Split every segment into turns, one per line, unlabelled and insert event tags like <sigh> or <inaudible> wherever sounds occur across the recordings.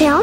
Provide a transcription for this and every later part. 聊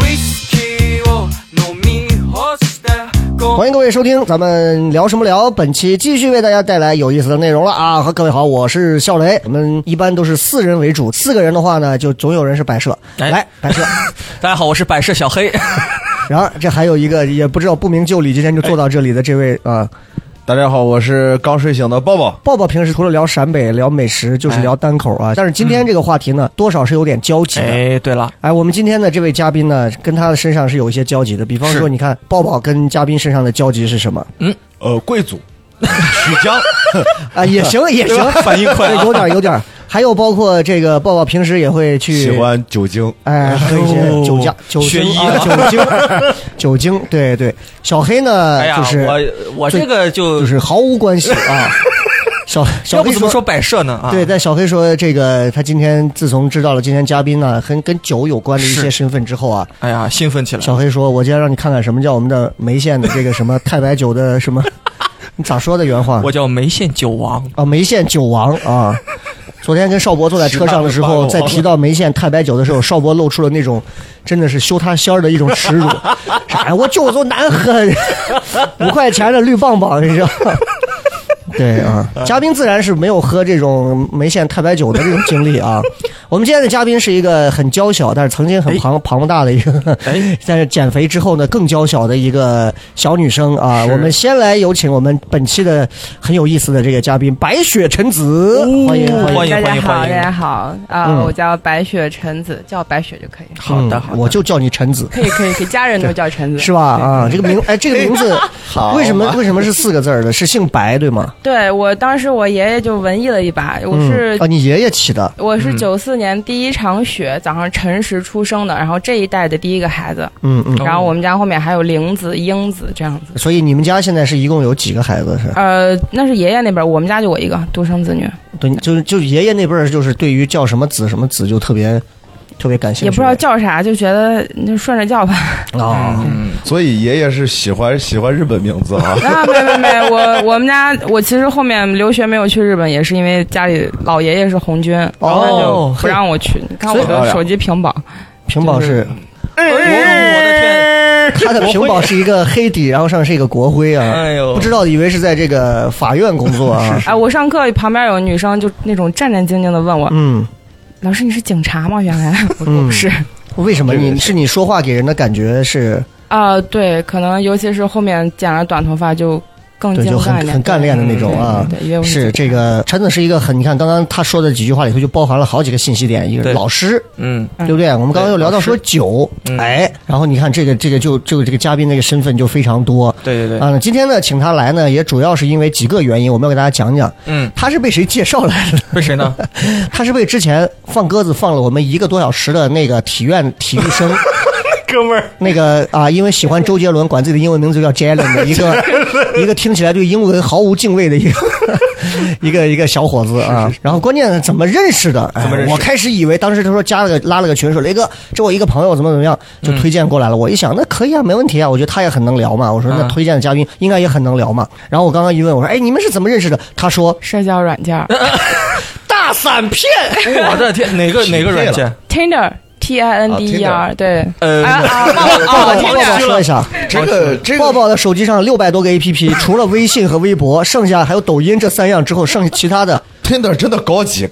ウイスキーを飲み干してご
欢迎各位收听，咱们聊什么聊？本期继续为大家带来有意思的内容了啊！和各位好，我是笑雷。我们一般都是四人为主，四个人的话呢，就总有人是摆设，
<laughs> 哎
来摆设。
大家好，我是摆设小黑。
然后这还有一个也不知道不明就里，今天就坐到这呃里的这位啊，
大家好，我是刚睡醒的抱抱。
抱抱平时除了聊陕北、聊美食，就是聊单口啊。但是今天这个话题呢，多少是有点交集的。
哎，对了，
哎，我们今天的这位嘉宾呢，跟他的身上是有一些交集的。比方说，
是
你看抱抱跟嘉宾身上的交集是什么？
呃，贵族，曲 <laughs> 江，
<laughs> 啊，也
<laughs>
行，也行，
反应快啊
对有点儿有点儿。还有包括这个抱抱平时也会去
喜欢酒精。
哎喝一些
哦
酒驾、酒
学
精
医
啊、
啊
酒精、
<laughs>
酒精，对对。小黑呢，
<laughs> 哎呀，
就是
我我这个就
就是毫无关系
<laughs>
啊。小小
要不
黑
怎么说摆设呢？啊，
对，，但小黑说这个，他今天自从知道了今天嘉宾呢，很跟酒有关的一些
是
身份之后啊，
哎呀，兴奋起来
小黑说：“我今天让你看看什么叫我们的梅县的这个什么太白酒的什么， <laughs> 你咋说的原话
我叫梅县酒王，
啊？梅县酒王啊！昨天跟邵博坐在车上的时候，在提到梅县太白酒的时候，邵博露出了那种真的是羞他仙儿的一种耻辱，啥呀？我酒都难喝，五块钱的绿棒棒，你知道吗？”对啊，嘉宾自然是没有喝这种梅县太白酒的这种经历啊。我们今天的嘉宾是一个很娇小，但是曾经很庞庞大的一个，
哎
<laughs> 但是减肥之后呢更娇小的一个小女生啊。我们先来有请我们本期的很有意思的这个嘉宾白雪陈子，
哦
欢迎欢迎。
欢迎
哎大家好，
欢迎欢迎
大家好啊、
嗯
我叫白雪橙子，叫我白雪就可以，
好的，
嗯
好的
我就叫你陈子。
可以可以，给家
<laughs>
人都叫橙子，
是吧？？啊，这个名哎，这个名字为什么
啊
为什么是四个字儿的？是姓白对吗？
对我当时我爷爷就文艺了一把，我是、
嗯
哦
啊，你爷爷起的
我
嗯
是九四年第一场雪，早上辰时出生的，然后这一代的第一个孩子，
嗯嗯，
然后我们家后面还有玲子、英子这样子。
所以你们家现在是一共有几个孩子
哦
是？
呃，那是爷爷那边，我们家就我一个独生子女，
对，就是就是爷爷那辈儿，就是对于叫什么子什么子就特别特别感兴趣，
也不知道叫啥，就觉得就顺着叫吧。。
啊、
所以爷爷是喜欢喜欢日本名字啊
<laughs> 啊，没没没，我我们家我其实后面留学没有去日本，也是因为家里老爷爷是红军，
哦
然后就不让我去。你看我
哎
的手机屏保，
屏保是、
哎呦，我的天，
他的屏保是一个黑底，然后上是一个国徽啊，
哎呦
不知道以为是在这个法院工作啊，
哎，我上课旁边有女生就那种战战兢兢的问我
嗯，：“
老师，你是警察吗？”原
<laughs>
来我说
嗯
我不是。
为什么
对
你
对
是你说话给人的感觉是
啊，对，可能尤其是后面剪了短头发就更
对
精
就很
干一点，
很干练的那种啊
对，对对因为我
是这个陈子是一个很，你看刚刚他说的几句话里头就包含了好几个信息点，一个是
对
老师，
嗯，
嗯
对不对？我们刚刚又聊到说酒，
嗯
哎，然后你看这个这个就这个这个嘉宾那个身份就非常多，
对对对，
啊，那今天呢，请他来呢，也主要是因为几个原因，我们要给大家讲讲，
嗯，
他是被谁介绍来的？
被谁呢？
他是被之前放鸽子放了我们一个多小时的那个体院体育生，
<laughs> 哥们儿，
那个啊，因为喜欢周杰伦，管自己的英文名字就叫 Jalen 的一
<laughs>
个一个听起来对英文毫无敬畏的一个一个一个小伙子啊。然后关键怎么认识的？哎
怎么认识
我开始以为当时他说加了个拉了个群，说雷哥，这我一个朋友怎么怎么样，
嗯
就推荐过来了。我一想，那可以啊，没问题啊，我觉得他也很能聊嘛。我说那
嗯
推荐的嘉宾应该也很能聊嘛。然后我刚刚一问，我说哎，你们是怎么认识的？他
哦
说
社交软件儿
<laughs> 呃大散
<laughs>
片。
我的天，
<laughs>
哪个哪个软件？
Tinder。T I N D E
啊
R，对，
呃
哎
啊啊，
<laughs>
抱抱
抱抱
抱抱
抱抱说一下，
<laughs> 这个这
抱
个
抱的手机上六百多个 APP，除了微信和微博，剩下还有抖音这三样之后，剩下其他的
<laughs> Tinder 真的高级，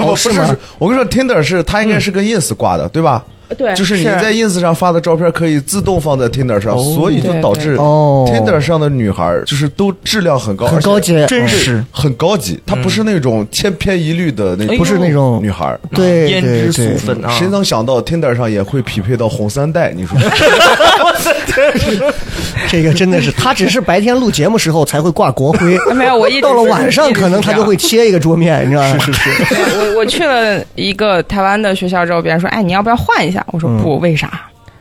我不
是吗
嗯我跟你说，Tinder 是它应该是跟 Ins 挂的，对吧？
对，，
就是你在 ins 上发的照片可以自动放在 Tinder 上，所以就导致
对哦
Tinder 上的女孩儿就是都质量很高，
很高级
哦而且啊
真是
很高级，她不是那种千篇一律的那
哎
种，
呦
不是那种
女孩儿。
对对
胭脂
对
素，粉啊，
谁能想到 Tinder 上也会匹配到红三
<laughs>
代？你说
这个真的是，他只是白天录节目时候才会挂国徽
<laughs> 没有我一直
到了
是
晚上
一直
可能
是
他
这样
就会切一个桌面，你知道吗？是是 <laughs> 是，
我我去了一个台湾的学校之后，别人说：“哎，你要不要换一下？”我说：“
嗯
不，为啥？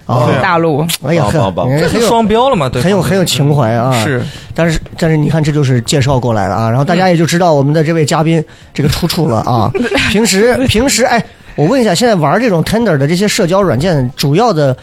哦
我们大陆
哎呀，
棒棒棒
很
这
很
是
有
双标了嘛？对吧，
很有很有情怀啊！
是，
但是但是你看，这就是介绍过来了啊，然后大家也就知道我们的这位嘉宾这个出处了
<laughs>
啊。平时平时，哎，我问一下，现在玩这种 Tinder 的这些社交软件，主要的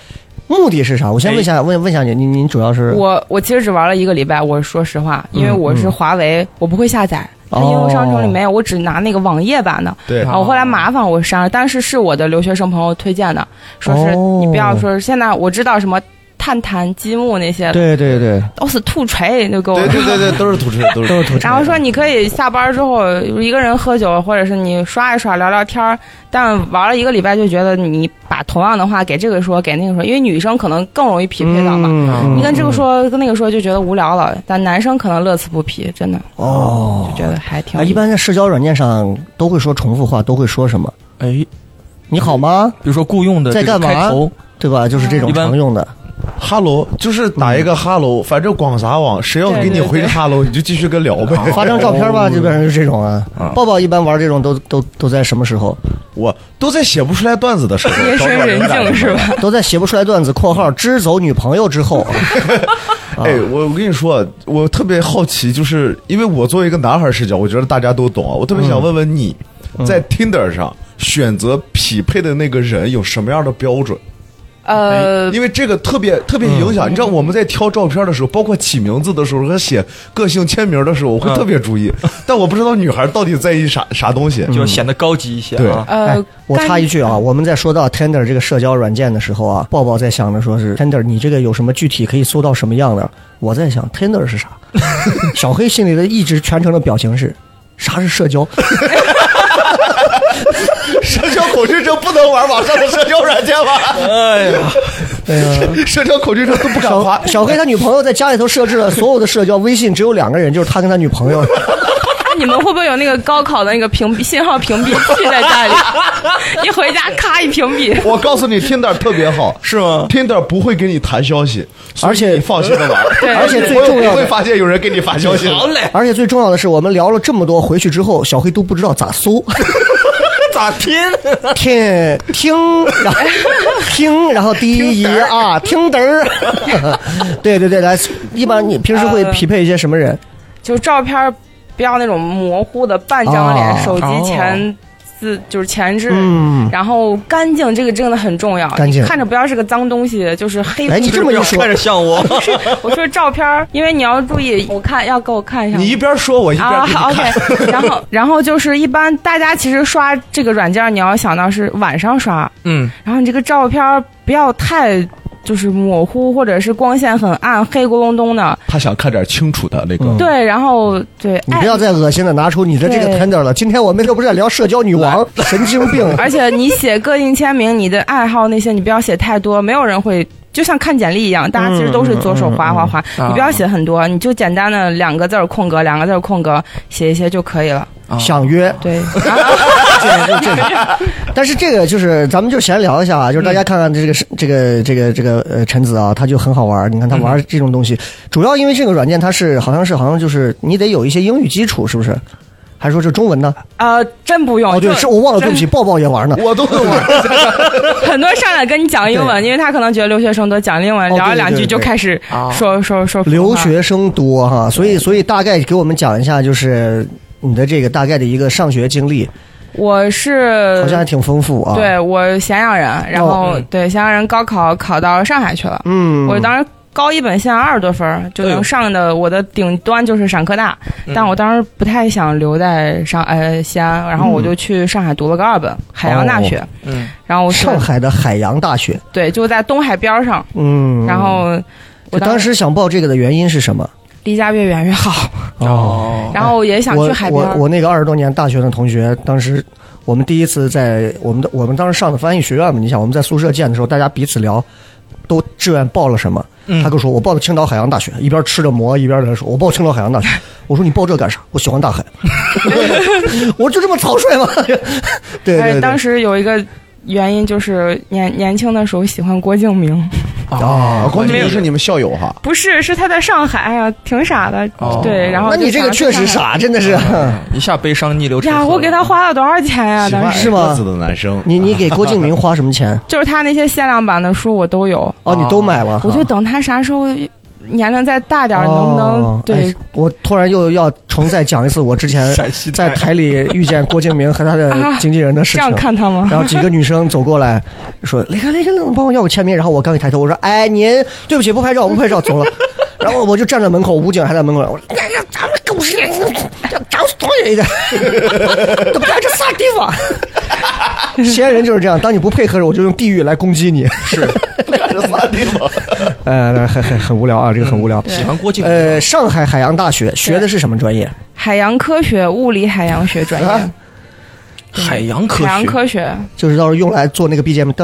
目的是啥？我先问一下，问问一下你，您您主要是
哎我我其实只玩了一个礼拜。我说实话，因为我是华为，我不会下载。”它应用商城里没有，我只拿那个网页版的。
对
啊，我后来麻烦我删了，但是是我的留学生朋友推荐的，说是
哦
你不要说是现在我知道什么探探、积木那些，
对对对，
都是土锤，就给我
对。对对对，都是土锤，都是
都是土
<laughs> 然后说你可以下班之后一个人喝酒，或者是你刷一刷聊聊天儿，但玩了一个礼拜就觉得你把同样的话给这个说给那个说，因为女生可能更容易匹配到嘛。
嗯
你跟这个说，跟那个说就觉得无聊了，但男生可能乐此不疲，真的
哦
就。觉得还挺
啊，
有意
一
思。
般在社交软件上都会说重复话，都会说什么？
哎，比
你好吗？
如说雇佣的
在
这个
干嘛
开头，
对吧？就是这种
一般
常用的。
哈喽，就是打一个哈
嗯
喽，反正广撒网，谁要给你回个哈喽，你就继续跟聊呗。
<laughs> 发张照片
哦
吧，基本上就是这种啊。抱抱一般玩这种都都都在什么时候？
<laughs> 我都在写不出来段子的时候，
<laughs> 夜深人静是吧？
<laughs> 都在写不出来段子（括号支走女朋友之后
哎，我我跟你
啊
说，我特别好奇，就是因为我作为一个男孩视角，我觉得大家都懂啊。我特别
嗯
想问问你，在 Tinder 上选择匹配的那个人有什么样的标准？
呃，
因为这个特别特别影响。你知道我们在挑照片的时候，包括起名字的时候和写个性签名的时候，我会特别注意。但我不知道女孩到底在意啥啥东
嗯
西。
就显得高级一些
对
啊。
呃，
哎我
干
插一
<laughs>
句啊，我们在说到 Tinder 这个社交软件的时候啊，抱抱在想着说是 Tinder，你这个有什么具体可以搜到什么样的？我在想 Tinder 是啥？ <laughs> 小黑心里的一直全程的表情是。啥是社交？
社交恐惧症不能玩网上的社交软件
<laughs>
吧？
哎呀，
社交恐惧症都不敢
小
玩。
小黑他女朋友在家里头设置了所有的社交微信，只有两个人，就是他跟他女朋友。
哎，你们会不会有那个高考的那个屏蔽信号屏蔽器在家里？ <laughs> 一回家咔一屏蔽。
我告诉你，Tinder 特别好，是
吗
？Tinder 不会给你弹消息，所以
而且
你放心的玩。
对
而且最
我也
重要
不会
的，
发现有人给你发消息。
好嘞，
而且最重要的是，我们聊了这么多，回去之后，小黑都不知道咋搜，
咋拼？
听听，然后听，然后第一啊，听嘚儿，对对对，来，一般你平时会匹配一些什么人？
就照片儿不要那种模糊的半张脸，
哦嗯
手机前字就是前置，然后干净，这个真的很重要。
干净
你看着不要是个脏东西，就是黑。
哎你这么一
要
说
看着像我，
我说照片儿，因为你要注意，我看要给我看一下吗。
你一边说，我一边给
啊
你看。
<laughs> ，OK，然后然后就是一般大家其实刷这个软件儿，你要想到是晚上刷，
嗯，
然后你这个照片儿不要太就是模糊，或者是光线很暗，黑咕隆咚
嗯
的。
他想看点清楚的那个。
对，然后对，
你
哎
不要再恶心的拿出你的这个
对
Tinder 了。今天我们这不是在聊社交女王，神经病。
<laughs>
啊
而且你写个性签名、你的爱好那些，你不要写太多，没有人会。就像看简历一样，大家其实都是左手划划划，
嗯
你不要写很多，你就简单的两个字儿空格，两个字儿空格写一些就可以了。
想约， <laughs>
对，
但是这个就是咱们就闲聊一下啊，就是大家看看这个是、这个这个这个呃陈子啊，他就很好玩儿。你看他玩这种东西，主要因为这个软件它是好像是好像就是你得有一些英语基础，是不是？还说是中文呢？
呃，真不用。
哦，对，
就是
我忘了，对不起，抱抱也玩呢。
我都会玩，
很多上来跟你讲英文，
对
因为他可能觉得留学生都讲英文，
哦
聊了两
对对
句
对
就开始
啊
说说说普通
<laughs> 留
话
学生多哈，所以所以大概给我们讲一下，就是你的这个大概的一个上学经历，
我是
好像还挺丰富啊。，
呃对我咸阳人，然后、对咸阳人高考考到上海去了。
嗯，
我当时高一本线二十多分儿就
哎呦
能上的，我的顶端就是陕科大，但我当时不太想留在上呃西安，
嗯
然后我就去上海读了个二本海洋大学，
嗯，
然后我是
哦上海的海洋大学，
对就在东海边儿上，
嗯，
然后我
当时想报这个的原因是什么？
离家越远越好，
哦，
然后也想
我
去海边
我
儿。
我那个二十多年大学的同学，当时我们第一次在我们的我们当时上的翻译学院嘛，你想我们在宿舍见的时候，大家彼此聊，都志愿报了什么。他跟我说我报的青岛海洋大学，一边吃着馍一边在那说，我报青岛海洋大学。我说你报这干啥？我喜欢大海。 <laughs> 我说就这么草率吗？ <laughs> 对对
但
对，
哎是当时有一个原因就是年年轻的时候喜欢郭敬明， <laughs>
哦
啊，
关键是你们校友哈，
不是是他在上海，哎呀，挺傻的，
哦
对，然后
那
就
你这个
想
确实
去上海
傻，真的是。
一下悲伤逆流成河
呀，我给他花了多少钱呀？
喜
当
欢
时
是吗
矮个子的男生，
你你给郭敬明花什么钱？
就是他那些限量版的书我都有，
哦，你都买了。
我就等他啥时候年龄再大点儿，能不能
哦
对
哎？我突然又要重再讲一次我之前
陕西
哎在台里遇见郭敬明和他的经纪人的事
哎啊这
情
样。看他吗？
然后几个女生走过来说：“雷哥，雷哥，能帮我要个签名？”然后我刚一抬头，我说：“哎，您对不起，不拍照，不拍照，
<laughs>
走了。”然后我就站在门口，武警还在门口，我说：“哎呀，咱们狗日的，长多一点， <laughs> 都不知道这啥地方。” <laughs> 闲人就是这样，当你不配合时，我就用地狱来攻击你。是， <laughs>
这啥地方？
呃，很很很无聊啊，这个很无聊。
喜欢郭靖，
呃，上海海洋大学学的是什么专业？
海洋科学、物理海洋学专业，
啊
海洋科
海洋
学，
科学，
就是到时候用来做那个 BGM，噔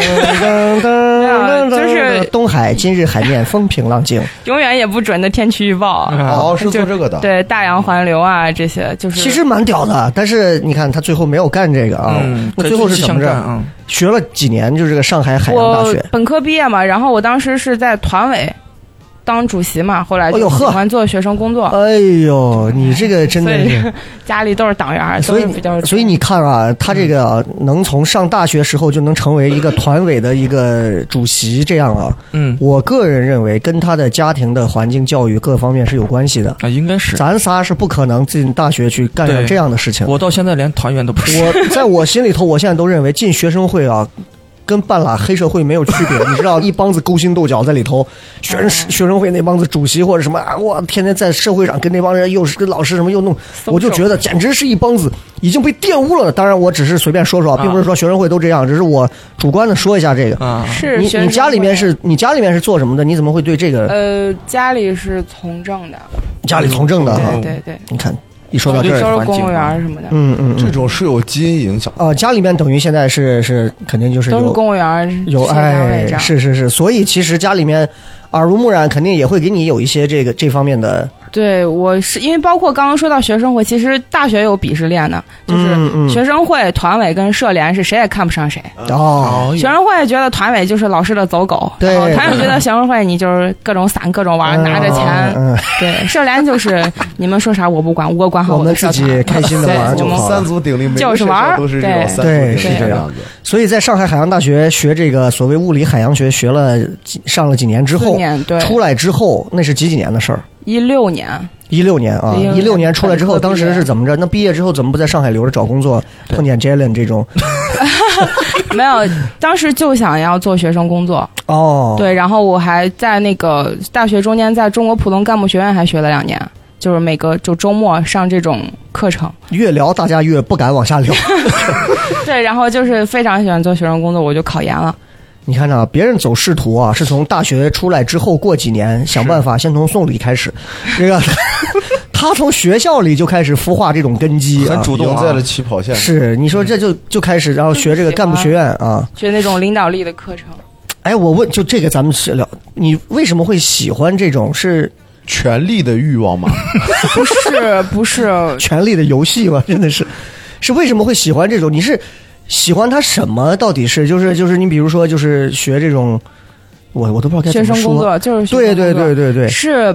噔噔
<laughs>
噔，
就是
东海今日海面风平浪静。
永远也不准的天气预报，啊
嗯
哦，是做这个的。
对大洋环流啊这些，就是
其实蛮屌的，但是你看他最后没有干这个啊
嗯，，
那最后是怎么
干
嗯
着？
啊？
学了几年，就是这个上海海洋大
我
学。
本科毕业嘛，然后我当时是在团委当主席嘛，后来
哎
就
呦
喜
呵
欢做学生工作，
哎呦，你这个真
所
的
以
是，
<laughs> 家里都是党员儿，
所以
哎都是比较嗯
你所以你看啊，他这个啊能从上大学时候就能成为一个团委的一个主席，这样啊，
嗯
我个人认为跟他的家庭的环境、教育各方面是有关系的。
啊，应该是。
咱仨是不可能进大学去干上
对
这样的事情。
我到现在连团员都不是。
我在我心里头，我现在都认为进学生会啊，跟半拉黑社会没有区别。你知道，一帮子勾心斗角在里头，学生
嗯
学生会那帮子主席或者什么啊，我天天在社会上跟那帮人又是跟老师什么又弄，我就觉得简直是一帮子已经被玷污了。当然，我只是随便说说，啊并不是说学生会都这样，只是我主观的说一下这个。
啊，
是
你
学
你
生
家里面
会
是你家里面是做什么的？你怎么会对这个
呃家里是从政的，
家里从政的啊
对？对对，
你看，一说到这
都
儿，
是
环
公
境
务员
啊
儿什么的，
嗯嗯
这
嗯，
种是有基因影响的。
啊、家里面等于现在是是肯定就是
都是
有
公务员儿，
有
是单位
哎
这，样
是是是，所以其实家里面耳濡目染，肯定也会给你有一些这个这方面的，
对，我是因为包括刚刚说到学生会，其实大学有鄙视链的，就是
嗯嗯
学生会、团委跟社联是谁也看不上谁。
哦，
哦
学生会觉得团委就是老师的走狗，
对
然后团委觉得学生会你就是各种散、各种玩，拿着钱。
嗯，嗯 <laughs>
对，社联就是你们说啥我不管，我管好
我们
的
自
社
己
团。
开心的玩
<laughs> 对
就
我们
好
三
了。
足鼎立，每
就
个
是
学
玩
校
儿
都是这种三
对
足鼎
对
立
是
这
这
样子。
所以在上海海洋大学学这个所谓物理海洋学，学了几上了几年之
四
后，
年对，
出来之后那是几几年的事儿？
一六年，
一六年啊，
对
一六年出来之后，
本科
当
毕业
时是怎么着？那毕业之后怎么不在上海留着找工作，碰见 Jalen 这种？
没有，当时就想要做学生工作，
哦，
对，然后我还在那个大学中间，在中国普通干部学院还学了两年，就是每个就周末上这种课程。
越聊大家越不敢往下聊。
对，然后就是非常喜欢做学生工作，我就考研了。
你看啊，别人走仕途啊，是从大学出来之后过几年想办法，先从送礼开始。这个 <laughs> 他从学校里就开始孵化这种根基啊
很。主动
赢
啊
在了起跑线上。
是，你说这就就开始，然后学这个干部学院啊。
学那种领导力的课
<laughs>
程。
哎，我问，就这个咱们是聊，你为什么会喜欢这种是
权力的欲望嘛，
不是不是，
权力的游戏吗？ <laughs> 真的是，是为什么会喜欢这种？你是喜欢他什么？到底是就是就是你比如说就是学这种，我我都不知道该
学
怎么
生工
说。
作就是学
对
生
对
工作
对对对，
是。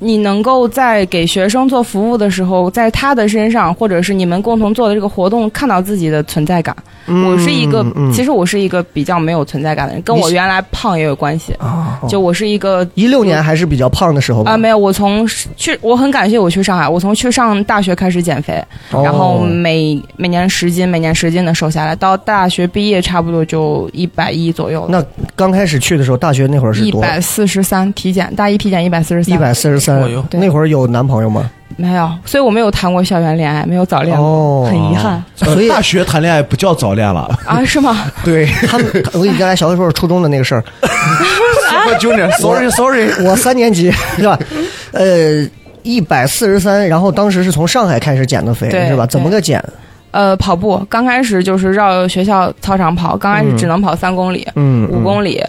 你能够在给学生做服务的时候，在他的身上，或者是你们共同做的这个活动，看到自己的存在感。我是一个
嗯，嗯
其实我是一个比较没有存在感的人，跟
你
我
是
原来胖也有关系。
啊，
就我是一个
哦一六年还是比较胖的时候吧。
啊，没有，我从去，我很感谢我去上海，我从去上大学开始减肥，
哦
然后每每年十斤，每年十斤的瘦下来，到大学毕业差不多就一百一左右了，
那刚开始去的时候，大学那会儿是
一
多
百四十三体检，大一体检一百四十三，
一百四十三
哎呦，
那会儿有男朋友吗？
没有，所以我没有谈过校园恋爱，没有早恋过，
哦，
很遗憾
所以
<laughs> 大学谈恋爱不叫早恋了，
啊，是吗？ <laughs>
对 <laughs>
他们， <laughs> 我跟你刚才小的时候初中的那个事儿，
<laughs> ，Super Junior，Sorry Sorry，
我三年级是吧？呃，一百四十三，然后当时是从上海开始减的肥，
对
是吧？
对
怎么个减？
呃，跑步刚开始就是绕学校操场跑，刚开始只能跑三公里、
嗯，
五公里、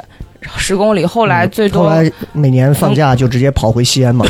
十公里，后
后
来最
后
多
来每年放假就直接跑回西安嘛。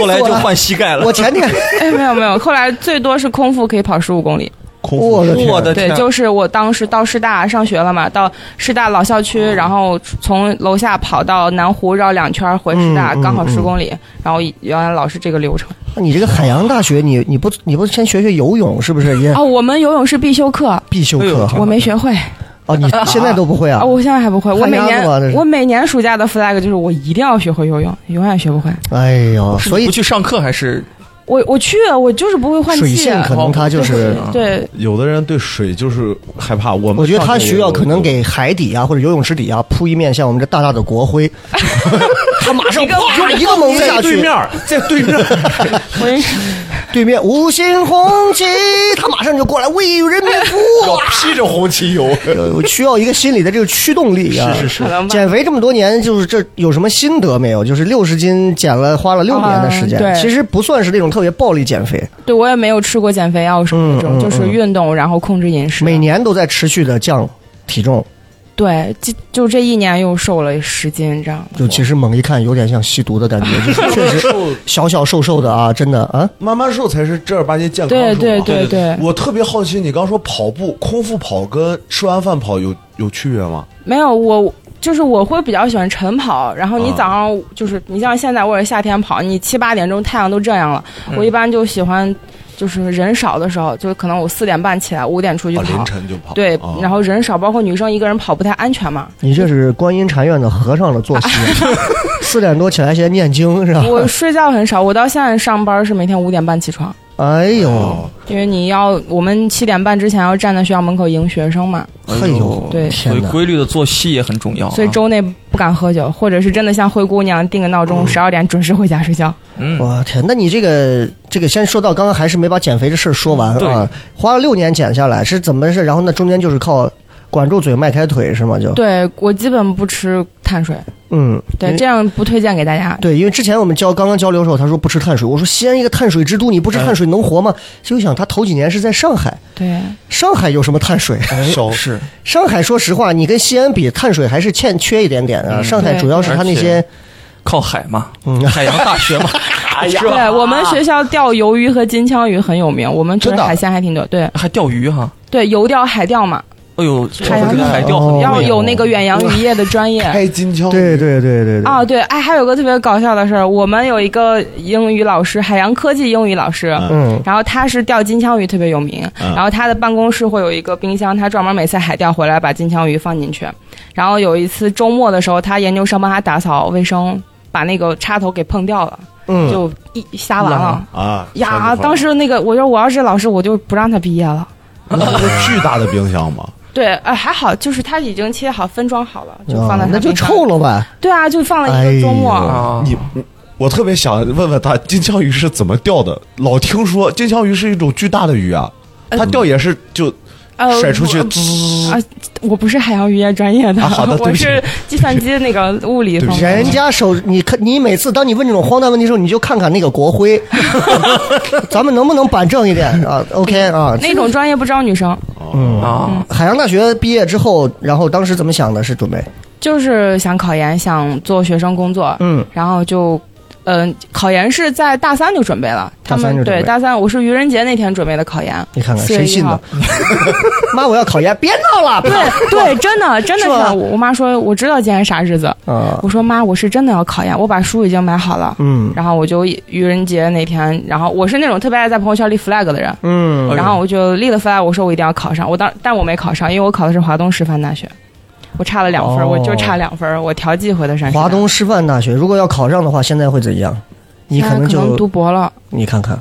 后来就换膝盖了
我。前天，
<laughs>
<laughs>
哎，没有没有，后来最多是空腹可以跑十五
<laughs>
公里。
空腹
我的天，啊
我的
对
天，，啊
就是我当时到师大上学了嘛，到师大老校区，
哦
然后从楼下跑到南湖绕两圈回师大，
嗯嗯
刚好
嗯
十公里。然后原来老师这个流程。
你这个海洋大学，你你不你不先学学游泳是不是？也
哦，我们游泳是必修课，
必修
哎
课
呦
哈
我没学会
<laughs> 哦，你现在都不会啊
啊，？我现在还不会。我
还没
每
安
年
过啊这是
我每年暑假的 flag 就是我一定要学会游泳，永远学不会。
哎呦，
是
所
你
以
不去上课还是
我我去，我就是不会换
水
气。啊
性可能啊它就是，
对，
有的人对水就是害怕，我们
我觉得它
上学
需要
有
可能给海底啊或者游泳池底啊铺一面像我们这大大的国徽，它马上啪一个猛下
在对
去
面，儿，在对面儿，
我跟你说
对面五星红旗，它马上就过来为人民服务
我。披着红旗 <laughs> 游。
有需要一个心理的这个驱动力啊！
是是
可能吧
减肥这么多年，就是这有什么心得没有？就是六十斤减了，花了六年的时间，
啊对
其实不算是那种特别暴力减肥，
对我也没有吃过减肥药什么的这种，
嗯嗯
就是运动然后控制饮食。
每年都在持续的降体重，
对，就就这一年又瘦了十斤，这样。
就其实猛一看有点像吸毒的感
<laughs>
觉，就是确实小小瘦瘦的啊，真的啊，
慢慢瘦才是正儿八经健康。
对
是吧
对对对，
我特别好奇，你刚说跑步空腹跑跟吃完饭跑有有区别吗？
没有我。就是我会比较喜欢晨跑，然后你
啊
早上就是你像现在或者夏天跑，你七八点钟太阳都这样了，
嗯
我一般就喜欢就是人少的时候，就可能我四点半起来，五点出去
哦
啊，
跑
凌，晨就跑。
对
啊，
然后人少，包括女生一个人跑不太安全嘛，
你这是观音禅院的和尚的作息，啊
<laughs>
四点多起来先念经是吧？
我睡觉很少，我到现在上班是每天五点半起床，
哎呦
哦，
因为你要我们七点半之前要站在学校门口迎学生嘛，
哎呦，
对
所
天
以
哪！
规律的作息也很重要啊。
所以周内不敢喝酒，或者是真的像灰姑娘定个闹钟，十二点准时回家睡觉。
嗯，
我天，那你这个这个先说到刚刚还是没把减肥这事儿说完啊，花了六年减下来是怎么是？然后那中间就是靠管住嘴迈开腿是吗？就
对我基本不吃碳水，
嗯，
对
因为
这样不推荐给大家。
对，因为之前我们交刚刚交流的时候，他说不吃碳水，我说西安一个碳水之都，你不吃碳水能活吗？就想他头几年是在上海，
对，
上海有什么碳水？
小
是
上海说实话，你跟西安比，碳水还是欠缺一点点啊。上海主要是它那些
靠海嘛
嗯，哎
海洋大
<laughs>
学嘛，是吧？
对我们学校钓鱿鱼和金枪鱼很有名，我们吃
真的
海鲜还挺多。对
还钓鱼哈。
对，游钓、海钓嘛，
哎呦，
海洋
这个海钓
哦
很
要有那个远洋渔业的专业。
<laughs> 开金枪。
对对对对对哦
啊，对，哎，还有个特别搞笑的事儿，我们有一个英语老师，海洋科技英语老师，
嗯
嗯，
然后他是钓金枪鱼特别有名，
嗯
然后他的办公室会有一个冰箱，他专门每次海钓回来把金枪鱼放进去。然后有一次周末的时候，他研究生帮他打扫卫生，把那个插头给碰掉了，
嗯
就一一瞎完了。
啊
呀，当时那个我说我要是老师，我就不让他毕业了。
那是个巨大的冰箱嘛，
对，呃，还好，就是他已经切好分装好了，就放在、
啊那就臭
了。
了吧？
对啊，就放了一个周末。
哎
啊，
你。 <laughs> 我特别想问问他，金枪鱼是怎么钓的？老听说金枪鱼是一种巨大的鱼啊，它钓也是就
呃，
甩哎出去
我
滋
啊我不是海洋渔业专业的，
啊
<laughs>
好的对
我
不起
是计算机那个物理
对
方
不起
面。
人家手，你看，你每次当你问这种荒诞问题的时候，你就看看那个国徽， <laughs> 咱们能不能板正一点啊？OK 啊，
那种专业不招女生，
啊，
海洋大学毕业之后，然后当时怎么想的？是准备
就是想考研，想做学生工作，
嗯，
然后就，嗯、考研是在大三就准备了。他
大三
们
就准备
对大三，我是愚人节那天准备的考研。
你看看
4月
谁信
1
呢
号？
<laughs> 妈，我要考研，别闹了，别
对
闹 <laughs>
对，真的真的
是吧
是我我妈说我知道今天啥日子，
啊，
我说妈，我是真的要考研，我把书已经买好了。
嗯
然后我就愚人节那天，然后我是那种特别爱在朋友圈立 flag 的人，
嗯，
哎呦
然后我就立了 flag，我说我一定要考上。我当但我没考上，因为我考的是华东师范大学，我差了两分，
哦
我就差两分，我调剂回的山师大。
华东师范大学，如果要考上的话，现在会怎样？你可能
现在哎可能读
就
博了。
你看看，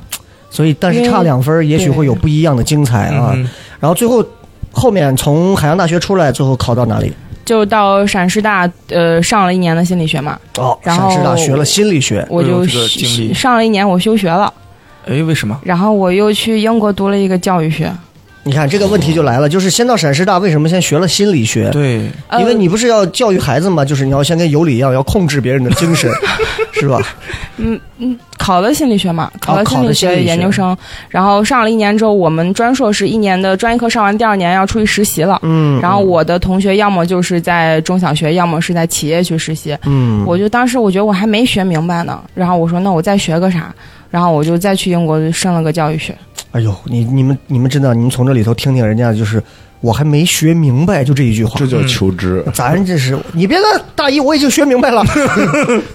所以但是差两分儿，也许
对
会有不一样的精彩啊。
嗯
然后最后后面从海洋大学出来，最后考到哪里？
就到陕师大，呃，上了一年的心理学嘛，
哦，
然
陕
后
师大学了心理学，
我
哎
就
呦这个经
休
历
上了一年，我休学了，
哎，为什么？
然后我又去英国读了一个教育学，
你看这个问题就来了，就是先到陕师大，为什么先学了心理学？
对，
呃
因为你不是要教育孩子吗？就是你要先跟尤里一样，要控制别人的精
<laughs>
神，是吧？
考的心理学嘛，考的心理
哦考的心理
学
学
研究生，然后上了一年之后，我们专硕士一年的专业课上完，第二年要出去实习了。
嗯，
然后我的同学要么就是在中小学，要么是在企业去实习。
嗯，
我就当时我觉得我还没学明白呢，然后我说那我再学个啥？然后我就再去英国升了个教育学。
哎呦，你你们你们真的，你们从这里头听听人家就是，我还没学明白，就这一句话
这。叫求 <laughs> 知。
咱这是你别看大一我已经学明白了，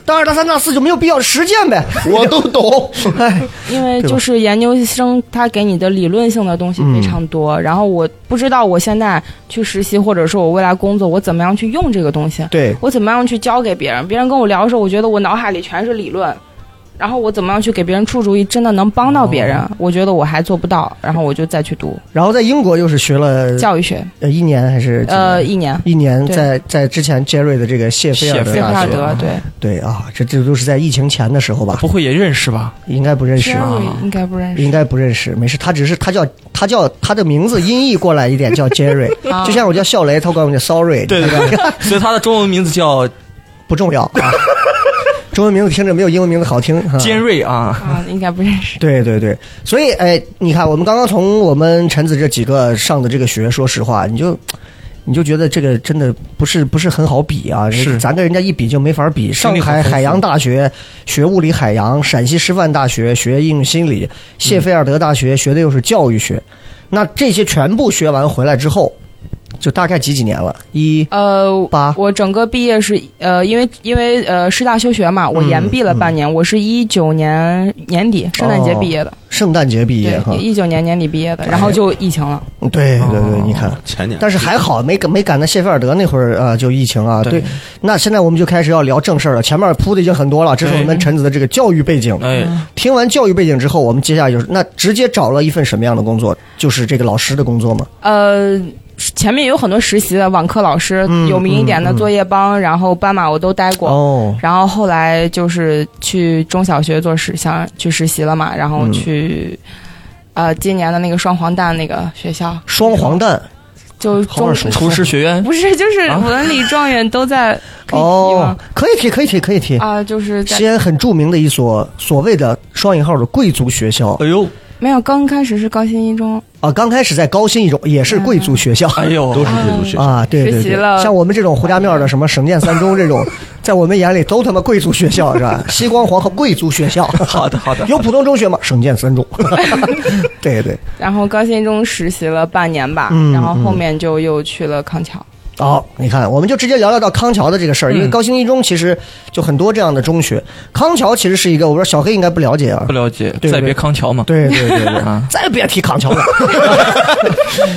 大二大三大四就没有必要实践呗，我都懂。哎，
因为
对吧
就是研究生，他给你的理论性的东西非常多，
嗯
然后我不知道我现在去实习，或者说我未来工作，我怎么样去用这个东西，
对，
我怎么样去教给别人，别人跟我聊的时候，我觉得我脑海里全是理论，然后我怎么样去给别人出主意，真的能帮到别
哦
人，我觉得我还做不到，然后我就再去读
然后在英国又是学了
教育学，
呃一年还是几年
呃，一年，
一年
对
在在之前杰瑞的这个谢菲尔德
费
谢菲
大
尔
学，
德，对，
对啊，这这都是在疫情前的时候吧，
不会也认识吧？
应该不认识
虽然
啊。
我应该不认识
应，该不认识，没事。他只是他叫他叫他的名字音译过来一点叫 Jerry，
啊
就像我叫笑雷，他管我叫 Sorry，
对
他
对
叫
对， <laughs> 所以他的中文名字
嗯
叫
不重要
<laughs>
啊。中文名字听着没有英文名字好听。哈
尖锐啊，
啊，应该不认
<laughs>
识，
对对对，所以哎，你看，我们刚刚从我们陈子这几个上的这个学，说实话，你就你就觉得这个真的不是不是很好比啊，
是
咱跟人家一比就没法比。
经
上
历很丰
海
富
海洋大学学物理海洋，陕西师范大学学应用心理，谢菲尔德大学学的又是教育学，那这些全部学完回来之后，就大概几几年了？一
呃，
八
我整个毕业是呃，因为因为呃师大休学嘛，
嗯
我延毕了半年，我是一九年年底圣诞节毕业的，
圣诞节哦毕业哈哎
对，，一九年年底毕业的，然后就疫情了，
对对
哦
对，你看。
<laughs> 前年
但是还好没赶没赶到谢菲尔德那会儿啊、呃就疫情啊。对
对
那现在我们就开始要聊正事儿了。前面铺的已经很多了，这是我们陈子的这个教育背景。
哎，
嗯
听完教育背景之后，我们接下来就是那直接找了一份什么样的工作？就是这个老师的工作嘛。
呃。前面有很多实习的网课老师，
嗯
有名一点
嗯
的
嗯
作业帮，然后斑马我都待过，
哦，
然后后来就是去中小学做实想去实习了嘛，然后
嗯
去、呃今年的那个双黄蛋那个学校，
双黄蛋
就
后面
中
数
厨师学院
<laughs> 不是，就是
啊
文理状元
<laughs>
都在、可以提
哦
吗？，
可以提，可以提，可以提。
啊，就是在
西安很著名的一所所谓的双引号的贵族学校
哎呦，
没有刚开始是高新一中，
啊，刚开始在高新一中也是贵族学校，
哎呦，
都是贵族学校，
啊，对对
实习
对，
了
像我们这种胡家庙的什么省建三中这
<laughs>
种，在我们眼里都他妈贵族学校是吧？西光黄河贵族学校，
好的好的，
有普通中学吗？省建三
<laughs>
中，对对，
然后高新一中实习了半年吧，
嗯
然后后面就又去了康桥。
好、你看，我们就直接聊聊到康桥的这个事儿，因为
嗯
高新一中其实就很多这样的中学，康桥其实是一个，我说小黑应该不了解啊
不，了解，
对
再别康桥嘛，
对对对对，
<laughs> 啊，
再别提康桥了。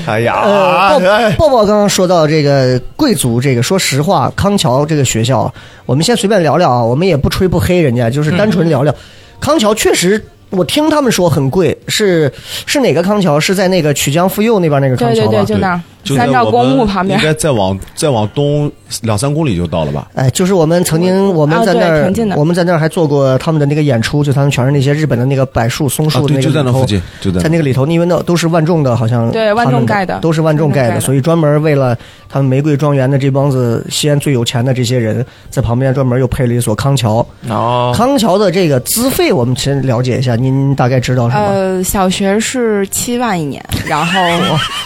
哎呀，
呃，
哎
抱抱抱刚刚说到这个贵族，这个说实话，康桥这个学校，我们先随便聊聊啊，我们也不吹不黑人家，就是单
嗯
纯聊聊。康桥确实，我听他们说很贵，是是哪个康桥？是在那个曲江妇幼那边那个康
对对
桥
对，
吧？
就那儿
就在
三兆
我
公
们
墓旁边
应。该再往再往东两三公里就到了吧？
哎，就是我们曾经我们在那
啊对
儿
挺近，的
我们在那儿还做过他们的那个演出，就他们全是那些日本的那个柏树、松
啊
树，
对，
那个
就在那
里头
附近，就在
在
那
那个里头，因为那都是万众的，好像
对万众
他们
盖的
都是万众盖
万众
的，
盖的
所以专门为了他们玫瑰庄园的这帮子西安最有钱的这些人，在旁边专门又配了一所康桥。
哦，
康桥的这个资费，我们先了解一下，您大概知道什么？
呃，小学是七万一年，然后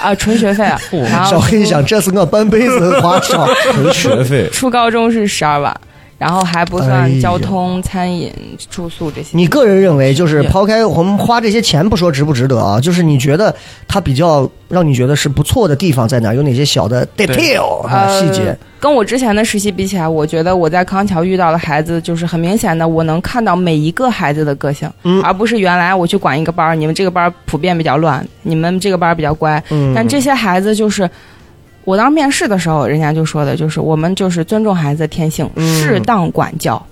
啊纯学费，然后
小黑
初
想，这是我半辈子花销。
个学费
初高中是十二万，然后还不
哎
算
呦
交通、餐饮、住宿这些。
<laughs> 你个人认为，
<laughs>
就是
也
抛开我们花这些钱不说值不值得啊，就是你觉得它比较让你觉得是不错的地方在哪？有哪些小的 detail 啊
呃
细节？
跟我之前的实习比起来，我觉得我在康桥遇到的孩子，就是很明显的，我能看到每一个孩子的个性，
嗯
而不是原来我去管一个班儿，你们这个班儿普遍比较乱，你们这个班儿比较乖，
嗯，
但这些孩子就是。我当时面试的时候，人家就说的就是我们就是尊重孩子的天性，
嗯
适当管教。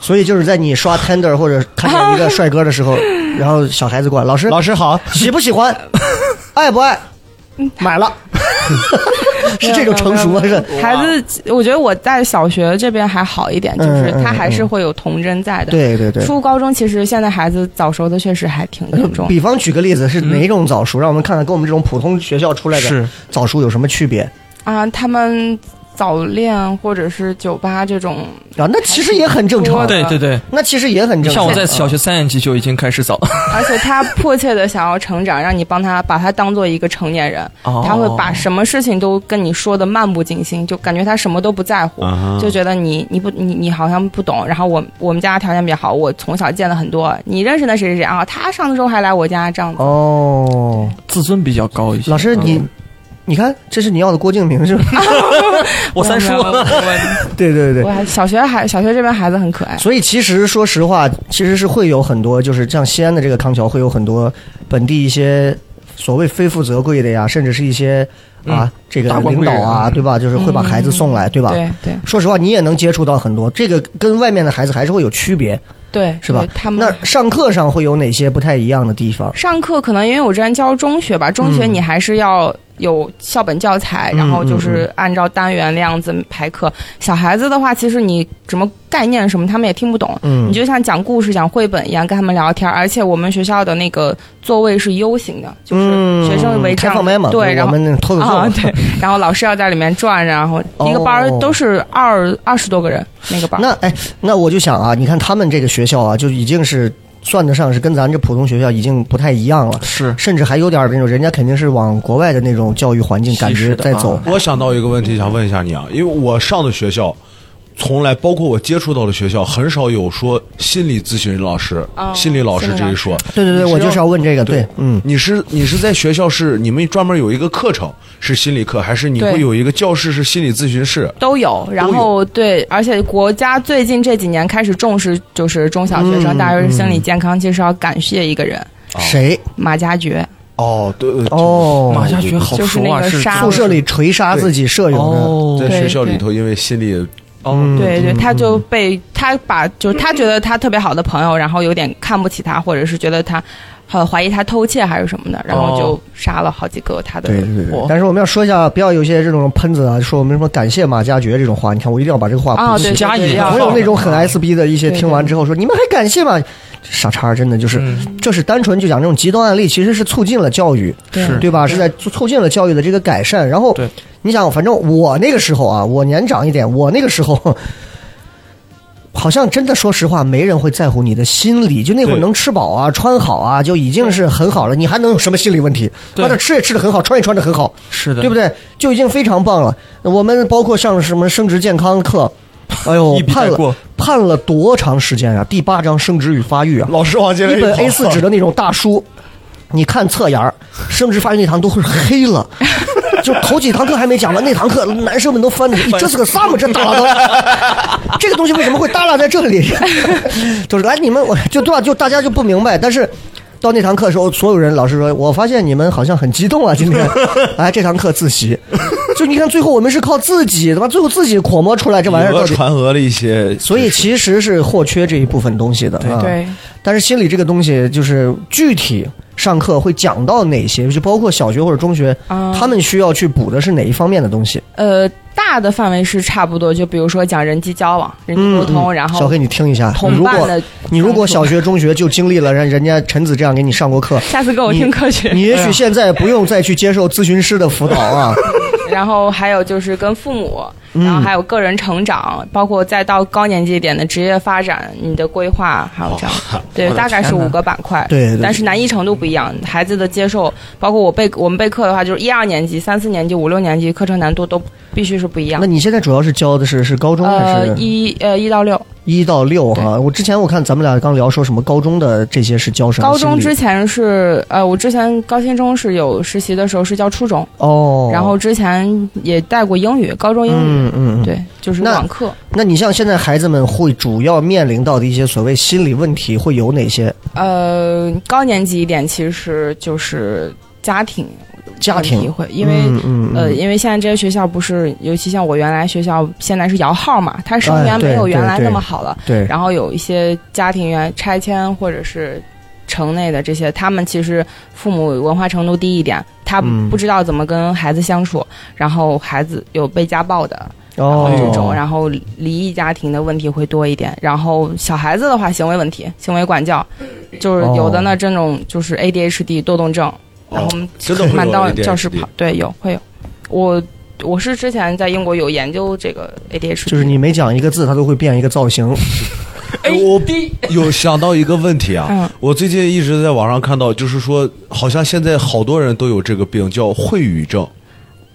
所以就是在你刷
<laughs>
Tender 或者看见一个帅哥的时候，然后小孩子过来，老师
<laughs>
老师好，
嗯
喜不喜欢，爱不爱，买了，是这种成熟吗？是
孩子，我觉得我在小学这边还好一点，就是
嗯嗯
他还是
嗯
会有童真在的。
对对对。
初高中其实现在孩子早熟的确实还挺严重。
比方举个例子，是哪种早熟？让我们看看跟我们这种普通学校出来的
是
早熟有什么区别
啊，他们早恋或者是酒吧这种，
啊？那其实也很正常，
对对对，
那其实也很正常。
像我在小
啊
学三年级就已经开始早，
而且他迫切的想要成长，让你帮他把他当做一个成年人，
哦
他会把什么事情都跟你说的漫不经心，就感觉他什么都不在乎，
啊
就觉得你你不你你好像不懂。然后我我们家条件比较好，我从小见了很多你认识的谁谁谁啊，他上周还来我家这样子。
哦，
<laughs> 自尊比较高一些。嗯
老师你。你看，这是你要的郭敬明
<laughs>
是吧？
我三叔
没有没有
对对对
我还小学还小学这边孩子很可爱，
所以其实说实话，其实是会有很多，就是像西安的这个康桥，会有很多本地一些所谓非富则贵的呀，甚至是一些啊、
嗯
这个
达官
领
贵
导
人
啊，
嗯
对吧？就是会把孩子送来，对吧？
对对
说实话，你也能接触到很多，这个跟外面的孩子还是会有区别，
对，
是吧
对？他们
那上课上会有哪些不太一样的地方？
上课可能因为我之前教中学吧，中学
嗯
你还是要有校本教材，然后
嗯
就是按照单元那样子排课。小孩子的话，其实你什么概念什么他们也听不懂，
嗯
你就像讲故事、讲绘本一样跟他们聊天。而且我们学校的那个座位是 U 型的，就是学生围
嗯
这
开
样
放麦嘛，
对，然
我
后。
们那偷着做嘛、
啊，对，然后老师要在里面转，然后一个班
<laughs>
儿
哦
都是二二十多个人，那个班儿。
那哎，那我就想啊，你看他们这个学校啊，就已经是算得上是跟咱这普通学校已经不太一样了，
<laughs> 是
甚至还有点儿那种人家肯定是往国外的那种教育环境感
西
觉
式的
在走
啊。
我想到一个问题，想问一下你啊，因为我上的学校，从来包括我接触到的学校，很少有说心理咨询老师、
哦
心理老师这一说。
对对对，
你
我就是要问这个，
对
对，嗯，
你是你是在学校是你们专门有一个课程是心理课，还是你
对
会有一个教室是心理咨询室？
都有，然后对，而且国家最近这几年开始重视，就是中小学生、
嗯
大学生心理健康，其实要感谢一个人，
啊
谁？
马加爵，
哦，对
哦
马家爵好
就是
熟
那
啊，
个
是
杀
宿舍里锤杀自己舍友的，
哦
在
对
学校里头，因为心理
嗯
哦，
对对，他就被他把，就是他觉得他特别好的朋友，然后有点看不起他，或者是觉得他。很怀疑他偷窃还是什么的，然后就杀了好几个他的。
对对对
哇。
但是我们要说一下，不要有一些这种喷子啊，说我们什么感谢马加爵这种话，你看我一定要把这个话
啊，
补起
对，
加
对
以
对
啊
要
我有那种很 S B 的一些
对对
听完之后说，你们还感谢吗？傻叉，真的就是，这是单纯就讲这种极端案例，其实是促进了教育，
对
是
对吧？是在促促进了教育的这个改善。然后
对，
你想，反正我那个时候啊，我年长一点，我那个时候。好像真的，说实话，没人会在乎你的心理。就那会儿
对
能吃饱啊，穿好啊，就已经是很好了。你还能有什么心理问题？
对
妈的，吃也吃的很好，穿也穿的很好，
是的，
对不对？就已经非常棒了。我们包括上什么生殖健康课，哎呦
<laughs> 一，笔
判
带
了
过
判了多长时间啊？第八章生殖与发育啊，
老师往进来
一本 A 4纸的那种大书，你看侧沿儿，生殖发育那堂都是黑了。就头几堂课还没讲完，那堂课男生们都翻着，咦这是个啥嘛？这耷拉的，这个东西为什么会耷拉在这里？ <laughs> 就是来你们，我就对吧？啊就大家就不明白，但是。到那堂课的时候，所有人老师说：“我发现你们好像很激动啊，今天。” <laughs> 哎，这堂课自习，就你看，最后我们是靠自己，他妈最后自己狂摸出来这玩意儿
以
到
讹
底。
传讹了一些，
所以其实是或缺这一部分东西的。啊对
对
但是心理这个东西，就是具体上课会讲到哪些，就包括小学或者中学，
啊
他们需要去补的是哪一方面的东西？
呃大的范围是差不多，就比如说讲人际交往、人际沟通，然
嗯小
后
黑，你听一下，你
同
如
伴
果
的。
你如果小学、中学就经历了人人家陈子这样给你上过课，
<laughs> 下次给我听课去。
你也许现在不用再去接受咨询师的辅导
<laughs>
啊。
然后还有就是跟父母，然
嗯
后还有个人成长，包括再到高年级一点的职业发展，你的规划，还有这样，对，大概是五个板块，
对对对
但是难易程度不一样，孩子的接受，包括我备我们备课的话，就是一二年级、三四年级、五六年级课程难度都必须是不一样
那。你现在主要是教的是是高中还
呃，
是
一呃一到六，
一到六哈？我之前我看咱们俩刚聊说什么高中的这些是教什么
高
心
中
理？
之前是呃，我之前高新中是有实习的时候是教初中，
哦，
然后之前也带过英语，高中英语，
嗯嗯，嗯。
对，就是
那
网课。
那你像现在孩子们会主要面临到的一些所谓心理问题会有哪些？
呃，高年级一点其实就是家庭
家庭
问题会，因为、
嗯嗯
呃，
嗯
因为现在这些学校不是，尤其像我原来学校，现在是摇号嘛，它生
哎
源
对
没有原
对
来
哎对
那么好了，
对，
然后有一些家庭原拆迁或者是城内的这些，他们其实父母文化程度低一点，他
嗯
不知道怎么跟孩子相处，然后孩子有被家暴的，
哦，
这种，然后离异家庭的问题会多一点。然后小孩子的话，行为问题、行为管教，就是有的呢，这种就是 ADHD 多动
哦
症，然后我们
真的会有
满到
ADHD
教室跑，对，有会有。我我是之前在英国有研究这个 ADHD，
就是你每讲一个字，它都会变一个造型。
哎我有想到一个问题啊
嗯，
我最近一直在网上看到，就是说，好像现在好多人都有这个病，叫秽语症。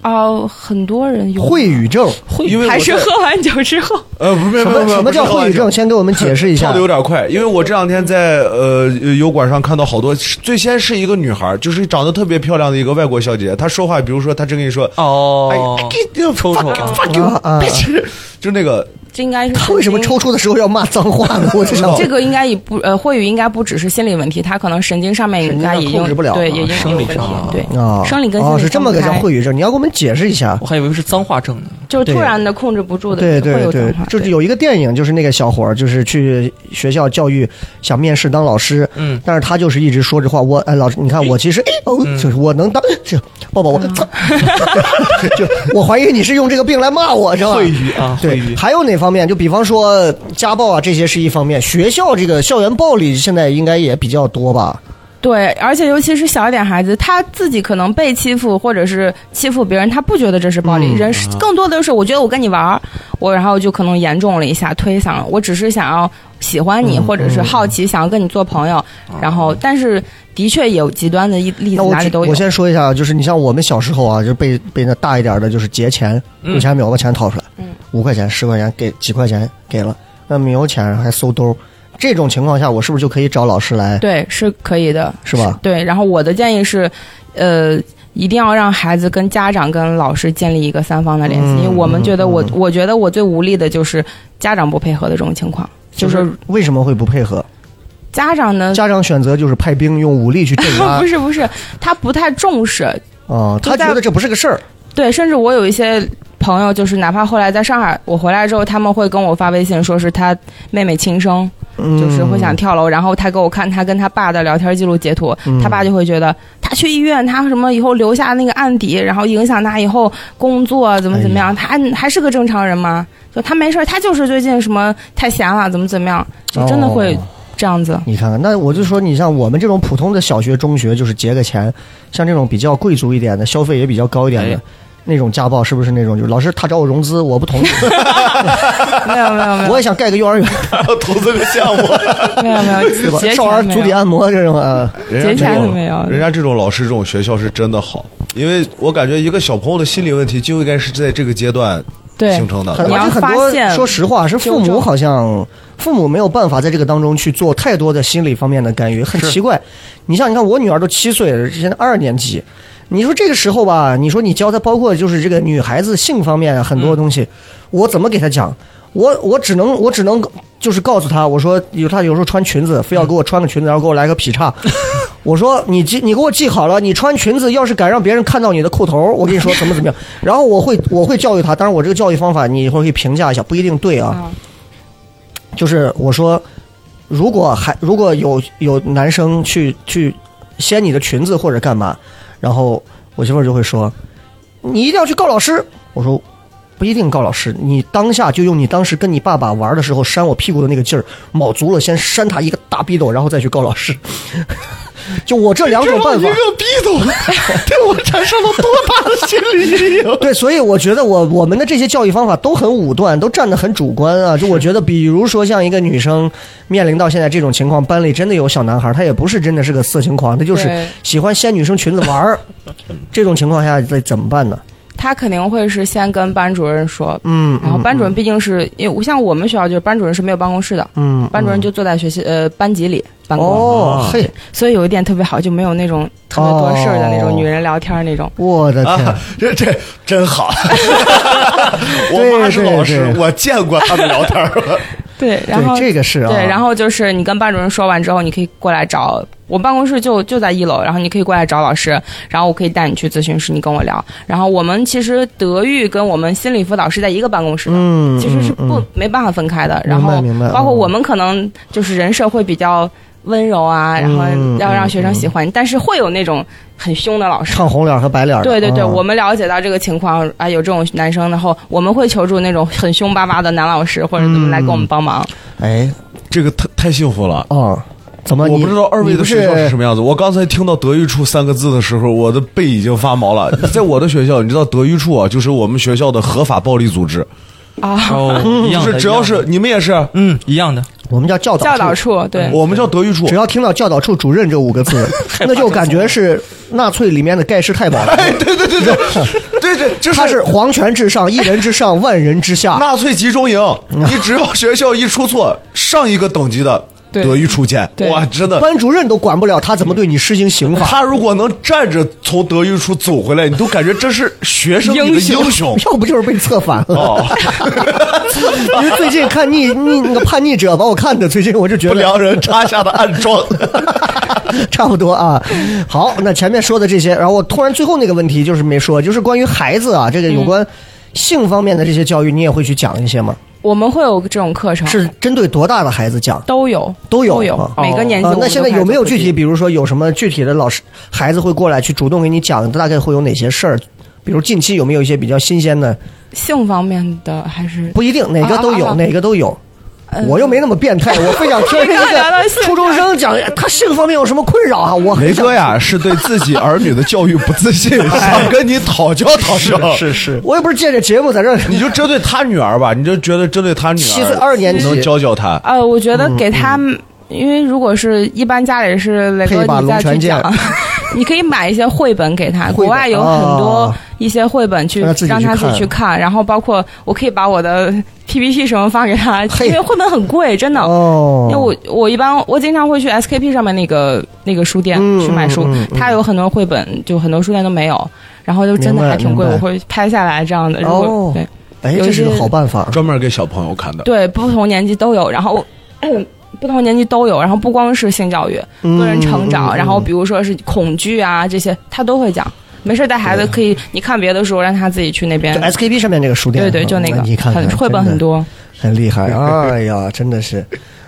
哦，很多人有
秽语
<laughs>
症，
因为我
还是
在
喝完酒之后，
呃，不是，
什
没
么
有没有没有
什么叫秽语症？？先给我们解释一
跳
<laughs>
下
的。有点快，因为我这两天在呃油管上看到好多，最先是一个女孩，就是长得特别漂亮的一个外国小姐姐，她说话，比如说她真跟你说，
哦，
哎
抽
抽抽啊
fuck
啊
you，
啊！
就那个
这应该是
他为什么
神
抽
经
搐的时候要骂脏话呢？我就想，
这个应该也不呃，秽语应该不只是心理问题，它可能神经上面
神
应
经
该
上
也
控
有
制不了
对，
啊
也应该
生
有
理
问题
上啊
对
啊，
生理跟心
哦
理
是这么个
分
叫
不开
秽语症，你要给我们解释一下
我。还以为是脏话症呢。
就是突
对
然的控制不住的，
对
会
对
有
对
状况，
就是有一个电影，就是那个小伙儿，就是去学校教育想面试当老师，
嗯，
但是他就是一直说这话。我哎，老师，你
嗯
看我其实哎哦，就是我能当这抱抱我，操 <laughs> 就我怀疑你是用这个病来骂我，是吧？
秽语啊，秽
对，
语。
还有哪方面？就比方说家暴啊，这些是一方面。学校这个校园暴力现在应该也比较多吧？
对，而且尤其是小一点孩子，他自己可能被欺负或者是欺负别人，他不觉得这是暴力，
嗯
人是更多的是我觉得我跟你玩儿，我然后就可能严重了一下，推搡了，我只是想要喜欢
嗯
你，或者是好奇，想要跟你做朋友，然后但是的确有极端的一
啊那
例子，
我
哪里
只
都有
我。先说一下，就是你像我们小时候啊，就被被那大一点的，就是劫钱，
嗯
用钱秒把钱掏出来，
嗯
五块钱、十块钱给几块钱给了，那没有钱还搜兜，这种情况下，我是不是就可以找老师来？
对，是可以的，
是吧
对，然后我的建议是，呃，一定要让孩子跟家长、跟老师建立一个三方的联系，
嗯
因为我们觉得我，我觉得我最无力的就是家长不配合的这种情况，就是
为什么会不配合？
家长 <laughs> 呢，
家长选择就是派兵用武力去镇压
<laughs> 不是不是，他不太重视，
啊，他
就在
觉得这不是个事儿。
对，甚至我有一些朋友，就是哪怕后来在上海，我回来之后，他们会跟我发微信，说是他妹妹轻生，
嗯
就是会想跳楼，然后他给我看他跟他爸的聊天记录截图，
嗯
他爸就会觉得他去医院，他什么以后留下那个案底，然后影响他以后工作怎么怎
哎
么样，他还还是个正常人吗？就他没事儿，他就是最近什么太闲了，怎么怎么样，就真的会
哦
这样子。
你看看，那我就说，你像我们这种普通的小学、中学，就是节个钱，像这种比较贵族一点的，消费也比较高一点的。
哎
那种家暴是不是那种？就是老师他找我融资，我不同
<laughs>
意，
没有没有没有
我也想盖个幼儿
<laughs>
园，
要 <laughs> 投资个项目，
没有
<laughs>
没
对
有，
吧
节？
少儿
前没
足底
有。
按摩这种啊，
<laughs>
人家这
节
种
前没有
人家这种老师这种学校是真的好，因为我感觉一个小朋友的心理问题就应该是在这个阶段
对
形成的。
很
你
而
要
且很
发
多。
现
说实话，是父
纠
母
正
好像父母没有办法在这个当中去做太多的心理方面的干预，很奇怪。你像你看，我女儿都七岁了，现在二年级，你说这个时候吧，你说你教她，包括就是这个女孩子性方面啊很多东西，我怎么给她讲？我我只能我只能就是告诉她，我说有她有时候穿裙子，非要给我穿个裙子，然后给我来个劈叉。我说你记你给我记好了，你穿裙子要是敢让别人看到你的裤头，我跟你说怎么怎么样。然后我会我会教育她，当然我这个教育方法你一会儿可以评价一下，不一定对啊。
啊
就是我说，如果还如果有有男生去去掀你的裙子或者干嘛，然后我媳妇儿就会说，你一定要去告老师。我说。不一定告老师，你当下就用你当时跟你爸爸玩的时候扇我屁股的那个劲儿，卯足了先扇他一个大逼斗，然后再去告老师。 <laughs> 就我这两种办法，
逼斗对我产生了多大的心理阴影？
<laughs> 对，所以我觉得我我们的这些教育方法都很武断，都站得很主观啊。就我觉得，比如说像一个女生面临到现在这种情况，班里真的有小男孩，他也不是真的是个色情狂，他就是
对
喜欢掀女生裙子玩
<laughs>
儿。这种情况下再怎么办呢？
他肯定会是先跟班主任说，
嗯，
然后班主任毕竟是因为像我们学校就是班主任是没有办公室的，
嗯，嗯
班主任就坐在学习呃班级里办公，
啊
哦嘿，
所以有一点特别好，就没有那种特别多事儿的那
哦
种女人聊天儿那种。
我的天，
啊，这这真好！
对
<laughs> 我妈是老
对
师，
对
我见过他们聊天
<laughs>
儿。
对，然后
对这个是啊，
对，然后就是你跟班主任说完之后，你可以过来找我办公室就就在一楼，然后你可以过来找老师，然后我可以带你去咨询室，你跟我聊。然后我们其实德育跟我们心理辅导是在一个办公室的，
嗯，
其实是
嗯
不、没办法分开的。然
明白
后
明白
包括
嗯
我们可能就是人设会比较温柔啊，然后
嗯
要让学生喜欢你，但是会有那种很凶的老师。
唱红脸和白脸的。
对对对，
啊
我们了解到这个情况啊，有这种男生，然后我们会求助那种很凶巴巴的男老师或者怎么来给我们帮忙。
哎
这个太太幸福了。
啊，怎么你
我不知道二位
你
的
不
学校是什
是
么样子。我刚才听到德育处三个字的时候，我的背已经发毛了。在我的学校，你知道德育处啊，就是我们学校的合法暴力组织，
<laughs> 哦，一
就
样的，
是只要是你们也是，
嗯一样的，
我们叫教导
教导处对，
嗯
我们叫德育处
只。要听到教导处主任这五个字，那就感觉是纳粹里面的盖世太保。
<laughs> 对对对对对对，就
<laughs> 他是皇权至上，一人之上，万人之下。
纳粹集中营。你只要学校一出错，上一个等级的
对
德育处见。
对
哇，真的，
班主任都管不了他，怎么对你施行刑罚？
他如果能站着从德育处走回来，你都感觉这是学生里的英雄。
<laughs> 要不就是被策反了。 <laughs>
<laughs> 哦，
因为最近看逆逆那个叛逆者，把我看的最近我就觉
不
得
良人插下的暗桩。
<laughs> 差不多啊。好，那前面说的这些，然后我突然最后那个问题就是没说，就是关于孩子啊，这个有关性方面的这些教育，你也会去讲一些吗？
我们会有这种课程，
是针对多大的孩子讲？
都有
都有
都有
啊，
哦每个年级
啊
我，们
那
都
现在
开始
有没有
做
具体，比如说有什么具体的老师孩子会过来去主动给你讲，大概会有哪些事儿？比如近期有没有一些比较新鲜的？
性方面的还是
不一定，哪个都有，
啊啊啊
哪个都有。
嗯
我又没那么变态，我非想听
<laughs> 你刚才聊到
一
性
个 <laughs> 初中生讲他性方面有什么困扰啊？我很
<laughs> 雷
想
哥呀，是对自己儿女的教育不自 <laughs> 信，想跟你讨教讨教。
是是，我也不是借着节目在这儿
你就针对他女儿吧，你就觉得针对他女儿，
七岁二年级
能教教他。
呃，我觉得
嗯
给他们，因为如果是一般家里是雷
配
哥
一把
你再
龙
去
泉剑
讲， <laughs> 你可以买一些绘本给他，
绘本
国外有很多
啊
一些绘本去
让他自己
让
去
他自己去看，然后包括我可以把我的 PPT 什么发给他，
嘿
因为绘本很贵，真的。
哦
因为我我一般我经常会去 SKP 上面那个那个书店
嗯
去买书
嗯嗯，嗯
它有很多绘本，就很多书店都没有，然后就真的
明白
还挺贵，
明白
我会拍下来这样的。如
哦
果对
哎，
有一
这是个
些
好办法。
专门给小朋友看的。
对，不同年级都有，然后。 <clears throat> 不同年级都有，然后不光是性教育，
嗯
个人成长，
嗯嗯
然后比如说是恐惧啊这些，他都会讲。没事带孩子可以，你看别的书，让他自己去那边
就。SKP 上面这个书店，
对对，就那个，
嗯你看看
很绘本
真的
很多。
很厉
<laughs>
害，哎呀，真的是。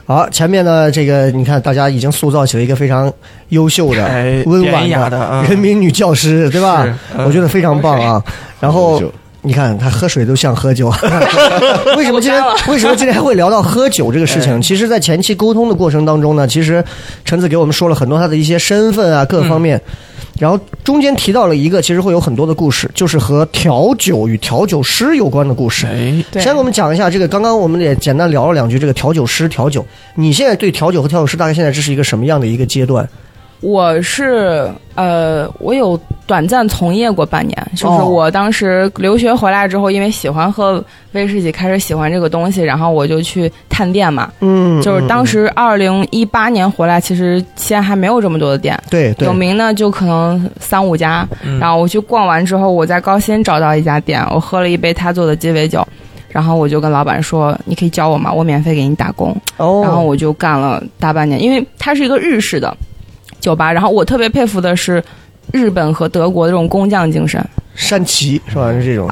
好，前面呢，这个你看，大家已经塑造起了一个非常优秀的、
哎
温婉
典雅的啊
人民女教师，对吧
是？嗯哎
我觉得非常棒啊。然后
很优秀
你看，她喝水都像喝
<laughs>
酒。啊为什么今天
我干了
为什么今天会聊到喝酒这个事
哎
情？其实，在前期沟通的过程当中呢，其实陈子给我们说了很多她的一些身份啊，各方
嗯
面。然后中间提到了一个，其实会有很多的故事，就是和调酒与调酒师有关的故事。
哎，
对，
先给我们讲一下这个，刚刚我们也简单聊了两句这个调酒师调酒。你现在对调酒和调酒师大概现在这是一个什么样的一个阶段？
我是呃，我有短暂从业过半年，就是
哦
我当时留学回来之后，因为喜欢喝威士忌，开始喜欢这个东西，然后我就去探店嘛。
嗯
就是当时二零一八年回来，其实西安还没有这么多的店，
对对嗯
嗯有，名呢就可能三五家。然后我去逛完之后，我在高新找到一家店，我喝了一杯他做的鸡尾酒，然后我就跟老板说：“你可以教我吗？我免费给你打工。”
哦，
然后我就干了大半年，因为它是一个日式的酒吧。然后我特别佩服的是日本和德国的这种工匠精神，
山崎是
啊
吧？是这种，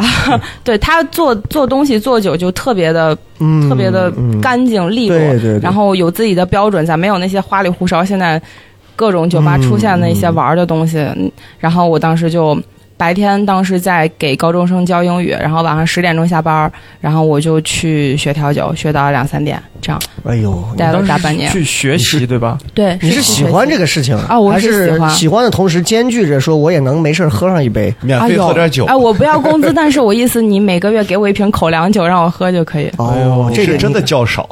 对他做做东西做酒就特别的
嗯，
特别的
嗯
干净利落，
对对对
然后有自己的标准，咱没有那些花里胡哨。现在各种酒吧出现的一些玩儿的东西，嗯然后我当时就白天当时在给高中生教英语，然后晚上十点钟下班儿，然后我就去学调酒，学到两三点，这样
哎呦，
待了
当
大
时
半
是
年。
去学习对吧？
对，
你是喜欢这个事情
啊我
还
是
是
喜欢
喜欢的同时兼具着说我也能没事儿喝上一杯？。
免
哎
费
呦
喝点酒
哎，，我不要工资，但是我意思你每个月给我一瓶口粮酒让我喝就可以
<laughs> 哦，
你
这个
是真的
你
较 <laughs> 少，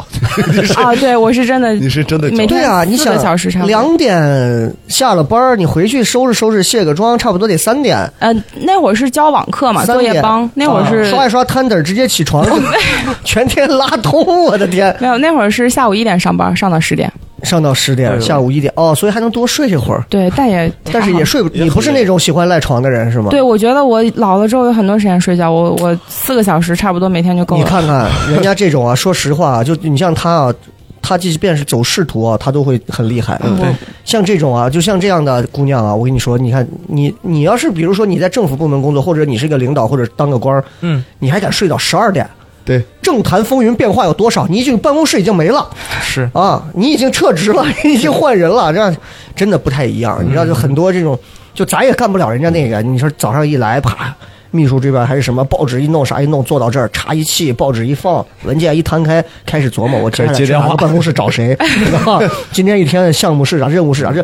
啊，对我是真的，
你是真的较
每
少。
天
对啊，
四
你
个
想
小时差不多
两点下了班儿，你回去收拾收拾，卸个妆，差不多得三点。
呃，那会儿是教网课嘛，
三
作
点啊
业帮，那会儿是
刷一刷摊子儿，直接起床， <laughs> 全天拉通，我的天，
没有，那会儿是下午一点上班，上到十点。
上到十点，下午一点，哦，所以还能多睡一会儿，
对，但也
<laughs> 但是也睡不，
也
你不是那种喜欢赖床的人是吗？
对，我觉得我老了之后有很多时间睡觉，我我四个小时差不多每天就够
你
了。
看
<laughs>
看人家这种啊，说实话啊，就你像他啊。他即便是走仕途啊，他都会很厉害。
嗯
嗯
对，
像这种啊，就像这样的姑娘啊，我跟你说，你看你你要是比如说你在政府部门工作，或者你是个领导，或者当个官儿，
嗯，
你还敢睡到十二点？
对，
政坛风云变化有多少？你已经办公室已经没了
是
啊，你已经撤职了，你已经换人了，这样真的不太一样。你知道，就很多这种，就咱也干不了人家那个。你说早上一来，啪，秘书这边还是什么报纸一弄啥一弄，坐到这儿，茶一沏，报纸一放，文件一摊开，开始琢磨我接下来
接
去
电
哪
话
个办公室找谁，啊今天一天的项目是啥，任务是啥，这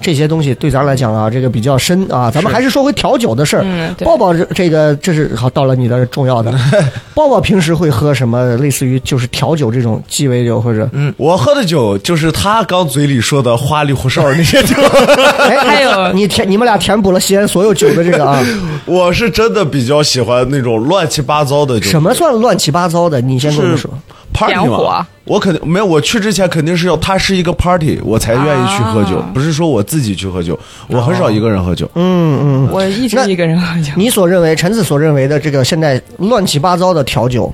这些东西对咱来讲啊，这个比较深啊。咱们还是说回调酒的事儿。
嗯对
抱抱这这个这是好到了你的重要的，抱抱平时会喝什么？类似于就是调酒这种鸡尾酒或者
我喝的酒就是他刚嘴里说的花里胡哨那些酒，
哎，
还有
你填你们俩填补了西安所有酒的这个啊，
我是真的比较喜欢那种乱七八糟的酒。
什么算乱七八糟的？你先跟我们
是
说。
party
点火
嘛？我肯定没有，我去之前肯定是要它是一个 party，我才愿意去喝酒，不是说我自己去喝酒，我很少一个人喝酒。 <laughs>
我一直
那
一个人喝酒。
你所认为陈子所认为的这个现在乱七八糟的调酒，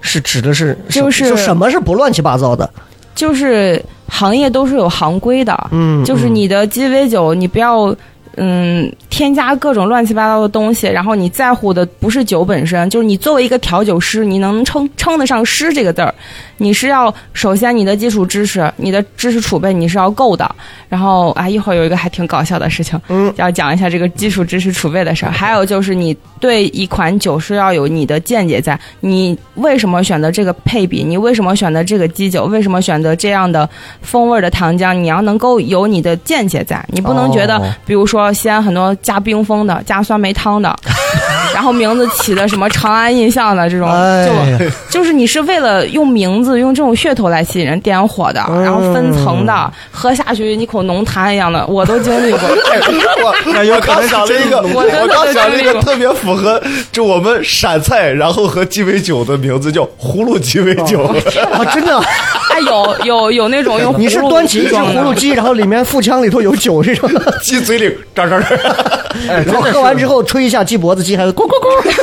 是指的是什
就是
就什么是不乱七八糟的？
就是行业都是有行规的，
嗯，
就是
嗯
你的鸡尾酒，你不要嗯添加各种乱七八糟的东西，然后你在乎的不是酒本身，就是你作为一个调酒师，你能称称得上师这个字儿，你是要首先你的基础知识、你的知识储备你是要够的。然后啊，一会儿有一个还挺搞笑的事情，
嗯，
要讲一下这个基础知识储备的事儿。还有就是你对一款酒是要有你的见解在，你为什么选择这个配比？你为什么选择这个基酒？为什么选择这样的风味儿的糖浆？你要能够有你的见解在，你不能觉得，
哦
比如说西安很多加冰封的、加酸梅汤的， <laughs> 然后名字起的什么长安印象的
<laughs>
这种，
哎
<laughs> 就
呀，
就是你是为了用名字、用这种噱头来吸引人点火的，
嗯
然后分层的，喝下去一口浓痰一样的，我都经历过。
<laughs>
哎我我刚想了一个，
我真的
我刚想了一
我真的经历
个
过
特别符合就我们陕菜，然后和鸡尾酒的名字叫葫芦鸡尾酒。
啊，真的，
哎，有有有那种用葫芦
你是端起一只
装
葫
的
芦鸡，然后里面腹腔里头有酒这种的，
<laughs> 鸡嘴里喳喳喳，
<laughs> 哎然后喝完之后吹一下鸡脖子，鸡还会咕咕咕。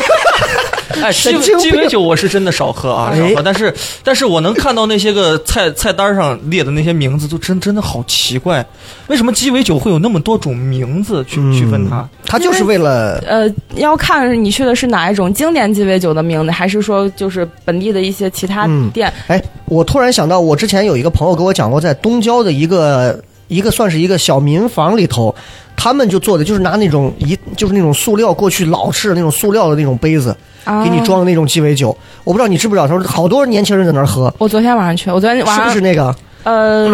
哎，鸡
神经
鸡
病
尾酒我是真的少喝啊，
哎
少喝。但是，但是我能看到那些个菜菜单上列的那些名字，都真真的好奇怪，为什么鸡尾酒会有那么多种名字去
嗯
区分它？
他就是为了
呃，要看你去的是哪一种经典鸡尾酒的名字，还是说就是本地的一些其他
嗯
店？
哎，我突然想到，我之前有一个朋友给我讲过，在东郊的一个一个算是一个小民房里头，他们就做的就是拿那种一就是那种塑料过去老式的那种塑料的那种杯子，
啊
嗯给你。装的那种鸡尾酒。我不知道你知不知道，他说好多年轻人在那儿喝，
我昨天晚上去，我昨天晚
是
上
不是那个？
呃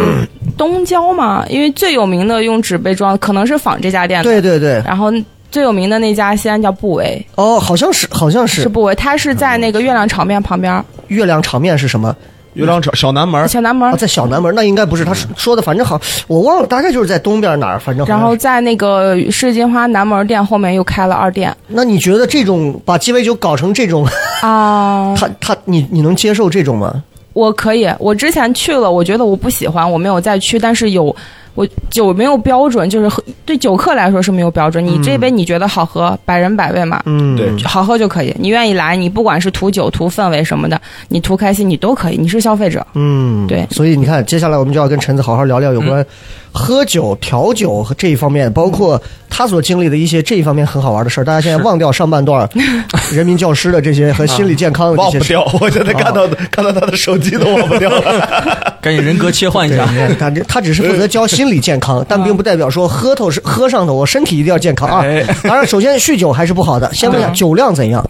东郊嘛，因为最有名的用纸杯装，可能是仿这家店的。
对对对，
然后最有名的那家西安叫布维，
哦，好像是好像
是
是
布维，它是在那个月亮炒面旁边儿，
月亮场面是什么？
月亮炒小南门
小南门
啊，
儿。
在小南门，那应该不是他说说的，反正好，我忘了，大概就是在东边哪儿，反正好
然
像
后
是
在那个市金花南门店后面又开了二店
那你觉得这种把鸡尾酒搞成这种，
啊，
他他你你能接受这种吗？
我可以，我之前去了，我觉得我不喜欢，我没有再去。但是有我酒没有标准，就是喝对酒客来说是没有标准。你这杯你觉得好喝，百人百味嘛，
嗯，
对
好喝就可以。你愿意来，你不管是图酒、图氛围什么的，你图开心你都可以，你是消费者。
嗯，
对
所以你看，接下来我们就要跟陈子好好聊聊有关喝酒、调酒和这一方面，包括他所经历的一些这一方面很好玩的事儿。大家现在忘掉上半段 <laughs> 人民教师的这些和心理健康的这
<laughs> 忘
些
不
事。
掉，我现在看到看到他的手机都忘不掉 <laughs> 了。
赶紧人格切换一
对，
下。
你看他这啊他只是负责教心理健康，但并不代表说喝头是喝上头，我身体一定要健康啊
哎。
当然，首先酗酒还是不好的。先问一下
对
酒量怎样？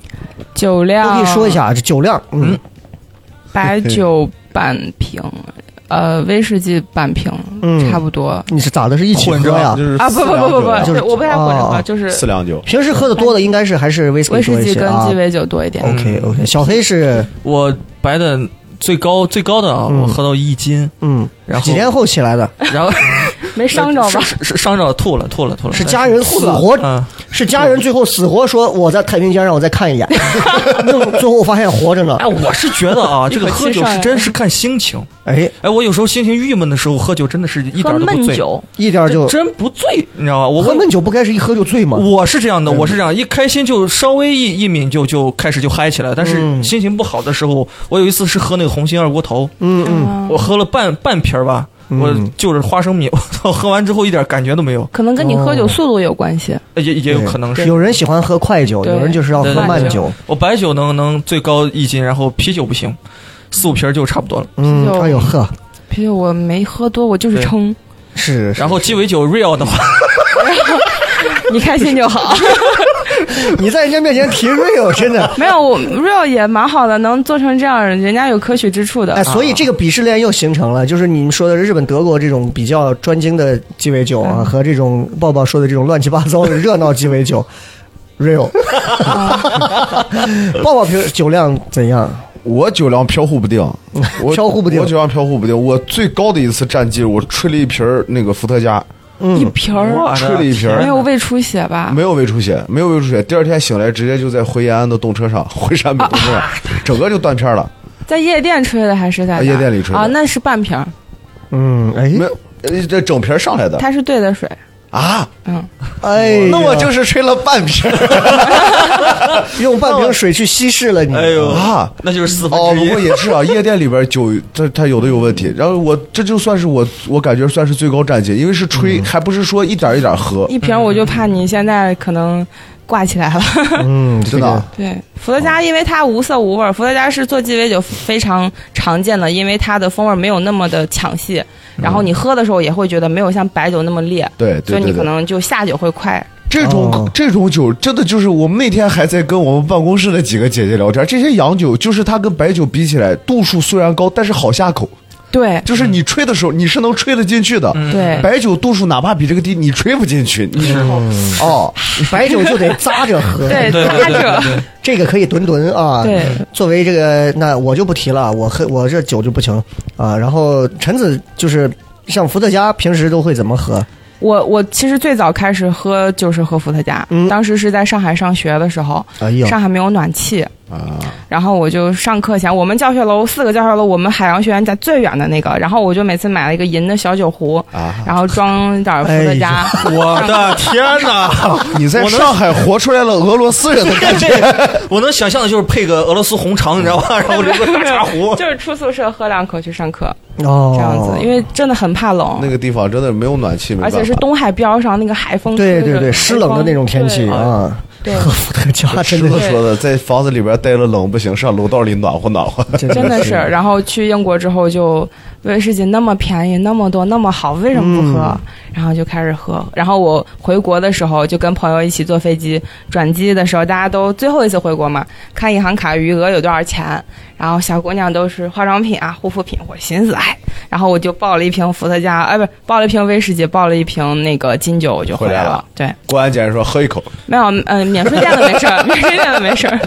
酒
都
量，
可以说一下啊，这酒量，嗯，
白酒半瓶，呃，威士忌半瓶，
嗯
差不多。
你是咋的？是一起
混着
喝呀？
就是
啊不不不不不，
就是
我不太混着
哦
喝，就是
四两酒，
平时喝的多的应该是还是威士
威
忌多
士
一
忌
些
跟
啊
鸡。尾酒多一点。
OK OK，小黑是
我白的最高最高的啊，
嗯
我喝到一斤，
嗯，
然后
几天后起来的，
然后
没伤着吧？
是是是伤着了吐了吐了吐了，
是家人死活，
嗯，
是家人最后死活说我在太平间让我再看一 <laughs> 眼，最后我发现活着呢
哎，。我是觉得
<laughs>
啊，这个
一口气
喝酒
上
是
来
真是看心情。
哎，
哎，我有时候心情郁闷的时候喝酒，真的是一点
喝
儿都不
闷
醉，
酒，
一点就
这真不醉，你知道吧？我
喝
会
闷酒嗯不该是一喝就醉吗？
我是这样的，我是这样，一开心就稍微一一抿就就开始就嗨起来，但
嗯
是心情不好的时候，我有一次是喝那个红星二锅头，
啊
嗯嗯，
我喝了半半瓶儿吧，我
嗯
就是花生米， <laughs> 我操，喝完之后一点感觉都没有，
可能跟你喝酒速度有关系。
也也有可能是。
有人喜欢喝快酒，
对
有人就是要喝
对对
慢
对
酒。
我白酒能能最高一斤，然后啤酒不行，四五瓶儿就差不多了。
嗯，
啤酒
哎呦呵，
啤酒我没喝多，我就是
对
撑，
是是
然后鸡尾酒 real 的话，
<laughs>
你开心就好。
你在人家面前提 real，真的。
没有，我 real 也蛮好的，能做成这样，人家有可取之处的。啊
哎，所以这个鄙视链又形成了，就是你们说的日本、德国这种比较专精的鸡尾酒
嗯
啊，和这种抱抱说的这种乱七八糟的热闹鸡尾酒，real。抱抱平时酒量怎样？
我酒量飘忽不定，我
飘忽不定
我酒量飘忽不定。我最高的一次战绩，我吹了一瓶儿那个伏特加，
一瓶儿
我的
吹了一瓶
<laughs> 天
儿
没有胃出血吧？
没有胃出血，没有胃出血。第二天醒来，直接就在回延安的动车上， <laughs> 回陕
<laughs>
北动车上，整个就断片了。
在夜店吹的还是在哪
啊
儿
夜店里吹的
啊？那是半瓶儿，
嗯，哎，
没有，呃这整瓶儿上来的
它是兑的水。
啊！
嗯，
哎呀，
那我就是吹了半瓶儿
用半瓶水去稀释了你。
哎呦，
啊。
那就是四
哦，
分之
不
一。
过也是
<laughs>
啊，夜店里边酒，它它有的有问
嗯
题。然后我这就算是我，我感觉算是最高战绩，因为是吹，还不是说一点儿一点儿喝。
嗯一瓶儿我就怕你现在可能挂起来了。
嗯，
真的啊
对，伏特加因为它无色无味儿，伏特加是做鸡尾酒非常常见的，因为它的风味儿没有那么的抢戏，然后你喝的时候也会觉得没有像白酒那么烈，
对
所
对
以你
对
可
对。
能就下酒会快。
这种、
哦
这种酒真的就是我们那天还在跟我们办公室的几个姐姐聊天，这些洋酒就是它跟白酒比起来，度数虽然高，但是好下口，
嗯对
就是你吹的时候你是能吹得进去的。
嗯对，
白酒度数哪怕比这个低，你吹不进去。你是
嗯 <laughs>
哦，
白酒就得咂着喝。
对
对对
它
对
这
对对，
这个可以吨吨啊。
对，
作为这个，那我就不提了，我喝我这酒就不行啊。然后陈子就是像伏特加，平时都会怎么喝？
我我其实最早开始喝就是喝伏特加，
嗯
当时是在上海上学的时候，
哎呦，
上海没有暖气
啊
然后我就上课前，我们教学楼四个教学楼，我们海洋学院在最远的那个，然后我就每次买了一个银的小酒壶，
啊！
然后装点伏特加，。
我的天哪！
你在上海活出来了俄罗斯人的感觉，
我能想象的就是配个俄罗斯红肠，你知道吧？然后留个大茶壶
<laughs> 就是出宿舍喝两口去上课
哦，
这样子，因为真的很怕冷，
那个地方真的没有暖气，没
而
办法
且是东海边上那个海风
对
吹着，
对对，
海
湿冷的
风
那种天气
对
啊， <laughs>
对
喝伏特加
师
真
傅
的
说的，在房子里边待了冷不行，上楼道里暖和暖和。
<laughs>
真的是。然后去英国之后就威士忌那么便宜，那么多，那么好，为什么不喝？然后就开始喝。然后我回国的时候就跟朋友一起坐飞机转机的时候，大家都最后一次回国嘛，看银行卡余额有多少钱。然后小姑娘都是化妆品啊、护肤品，我寻思哎，然后我就抱了一瓶伏特加，哎，不是抱了一瓶威士忌，抱了一瓶那个金酒，我就回来
回来
了。
了
对，
公安检说喝一口，
没有，嗯、免税店的没事儿，免税店的没事儿，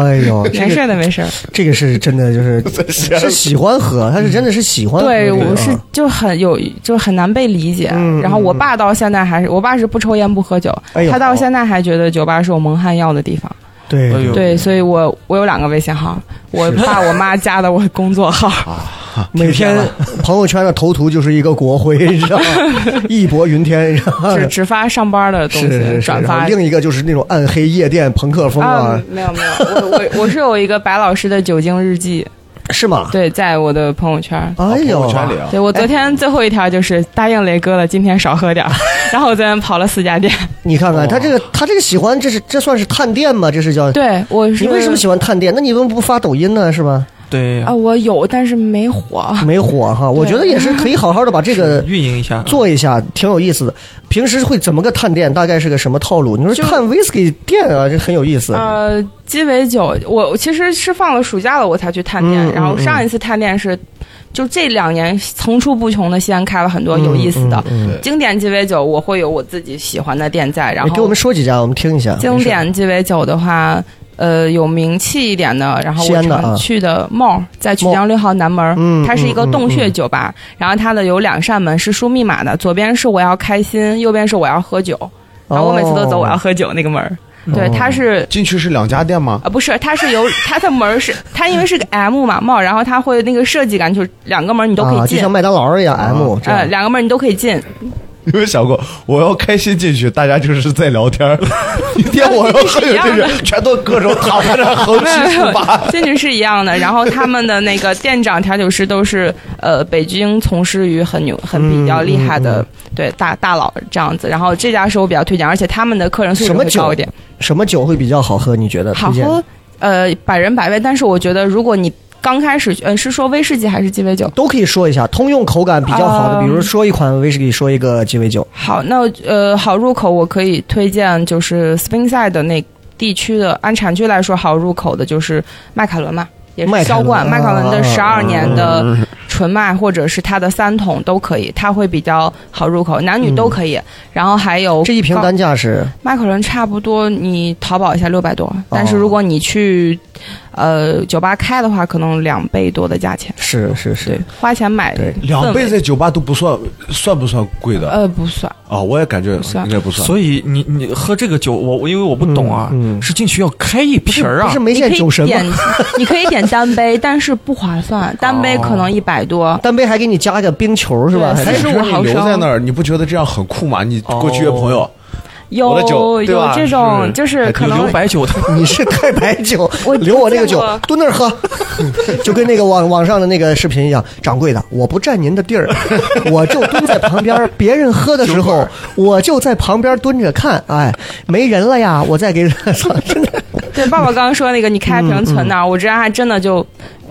哎
<laughs>
呦，这
免
个
税的没事儿。
这个是真的，就是
<laughs>
是喜欢喝，他是真的是喜欢喝这
对，
个啊。
我是就很有，就很难被理解。
嗯
然后我爸到现在还是，我爸是不抽烟不喝酒，
哎呦
他到现在还觉得酒吧是我蒙汗药的地方。
对
哎呦
对，所以我我有两个微信号，我爸我妈加的我工作号。
每天 <laughs>
<laughs>
朋友圈的头图就是一个国徽，你
<laughs>
知道吗？义薄云天，然后
只只发上班的东
是是
西，
是
转
然
发
后。另一个就是那种暗黑夜店朋克风
啊
啊，，
没有没有，我我我是有一个白老师的酒精日记，
是吗？
对，在我的朋友圈。
哎
朋
呦
友，圈里啊，
对我昨天最后一条就是答应雷哥了，今天少喝点儿。 <laughs> 然后我昨天跑了四家店。
你看看他这个，他这个喜欢，这是这算是探店吗？这是叫
对，我是
你为什么喜欢探店？那你为什么不发抖音呢？是吧？
对呀
啊？，我有，但是没火。
<laughs> 没火哈，我觉得也是可以好好的把这个
运营一
啊
下。
做一下，挺有意思的。平时会怎么个探店？大概是个什么套路？你说探 whisky 店啊，这很有意思。
呃，鸡尾酒，我我其实是放了暑假了我才去探店，
嗯嗯
然后上一次探店是，就这两年层出不穷的西安开了很多有意思的、
嗯嗯
对
经典鸡尾酒，我会有我自己喜欢的店在，然
你
后
给我们说几家，我们听一下。
经
没事
典鸡尾酒的话。呃，有名气一点的，然后
西
我
安的啊
常去的帽儿在曲江六号南门儿，
嗯
它是一个
嗯嗯
洞穴
嗯
酒吧，然后它的有两扇门是输密码的，左边是我要开心，右边是我要喝酒，然后我每次都
哦
走啊我要喝酒那个门儿，对，它是
进去是两家店 <laughs> 吗？
啊，不是，它是由它的门儿是它因为是个 M 嘛帽，然后它会那个设计感就是两个门儿你都可
啊，
以
就
进，
像麦当劳一样 M 这
呃，
样。
两个门儿你都可以进。
有没有想过，我要开心进去，大家就是在聊天儿。一天我要喝酒进去，全都各种躺在那儿横七
没有
竖
<laughs>
八。，
性质是一样的。然后他们的那个店长、调酒师都是呃北京从事于很牛、很比较厉害
嗯
的、对大大佬这样子。然后这家是我比较推荐，而且他们的客人素质
什么
会
酒
高一点，
什么酒会比较好喝？你觉得？
好
推荐
喝。呃，百人百味，但是我觉得如果你刚开始，呃，是说威士忌还是鸡尾酒？
都可以说一下，通用口感比较好的，
嗯
比如说一款威士忌，说一个鸡尾酒。
好，那呃，好入口我可以推荐就是 Spingside 的那地区的，按产区来说好入口的就是麦凯伦嘛，也
麦
是
凯伦
销冠，麦凯伦的十
啊
二年的纯麦或者是它的三桶都可以，它会比较好入口，男女都可以。然后还有
嗯这一瓶
哦高
单价是
麦凯伦差不多，你淘宝一下六百
哦
多，但是如果你去呃酒吧开的话，可能两倍多的价钱，
是是是
对，，花钱买
对
两
氛
倍
围
在酒吧都不算，算不算贵的？
呃不算。
啊，我也感觉
算
应该不算。
所以你你喝这个酒，我我因为我不懂啊，
嗯嗯
是进去要开一瓶儿啊
不是梅
你
县
可以
酒神吗？
点，你可以点单杯，但是不划算，
哦
<laughs> 单杯可能一百多。
单杯还给你加个冰球是吧？
对
还
但
是
是
35毫
你
升
留在那儿，你不觉得这样很酷吗？你过去约朋友，我
有
的酒对吧
有这种，
是
就是可
有
能
<laughs>
留白酒的。
你是 <laughs> 太白酒
我，
留我这个酒
见过，
蹲那儿喝， <laughs> 就跟那个网网上的那个视频一样。掌柜的，我不占您的地儿，我就蹲在旁边儿，别人喝的时候，我就在旁边蹲着看。哎，没人了呀，我再给操，真的
对爸爸刚刚说那个，你
嗯
开瓶存那儿，我之前还真的就。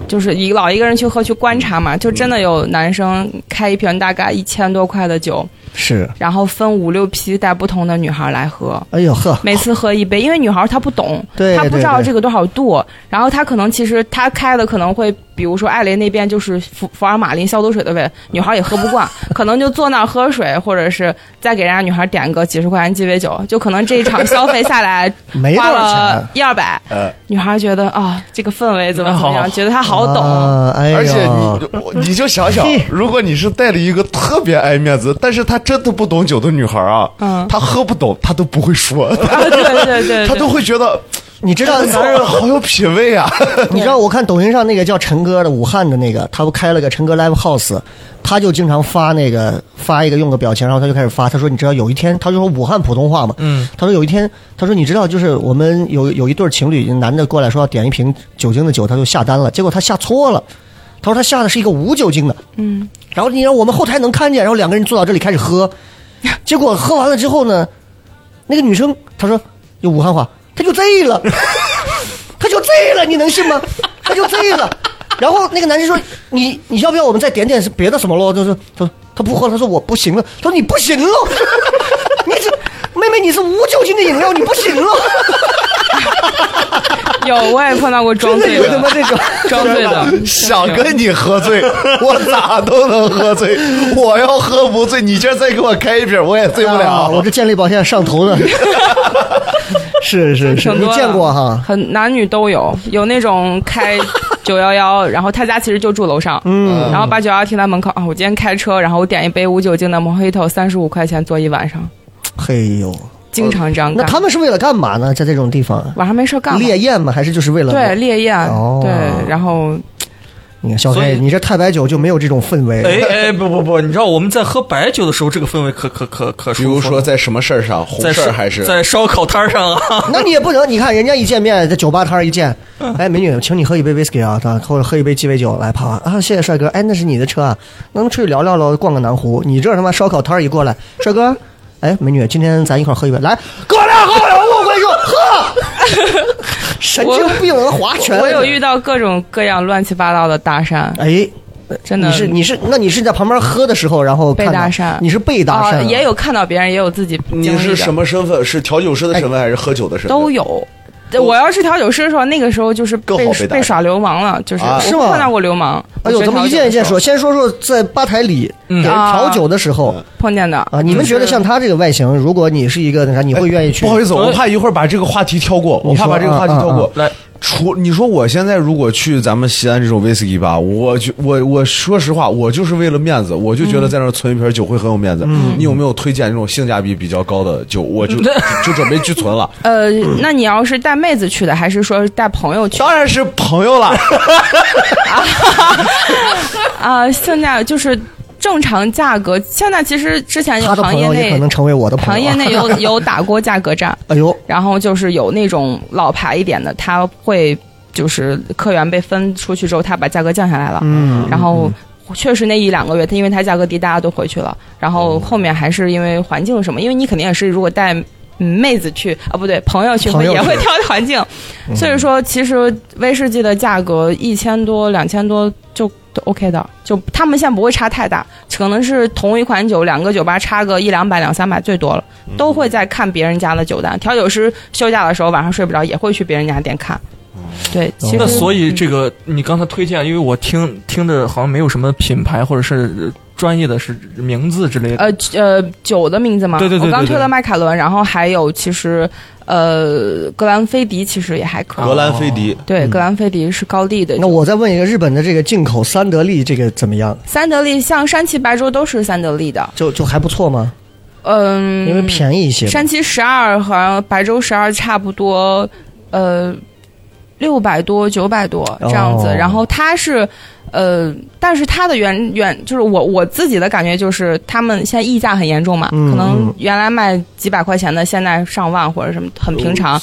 就是一老一个人去喝去观察嘛，就
嗯
真的有男生开一瓶大概一千多块的酒，
是。
然后分五六批带不同的女孩来喝，
哎呦呵，
每次喝一杯，因为女孩儿她不懂，
对
她不知
对
道
对
这个多少度，然后她可能其实她开的可能会，比如说艾雷那边就是福福尔马林消毒水的味，女孩儿也喝不惯，可能就坐那儿喝水，或者是再给人家女孩儿点个几十块钱鸡尾酒，就可能这一场消费下来
<laughs> 没多
花
少
了
钱。啊
一二百，
呃，
女孩儿觉得啊这个氛围怎么
那
怎
好
么
哦
样，觉得她好懂，
啊哎呦，
而且你我你就想想
嘿，
如果你是带了一个特别爱面子，但是她真的不懂酒的女孩啊，
嗯
她喝不懂，她都不会说，
啊 <laughs> 对对对对，
她都会觉得
你知道
这男人好有品味啊。
<laughs> 你知道我看抖音上那个叫陈哥的武汉的那个，他不开了个陈哥 Live House，他就经常发那个发一个用个表情，然后他就开始发，他说你知道有一天，他就说武汉普通话嘛，
嗯，
他说有一天，他说你知道就是我们有有一对情侣，男的过来说要点一瓶酒精的酒，他就下单了，结果他下错了，他说他下的是一个无酒精的，嗯，然后你让我们后台能看见，然后两个人坐到这里开始喝，结果喝完了之后呢，那个女生她说用武汉话，她就醉了，她就醉了，你能信吗？她就醉了。然后那个男生说：“你你要不要我们再点点别的什么喽？”就是他说他不喝了，他说我不行了，他说你不行了，你这妹妹你是无酒精的饮料，你不行了，
有我也碰到过装
真的
醉
有他
的
妈，这种。
装
<laughs>
醉的。
想跟你喝
<laughs>
醉，我咋都能喝醉。我要喝不醉，你今儿再给我开一瓶，我也醉不
啊
了。
我这健力宝现在上头了，是是是，
<laughs> 挺
你
多的
见过哈？
很男女都有，有那种开九
<laughs>
幺幺，然后他家其实就住楼上，嗯，然后把九幺幺停在门口啊，我今天开车，然后我点一杯无酒精的 Mojito，三十五块钱坐一晚上，
嘿呦，
经常这样
哦那
干。
他们是为了干嘛呢？在这种地方
晚上没事干嘛，
烈焰吗？还是就是为了
对烈焰，
哦
对，然后
你看小
所
黑，
以
你这太白酒就没有这种氛围。
<laughs> 哎哎，不不不，你知道我们在喝白酒的时候，这个氛围可可可可舒
比
服
如
了
说在什么事儿上，红
在
事
烧
儿还是
在烧烤摊儿上啊，
那你也不能，你看人家一见面，在酒吧摊儿一见，
嗯
哎，美女，请你喝一杯 whisky 啊，啊或者喝一杯鸡尾酒来，啪啊，谢谢帅哥，哎，那是你的车啊，能不能出去聊聊喽，逛个南湖。你这他妈烧烤摊儿一过来，帅哥，哎，美女，今天咱一块儿喝一杯，来，哥俩喝，我跟你说，喝，神经病，啊划拳。
我有遇，到各种各样乱七八糟的搭讪，
哎，
真的
你是你是，那你是在旁边喝的时候，然后
被
看到
搭讪
你是被搭
啊
讪，嗯
也有看到别人，也有自己经
你
历的
是什么身份？是调酒师的身份还是喝酒的身份？
哎都有。对我要是调酒师的时候，那个时候就是
更
被
好被搭讪
被耍流氓了，就是
啊
我
是吗
碰到过流氓。
哎
我
呦，
学
咱们一
调酒
件一
的
件
时候
说，
啊
先说说在吧台里给
嗯
人调酒的时候
碰见的
啊，你们觉得像他这个外形，如果你是一个那啥，你会愿意去？
不好意思，我怕一会儿把这个话题跳过，我
你说
怕把这个话题跳过
嗯。
来，
除你说我现在如果去咱们西安这种威士忌吧，我就我我说实话，我就是为了面子，我就觉得在那儿存一瓶酒会很有面子。你有没有推荐那种性价比比较高的酒？我就就就准备去存了。
呃，那你要是带妹子去的，还是说带朋友去
哦
当然是朋友了，
啊？性价就是正常价格，现在其实之前有
他的
行
朋
业
友也可
内
能成为我的朋
行
友。啊
业内有有打过价格战，
哎呦，
然后就是有那种老牌一点的，他会就是客源被分出去之后，他把价格降下来了，
嗯，
然后。确实那一两个月，它因为它价格低，大家都回去了。然
嗯
后后面还是因为环境什么，因为你肯定也是如果带嗯妹子去啊，不对，朋友去
朋
会
友
也
去
会挑环境。
嗯
所以说，其实威士忌的价格一千多、两千多就都 OK 的，就他们现在不会差太大，可能是同一款酒，两个酒吧差个一两百、两三百最多了，
嗯
都会在看别人家的酒单。调酒师休假的时候晚上睡不着，也会去别人家店看。
嗯
对，其实
那所以
嗯
这个你刚才推荐，因为我听听着好像没有什么品牌或者是专业的是名字之类的。
呃呃酒的名字吗？
对对对对
我刚推
对
了迈凯伦，然后还有其实呃格兰菲迪其实也还可以。
<laughs> 格兰菲迪，
嗯
对，格兰菲迪是高地的。
那我再问一个，日本的这个进口三得利这个怎么样？
三得利像山崎白州都是三得利的，
就就还不错吗？
嗯，
因为便宜一些吧。
山崎十二和白州十二差不多，呃，六百多、九百多这样子。
哦
然后它是，呃，但是它的原原就是我我自己的感觉就是，他们现在溢价很严重嘛，
嗯
可能
嗯
原来卖几百块钱的，现在上万或者什么，很平常。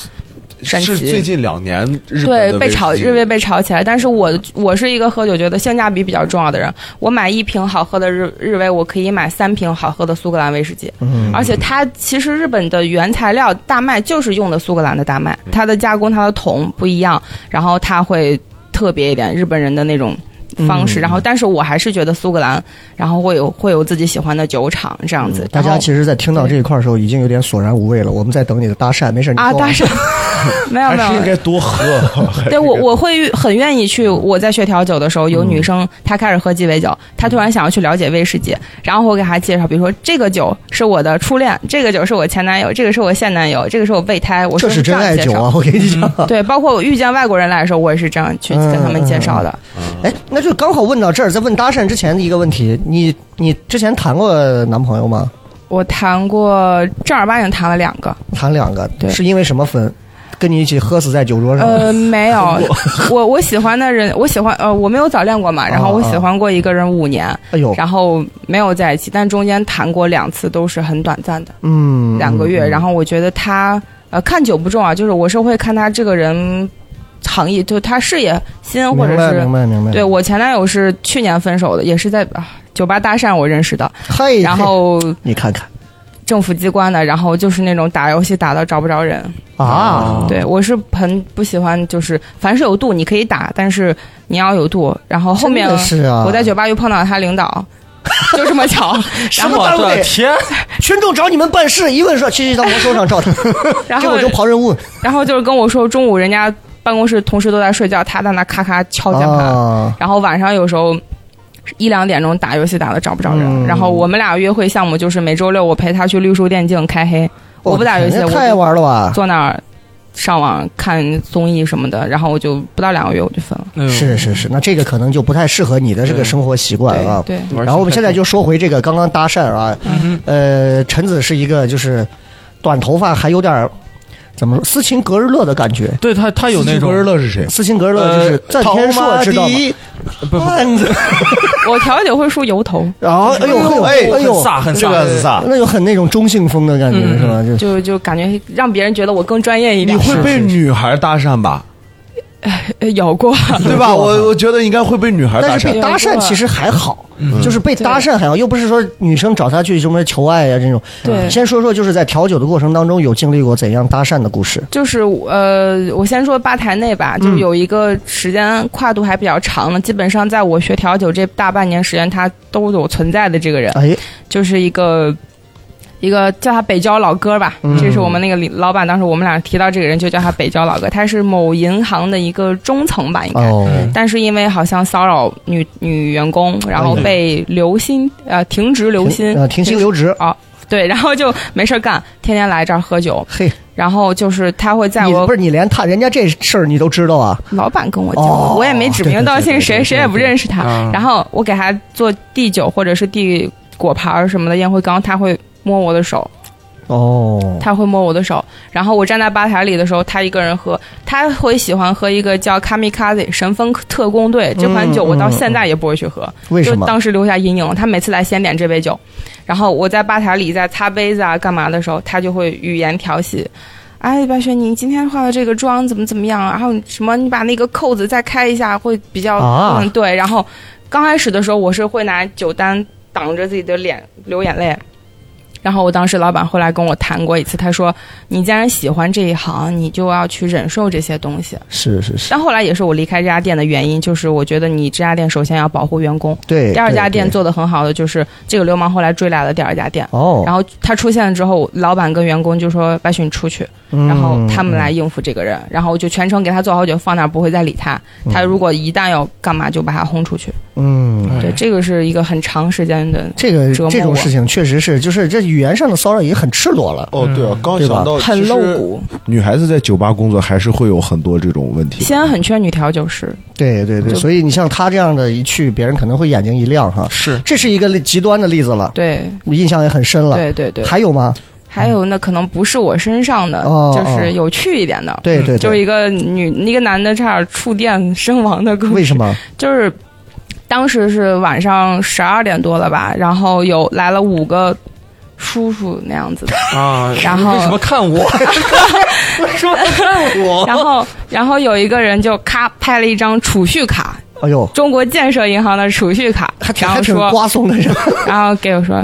山
是
崎
最近两年日本
对
的，
被
威士
炒，
忌
日威被炒起来。但是我我是一个喝酒觉得性价比比较重要的人，我买一瓶好喝的日日威，我可以买三瓶好喝的苏格兰威士忌。
嗯，
而且它其实日本的原材料大麦就是用的苏格兰的大麦，它的加工它的桶不一样，然后它会特别一点日本人的那种方式。
嗯
然后，但是我还是觉得苏格兰，然后会有会有自己喜欢的酒厂这样子。
嗯大
然
家
后
其实，在听到这一块儿的时候，已经有点索然无味了。我们在等你的搭讪，没事，你
啊，
说
大山 <laughs> 没有
还
没
是应
有。
该多喝。
<laughs>
还是 <laughs>
对我，
应该
我会很愿意去。我在学调酒的时候，
嗯
有女生她开始喝鸡尾酒，她突然想要去了解威士忌，然后我给她介绍，比如说这个酒是我的初恋，这个酒是我前男友，这个是我现男友，这个是我备胎。我
这
是
是真
样
爱
介
酒
绍嗯
啊！我跟你讲，
对，包括我遇见外国人来的时候，我也是这样
嗯
去跟他们介绍的。
哎，那就刚好问到这儿，在问搭讪之前的一个问题，你你之前谈过男朋友吗？
我谈过正儿八经谈了两个，
谈两个，
对
是因为什么分？跟你一起喝死在酒桌上？
呃，没有， <laughs> 我我喜欢的人，我喜欢呃，我没有早恋过
哦
嘛，然后我喜欢过一个人五年，
哎呦，
然后没有在一起，但中间谈过两次，都是很短暂的
嗯，
两个月。然后我觉得他呃，看久不重要，就是我是会看他这个人行业，就他事业心或者
明白
是
明。白明白。
对我前男友是去年分手的，也是在啊酒吧搭讪我认识的，
嗨，
然后
你看看
政府机关的，然后就是那种打游戏打到找不着人。
啊，
对我是很不喜欢，就是凡事有度，你可以打，但是你要有度。然后后面
真的是啊，
我在酒吧又碰到他领导， <laughs> 就这
<laughs>
么巧。
什
然
么
后
单
我的
位？
天，
群众找你们办事，一问说去去到魔兽上找他，
<laughs> 然
结
后
果就跑任务
然后就是跟我说中午人家办公室同事都在睡觉，他在那咔咔敲键盘，
啊，
然后晚上有时候。一两点钟打游戏打的找不着人，
嗯
然后我们俩约会项目就是每周六我陪他去绿树电竞开黑，我不打游戏，
那
我
哦太
就
玩了吧？
坐那儿上网看综艺什么的，然后我就不到两个月我就分了。
哎呦
是是是，那这个可能就不太适合你的这个生活习惯啊。
对，
玩儿
然后我们现
心太
在
重
就说回这个刚刚搭讪啊，
嗯
呃，陈子是一个就是短头发还有点儿怎么说斯琴格日乐的感觉。
对他他有那
斯琴格日
种呃
乐是谁？
斯琴格日乐就是
呃
赞天硕，知道吗？哎
不不
<laughs> 汉子，
我调酒会梳油头，
然后哎呦哎呦哎
很
呦，
飒很
这个
飒，
是啥？
那就很那种中性风的感觉
嗯
是吧？就
就就感觉让别人觉得我更专业一
你
点。
会被
是是
女孩搭讪吧？
呃 <laughs> 有过，
对
<laughs>
吧？
有过
我我觉得应该会被女孩搭
但是
讪
被。搭讪其实还好，就是被搭讪还好，又不是说女生找他去什么求爱呀、这种。嗯
对
先说说就是在调酒的过程当中有经历过怎样搭讪的故事。
就是我呃，我先说吧台内吧，
嗯
就是有一个时间跨度还比较长的，基本上在我学调酒这大半年时间，他都有存在的这个人，
哎，
就是一个。一个叫他北郊老哥吧，
嗯
这是我们那个李老板。当时我们俩提到这个人，就叫他北郊老哥。他是某银行的一个中层吧，应该。
哦，
但是因为好像骚扰女女员工，然后
哎呦
被留薪呃停职留薪
停啊，停薪留职。
对，然后就没事儿干，天天来这儿喝酒，
嘿，
然后就是他会在
你
我
不是你连他人家这事儿你都知道啊？
老板跟我讲，
哦
我也没指名道姓，
对对对对对嗯
谁谁也不认识他。
啊
然后我给他做递酒或者是递果盘儿什么的宴会缸，他会摸我的手，
哦，
他会摸我的手，然后我站在吧台里的时候，他一个人喝，他会喜欢喝一个叫 Kamikaze 神风特工队这款酒，我到现在也不会去喝，
为
就
什么？
当时留下阴影了。他每次来先点这杯酒，然后我在吧台里在擦杯子啊干嘛的时候，他就会语言调戏。哎，白雪，你今天化的这个妆怎么怎么样啊？然后什么，你把那个扣子再开一下，会比较、
啊
嗯对。然后刚开始的时候，我是会拿酒单挡着自己的脸流眼泪。然后我当时老板后来跟我谈过一次，他说：“你既然喜欢这一行，你就要去忍受这些东西。
是是”是，
但后来也是我离开这家店的原因，就是我觉得你这家店首先要保护员工，
对。
第二家
对
店
对
做的很好的就是这个流氓后来追来了第二家店，
哦，
然后他出现了之后，老板跟员工就说：“白雪，你出去。”
嗯
然后他们来应付这个人，然后我就全程给他做好酒，放那儿不会再理他。他如果一旦要干嘛，就把他轰出去。
嗯。
哎
对，这个是一个很长时间的，
这个
折磨
这种
我
事情确实是，就是这语言上的骚扰已经很赤裸了。
哦，对啊，刚
对吧
想到
很露。骨。
其实女孩子在酒吧工作还是会有很多这种问题。
西安很缺女调酒师，
对对对，
就
所以你像他这样的一去，别人可能会眼睛一亮哈。
是
这是一个极端的例子了，
对
我印象也很深了。
对对对。
还有吗？
还有那可能不是我身上的，
哦
就是有趣一点的，
对对对，
嗯就是一个女一个男的差点触电身亡的故事。
为什
<laughs>
么？
就是当时是晚上十二点多了吧，然后有来了五个叔叔那
<laughs>
样子的，
啊，
然后
为什么看我？ <laughs> 为什么看我？
<laughs> 然后然后有一个人就咔拍了一张储蓄卡，
哎呦，
中国建设银行的储蓄卡
还，挺
然
还
后
挺
说，
瓜怂的
<laughs>
人。
然后给我说。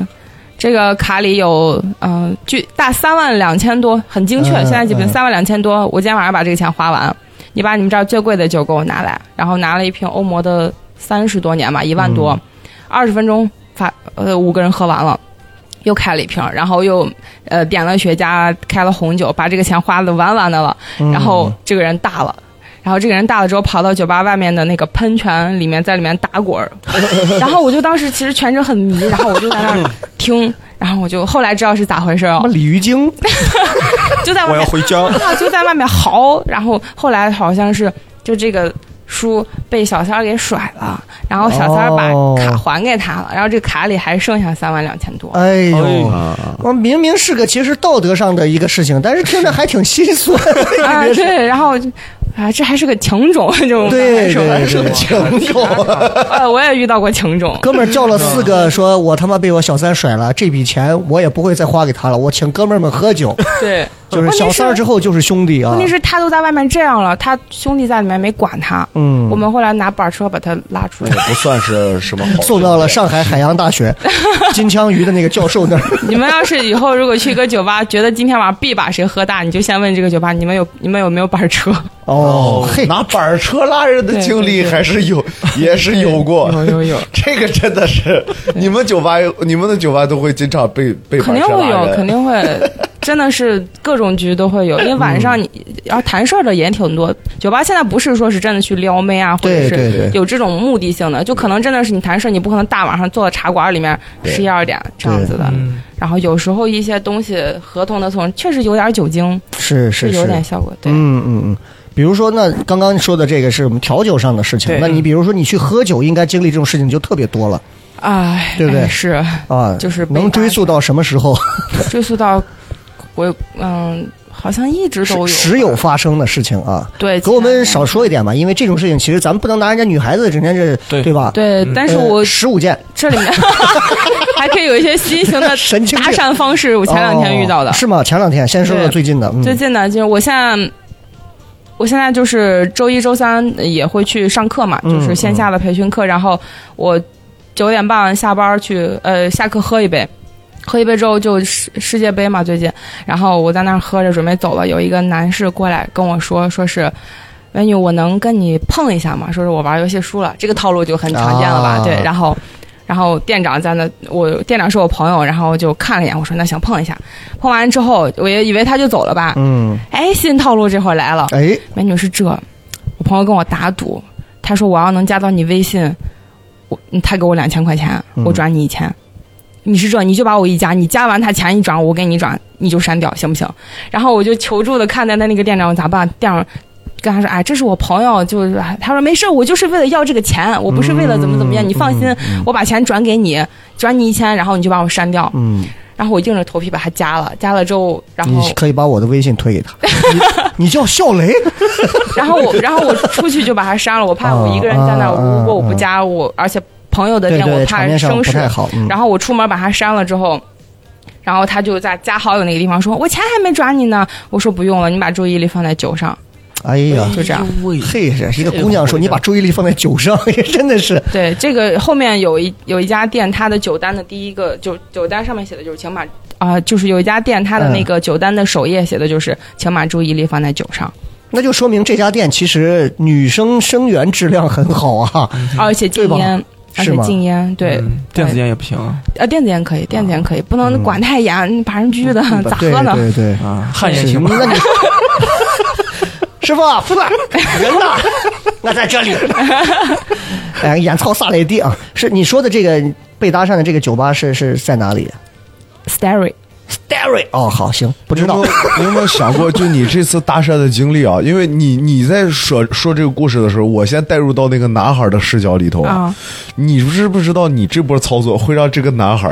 这个卡里有，嗯、据大三万两千多，很精确。
嗯
现在几瓶
嗯
三万两千多，我今天晚上把这个钱花完。你把你们这儿最贵的酒给我拿来，然后拿了一瓶欧魔的三十多年吧，一万
嗯
多，二十、分钟发呃五个人喝完了，又开了一瓶，然后又呃点了雪茄，开了红酒，把这个钱花的完完的了。
嗯
嗯
然后这个人大了。然后这个人大了之后，跑到酒吧外面的那个喷泉里面，在里面打滚儿。 <laughs> 然后我就当时其实全程很迷，然后我就在那儿听，然后我就后来知道是咋回事
什么
哦，
鲤鱼精？
就在外
我
面
要回
<laughs>
家。
啊，就在外面嚎，然后后来好像是就这个书被小三儿给甩了，然后小三儿把
哦
卡还给他了，然后这卡里还剩下三万两千
<laughs>
多。
哎呦，
哎
我明明是个其实道德上的一个事情，但是听着还挺心
<laughs>
酸。 <laughs>
哎
啊，对，然后啊，这还是个情种，就
对对
说，
对，情种。
呃，我也遇到过情种，
哥们儿叫了四
嗯
个，说我他妈被我小三甩了，这笔钱我也不会再花给他了，我请哥们儿们喝
<laughs>
酒，
对，
就是小三儿之后就是兄弟啊
问。题是，他都在外面这样了，他兄弟在里面没管他。
嗯
我们后来拿板车把他拉出
<laughs>
也
来。
哎不算是什么
<laughs>
好事
送到了上海海洋大学金枪鱼的那个教授那儿，
你们要是以后如果去一个酒吧，觉得今天晚上必把谁喝大，你就先问这个酒吧，你们有你们有没有板车？
哦，嘿，
拿板车拉人的经历还是
<laughs>
有，也是有过。
<laughs> 有有有，
这个真的是，你们酒吧有，你们的酒吧都会经常被被
肯
板
定
车
会
拉
有，
人
肯
<laughs>
定会，真的是各种局都会有。因为晚上你
嗯
要谈事儿的也挺多，酒吧现在不是说是真的去撩妹啊，或者
对对
是
对，
有这种目的性的，就可能真的是你谈事儿，你不可能大晚上坐到茶馆里面十一二点这样子的。
嗯，
然后有时候一些东西合同的从确实有点酒精，
是是
是有点
是，
效果。对，
嗯嗯嗯。比如说，那刚刚说的这个是我们调酒上的事情
对。
那你比如说，你去喝酒，应该经历这种事情就特别多了
哎，
对不对 <laughs>
哎是
啊。
就是被
能追溯到什么时候？
追溯到我，嗯，好像一直都
<laughs>
有，
时有发生的事情啊。
对，
给我们少说一点吧，因为这种事情其实咱们不能拿人家女孩子整天这
对
对吧？呃
对，但是我
十五件
这里面 <laughs> 还可以有一些新型的
神经
搭
病
讪方式，我前两天遇到的
哦。是吗？前两天先说说
对
最近的，嗯
最近呢，就是我现在。我现在就是周一、周三也会去上课嘛，
嗯
就是线下的培训课。然后我九点半下班去，呃，下课喝一杯，喝一杯之后就世世界杯嘛，最近。然后我在那儿喝着，准备走了，有一个男士过来跟我说，说是美女，我能跟你碰一下吗？说是我玩游戏输了，这个套路就很常见了吧？
啊
对，然后。然后店长在那，我店长是我朋友，然后就看了一眼，我说那行碰一下，碰完之后我也以为他就走了吧，
嗯，
哎，新套路这会儿来了，
哎，
美女是这，我朋友跟我打赌，他说我要能加到你微信，我他给我两千块钱，
嗯
我转你一千。你是这，你就把我一加，你加完他钱一转，我给你转，你就删掉，行不行？然后我就求助的看待他那个店长咋办？店长跟他说，哎，这是我朋友，就是哎他说没事儿，我就是为了要这个钱，我不是为了怎么怎么样，
嗯
你放心，我把钱转给你，转你一千，然后你就把我删掉。
嗯，
然后我硬着头皮把他加了，加了之后，然后
你可以把我的微信推
<laughs>
给他。你你叫笑雷，
然后
<laughs>
我，然后我出去就把他删了，我怕我一个人在那儿，
啊啊
如果我不加我，而且朋友的
对
店我
对，场
怕
面上
生
不
事。
太好。嗯
然后我出门把他删了之后，然后他就在加好友那个地方说：“我钱还没转你呢。”我说：“不用了，你把注意力放在酒上。 <laughs>
哎呀，
就这样
喂
嘿，这一个姑娘说你把注意力放在酒上，也真的是。
对，这个后面有一有一家店，它的酒单的第一个酒酒单上面写的就是请把啊、就是有一家店，它的那
嗯
个酒单的首页写的就是请把注意力放在酒上，
那就说明这家店其实女生生源质量很好啊，
而且
对
禁
吧
烟。而
是
且
吗
禁烟，对
嗯，
对
电子烟也不行啊
呃，电子烟可以，电子烟可以，不能管太严，把人拘的，咋
啊嗯对
喝呢？
对对，
啊，汗也
是
行吧。
<laughs>
那你师傅，出来，人呢？ <laughs> 我在
<laughs>
这里。哎，眼操撒了一地啊！是你说的这个被搭讪的这个酒吧是是在哪里
Starry，
？Starry 哦，好行，不知道
你有没。有你有没有想过，就你这次搭讪的经历啊？因为你你在说说这个故事的时候，我先带入到那个男孩的视角里头
啊。
你知不知道，你这波操作会让这个男孩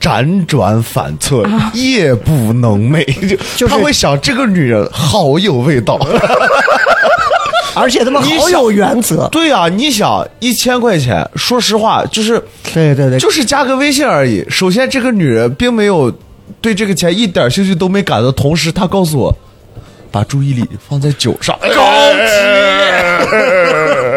辗转反侧，夜不能寐，
就
就是他会想这个女人好有味道。
而且他们
你
好
想
有原则。
对呀、你想一千块钱，说实话就是
对对对，
就是加个微信而已。首先，这个女人并没有对这个钱一点兴趣都没感到，同时她告诉我，把注意力放在酒上，高级。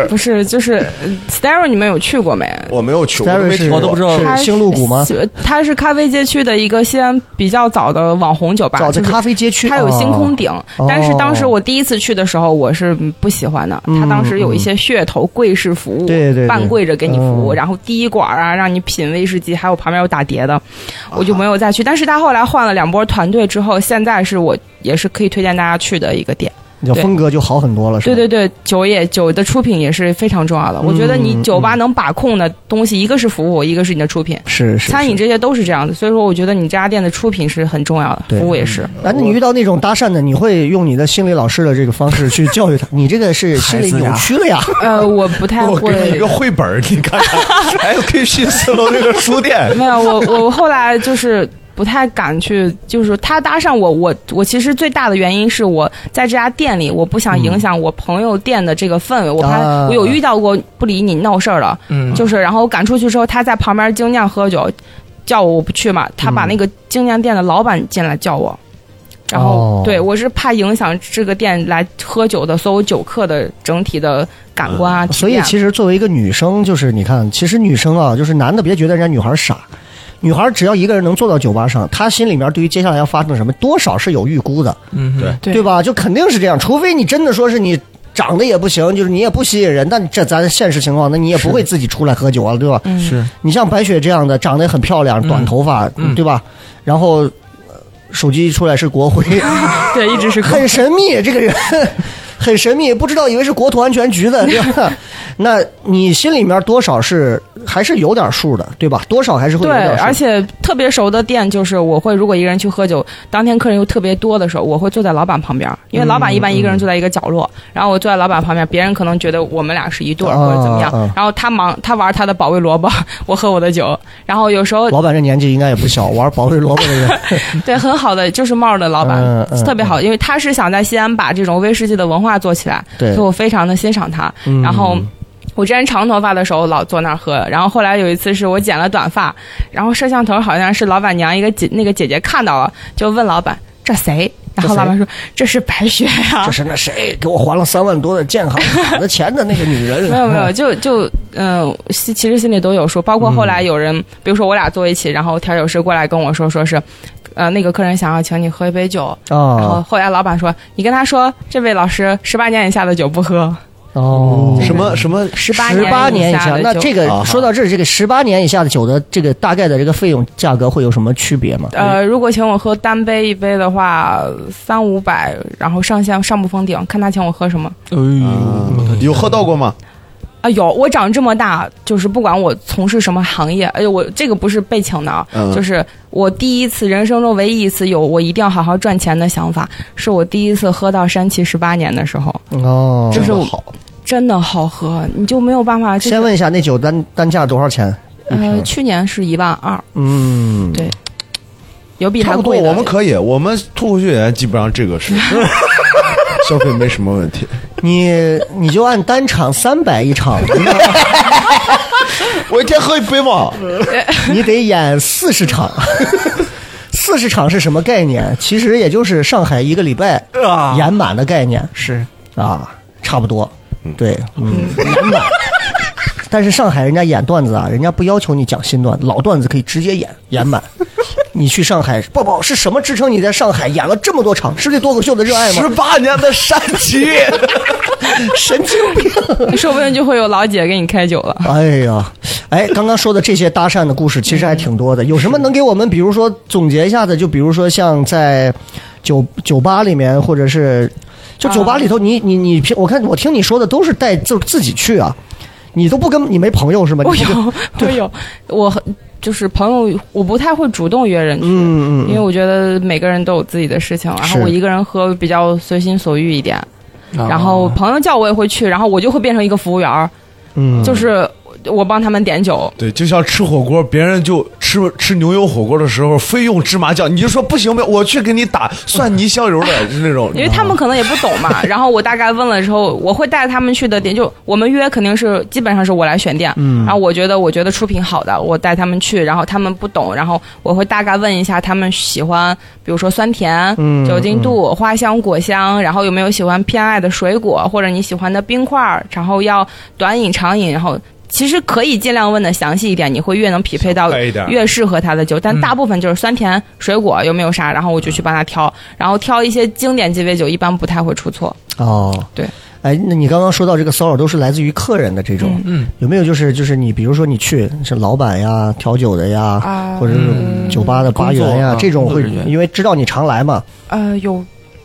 不是，就是呃 Starry，你们有去过没？
我没有去，我都
Starry
没听
是
过
我都不知道
是
它是
呃星露谷吗？
它是咖啡街区的一个西安比较早的网红酒吧，
早在
就是
咖啡街区，
它有星空顶，
哦
但是当时我第一次去的时候，我是不喜欢的。它当时有一些噱头跪式服
嗯
务，
对对对
半跪着给你服务，
嗯
然后滴管啊，让你品威士忌，还有旁边有打碟
啊
的，我就没有再去。但是它后来换了两波团队之后，现在是我也是可以推荐大家去的一个店。
你的风格就好很多了，是吧？
对对对，酒也酒的出品也是非常重要的。我觉得
嗯
你酒吧能把控的东西，一个是服务，一个是你的出品。
是是。
餐饮
是
这些都是这样的，所以说我觉得你这家店的出品是很重要的，
对
服务
<laughs>
也是。
啊，那你遇到那种搭讪的，你会用你的心理老师的这个方式去教育他？你这个是心理
孩子
扭
呀
曲了呀？
呃，我不太
我
会。
给你一个绘本儿，你看看，还有可以去四楼那个书店。
<laughs> 没有，我我后来就是不太敢去，就是他搭上我，我我其实最大的原因是我在这家店里，我不想影响我朋友店的这个氛围，我怕
嗯啊
我有遇到过不理你闹事儿了，
嗯，
就是然后我赶出去之后，他在旁边精酿喝酒，叫我我不去嘛，他
嗯
把那个精酿店的老板进来叫我。然后
哦，
对我是怕影响这个店来喝酒的所有酒客的整体的感官啊，
<laughs> 哦所以其
实
实作为一个女生，就是你看，其实女生啊，就是男的别觉得人家女孩傻，女孩只要一个人能坐到酒吧上，她心里面对于接下来要发生什么，多少是有预估的，
嗯，
对
对
对吧？就肯定是这样，除非你真的说是你。长得也不行，就是你也不吸引人，但这咱现实情况，那你也不会自己出来喝酒啊，对吧？
嗯
是
你像白雪这样的，长得很漂亮，短头发，
嗯
对吧？然后呃手机一出来是国
<laughs>
徽，
对，一直
<laughs>
是
很神秘，这个人 <laughs> 很神秘，不知道以为是国土安全局的，对
<laughs>
吧？那你心里面多少是还是有点数的，对吧？多少还是会有
对
点，数。
而且特别熟的店，就是我会如果一个人去喝酒，当天客人又特别多的时候，我会坐在老板旁边，因为老板一般一
嗯
个人坐在一个角落，然后我坐在老板旁边，别人可能觉得我们俩是一对儿、
啊
或者怎么样，
啊
然后他忙他玩他的保卫萝卜， <laughs> 我喝我的酒，然后有时候
老板这年纪应该也不小，玩保卫萝卜的人，
<laughs> 对很好的就是帽儿的老板、
嗯嗯
特别好，因为他是想在西安把这种威士忌的文化做起来，
对嗯
所以我非常的欣赏他，然后。我之前长头发的时候老坐那儿喝，然后后来有一次是我剪了短发，然后摄像头好像是老板娘一个姐那个姐姐看到了，就问老板这谁，然后
这谁
老板说这是白雪啊呀、
这是那谁给我还了三万多的建行卡的钱的那个女人，
<laughs> 没有没有，就就嗯，心、其实心里都有数，包括后
嗯
来有人，比如说我俩坐一起，然后调酒师过来跟我说，说是，呃，那个客人想要请你喝一杯酒，然后
啊
后来老板说你跟他说，这位老师十八年以下的酒不喝，
哦。
什
嗯
么什么？
十八
十八年
以
以下，
的
那
酒
这个
啊哈
说到这儿，这个十八年以下的酒的这个大概的这个费用价格会有什么区别吗？
呃，如果请我喝单杯一杯的话，三五百，然后上限上不封顶，看他请我喝什么。
哎
啊
呦，
有喝到过吗？
啊，有我长这么大，就是不管我从事什么行业，哎呦，我这个不是被请的啊，
嗯
就是我第一次人生中唯一一次有我一定要好好赚钱的想法，是我第一次喝到山崎十八年的时候，
哦，
这么好，
真的好喝，你就没有办法。就是
先问一下那酒单单价多少钱？
呃，去年是一万二，
嗯，
对，有比
差
它
不多，
贵的。
我们可以，我们脱口秀演员基本上这
<laughs>
个是消费没什么问题。
你你就按单场三百一场， <laughs>
我一天喝一杯嘛，
你得演四十场。 <laughs> 四十场是什么概念？其实也就是上海一个礼拜
啊
演满的概念
是
啊，差不多。对，嗯，演满。 <laughs> 但是上海人家演段子啊，人家不要求你讲新段子，老段子可以直接演演 <laughs> 满。你去上海，抱抱是什么支撑你在上海演了这么多场？是对脱口秀的热爱吗
十？八年的山
<laughs>
崎，
神经病！
<laughs> 说不定就会有老姐给你开酒了。
哎呀，哎，刚刚说的这些搭讪的故事其实还挺多的，有什么能给我们，比如说总结一下的？就比如说像在酒酒吧里面，或者是就酒吧里
啊
头你，你你平我看我听你说的都是带自自己去啊，你都不跟你没朋友是吗？
我
你不跟
有，我有，我很就是朋友，我不太会主动约人去，
嗯嗯
因为我觉得每个人都有自己的事情，然后
是
我一个人喝比较随心所欲一点，
啊
然后朋友叫我也会去，然后我就会变成一个服务员儿，
嗯，
就是我帮他们点酒。
对，就像吃火锅，别人就吃吃牛油火锅的时候，非用芝麻酱，你就说不行呗，我去给你打蒜泥香油的，就是那种。
嗯
因为他们可能也不懂
<laughs>
嘛，然后我大概问了之后，我会带他们去的店，就我们约肯定是基本上是我来选店，
嗯
然后我觉得我觉得出品好的，我带他们去，然后他们不懂，然后我会大概问一下他们喜欢，比如说酸甜、
嗯
酒精度、花香、果香，然后有没有喜欢偏爱的水果或者你喜欢的冰块儿，然后要短饮、长饮，然后。其实可以尽量问的详细一点，你会越能匹配到
小白一点
越适合他的酒，但大部分就是酸甜水果有没有啥，然后我就去帮他挑，然后挑一些经典鸡尾酒，一般不太会出错。
哦，
对，
哎，那你刚刚说到这个骚扰都是来自于客人的这种，
嗯，
有没有就是就是你比如说你去是老板呀、调酒的呀，
啊
或者是酒吧的吧员呀，
工作啊
这种会
工作人员
因为知道你常来嘛，
呃，有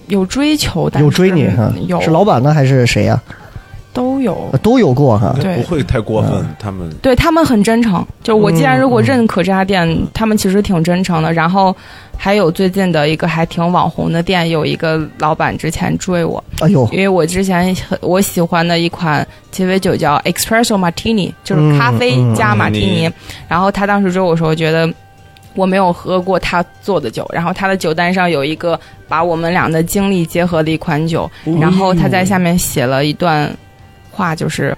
有追求，但
有追你
是
哈，
有
是老板呢还是谁呀、
都有
呃，都有过哈。
对
啊不会太过分，他们
对他们很真诚。就我既然如果认可这家店，
嗯
他们其实挺真诚的。然后还有最近的一个还挺网红的店，有一个老板之前追我，
哎呦，
因为我之前很我喜欢的一款鸡尾酒叫 Espresso Martini，就是咖啡加马提尼。然后他当时追我说，我觉得我没有喝过他做的酒，然后他的酒单上有一个把我们俩的经历结合的一款酒，然后他在下面写了一段话，就是。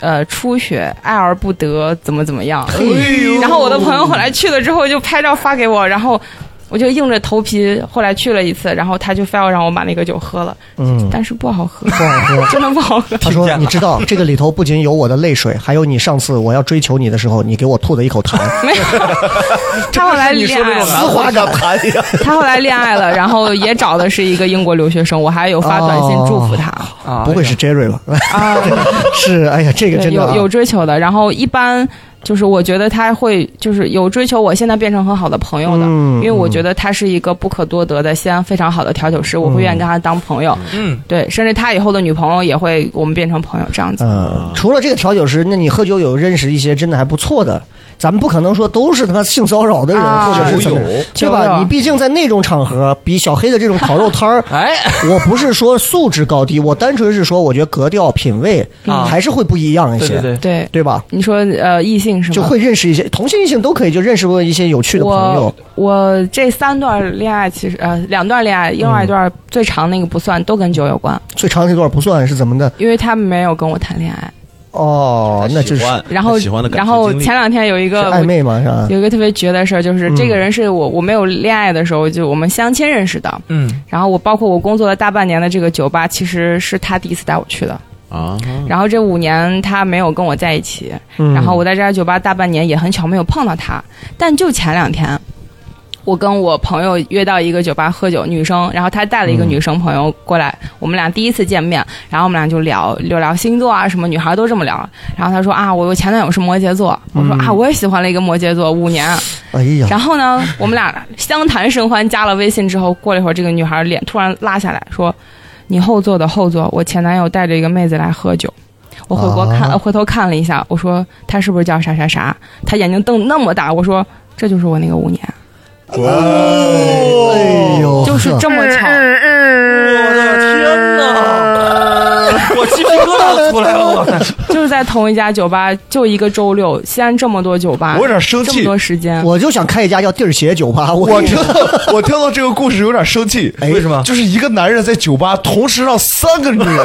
呃，初雪，爱而不得，怎么怎么样？ <laughs>
哎
然后我的朋友后来去了之后就拍照发给我，然后我就硬着头皮后来去了一次，然后他就非要让我把那个酒喝了，
嗯，
但是不好喝，
不好喝。
<laughs> 真的不好喝。
他
听
说
见：“了
你知道这个里头不仅有我的泪水，还有你上次我要追求你的时候，你给我吐的一口
<laughs>
痰。
没有，他后来恋爱了，
花感
哎
谈一样。
他后来恋爱了，然后也找的是一个英国留学生，我还有发短信祝福他
啊
<laughs> 不会是 Jerry 吧？
啊，
<laughs> 是，哎呀，哦这个
对
真的啊
有有追求的。然后一般就是我觉得他会就是有追求，我现在变成很好的朋友的，
嗯
因为我觉得他是一个不可多得的西安非常好的调酒师，我会愿意跟他当朋友。
嗯，，
对，甚至他以后的女朋友也会我们变成朋友这样子。
嗯，除了这个调酒师，那你喝酒有认识一些真的还不错的？咱们不可能说都是他妈性骚扰的人，
啊
或者是怎么
酒友，
对
酒
吧？
友
你毕竟在那种场合，比小黑的这种烤肉摊儿 <laughs>
哎，
我不是说素质高低，我单纯是说，我觉得格调、品味
啊
还是会不一样一
对
些，
对对，
对，
嗯对吧？
你说呃，异性是吗？
就会认识一些同性异性都可以，就认识过一些有趣的朋友
我。我这三段恋爱其实呃两段恋爱，另外一段最长那个不算，都跟酒有关，
最长那段不算是怎么的
因为他没有跟我谈恋爱。
哦，那就是
喜欢
然后
喜欢的感
然
情
后
经历
前两天有一
是
个
暧昧嘛，是吧？
有一个特别绝的事儿，就是这个人是我我没有恋爱的时候就我们相亲认识的，
嗯，
然后我包括我工作了大半年的这个酒吧，其实是他第一次带我去的。
啊，
然后这五年他没有跟我在一起，
嗯
然后我在这家酒吧大半年也很巧没有碰到他，但就前两天，我跟我朋友约到一个酒吧喝酒，女生，然后她带了一个女生朋友过来，我们俩第一次见面，然后我们俩就聊聊聊星座啊什么，女孩都这么聊。然后她说啊，我我前男友是摩羯座，我说、啊，我也喜欢了一个摩羯座，五年。啊
哎
嗯
呀，
然后呢，我们俩相谈甚欢，加了微信之后，过了一会儿，这个女孩脸突然拉下来说：“你后座的后座，我前男友带着一个妹子来喝酒。”我回国看，
哦
啊
回头看了一下，我说他是不是叫啥啥啥？他眼睛瞪那么大，我说这就是我那个五年，
哦
哎呦，
就是这么巧。
我的天哪，我鸡皮说到出来了，我
就是在同一家酒吧，就一个周六，西安这么多酒吧，
我有点生
这么
气，
多时间，
我就想开一家叫地儿鞋酒吧，我
我听到我听到这个故事有点生气，
哎为什么
就是一个男人在酒吧同时让三个女 <laughs> 人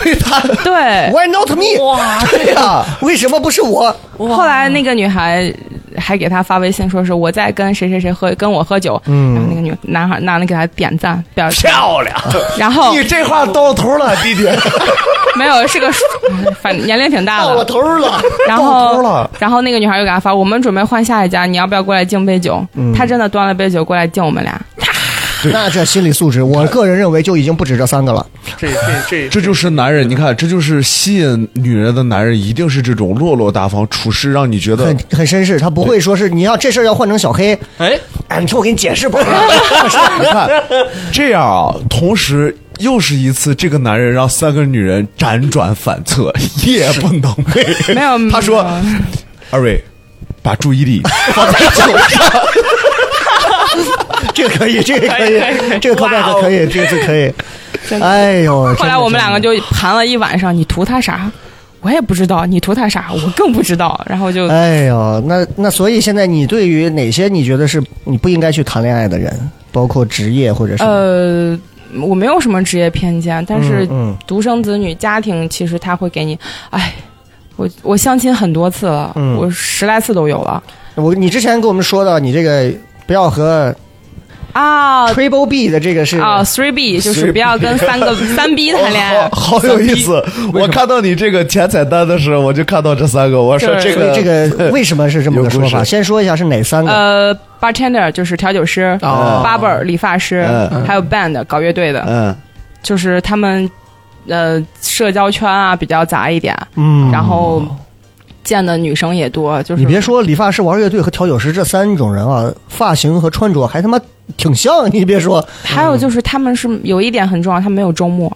为他，
对，
Why not me？哇，对呀、为什么不是我？
后来那个女孩还给他发微信，说是我在跟谁谁谁喝，跟我喝酒。然后那个女男孩男的给他点赞，表
<laughs>
示
漂亮，
然后
你这话到头了，弟弟，
没有是个，反正年龄挺大
到了
的。
头了，
然
到头
后
了，
然后那个女孩又给他发，我们准备换下一家，你要不要过来敬杯酒？他真的端了杯酒过来敬我们俩。
那这心理素质，我个人认为就已经不止这三个了。
这这这
<laughs> 这就是男人，你看，这就是吸引女人的男人，一定是这种落落大方、处事让你觉得
很很绅士，他不会说是你要这事儿要换成小黑，
<laughs> 哎，
哎，你听我给你解释吧。
你看，这样啊，同时又是一次，这个男人让三个女人辗转反侧，夜不能寐。，
没有
他说
没有：“
二位，把注意力
放在酒上， <laughs> 这个可以，这个可以，这个靠 back 可以，这个可以。哎呦，
后来我们两个就盘了一晚上，你图他啥？我也不知道，你图他啥？我更不知道。然后就
真的。哎呦，那那所以现在你对于哪些你觉得是你不应该去谈恋爱的人，包括职业或者是
呃，我没有什么职业偏见，但是
嗯
独生子女家庭其实他会给你，哎，我我相亲很多次了，
嗯
我十来次都有了
我你之前跟我们说的，你这个不要和
啊
Triple B 的这个是
啊，three B 就是不要
<laughs>
跟三个三 <laughs> B 谈恋
哦
爱。
哦好好有意思。我看到你这个前彩蛋的时候，我就看到这三个，我说
对
这
所以
个
这
<laughs>
个为什么是这么个说
有
法？
故事
先说一下是哪三个？
呃，bartender 就是调酒师、
哦
barber 理发师，
嗯
还有 band 搞乐队的，
嗯，
就是他们呃社交圈啊比较杂一点，
嗯，
然后见的女生也多，就是
你别说理发师、玩乐队和调酒师这三种人啊，发型和穿着还他妈挺像。你别说，
还有就是他们是有一点很重要，他们没有周末，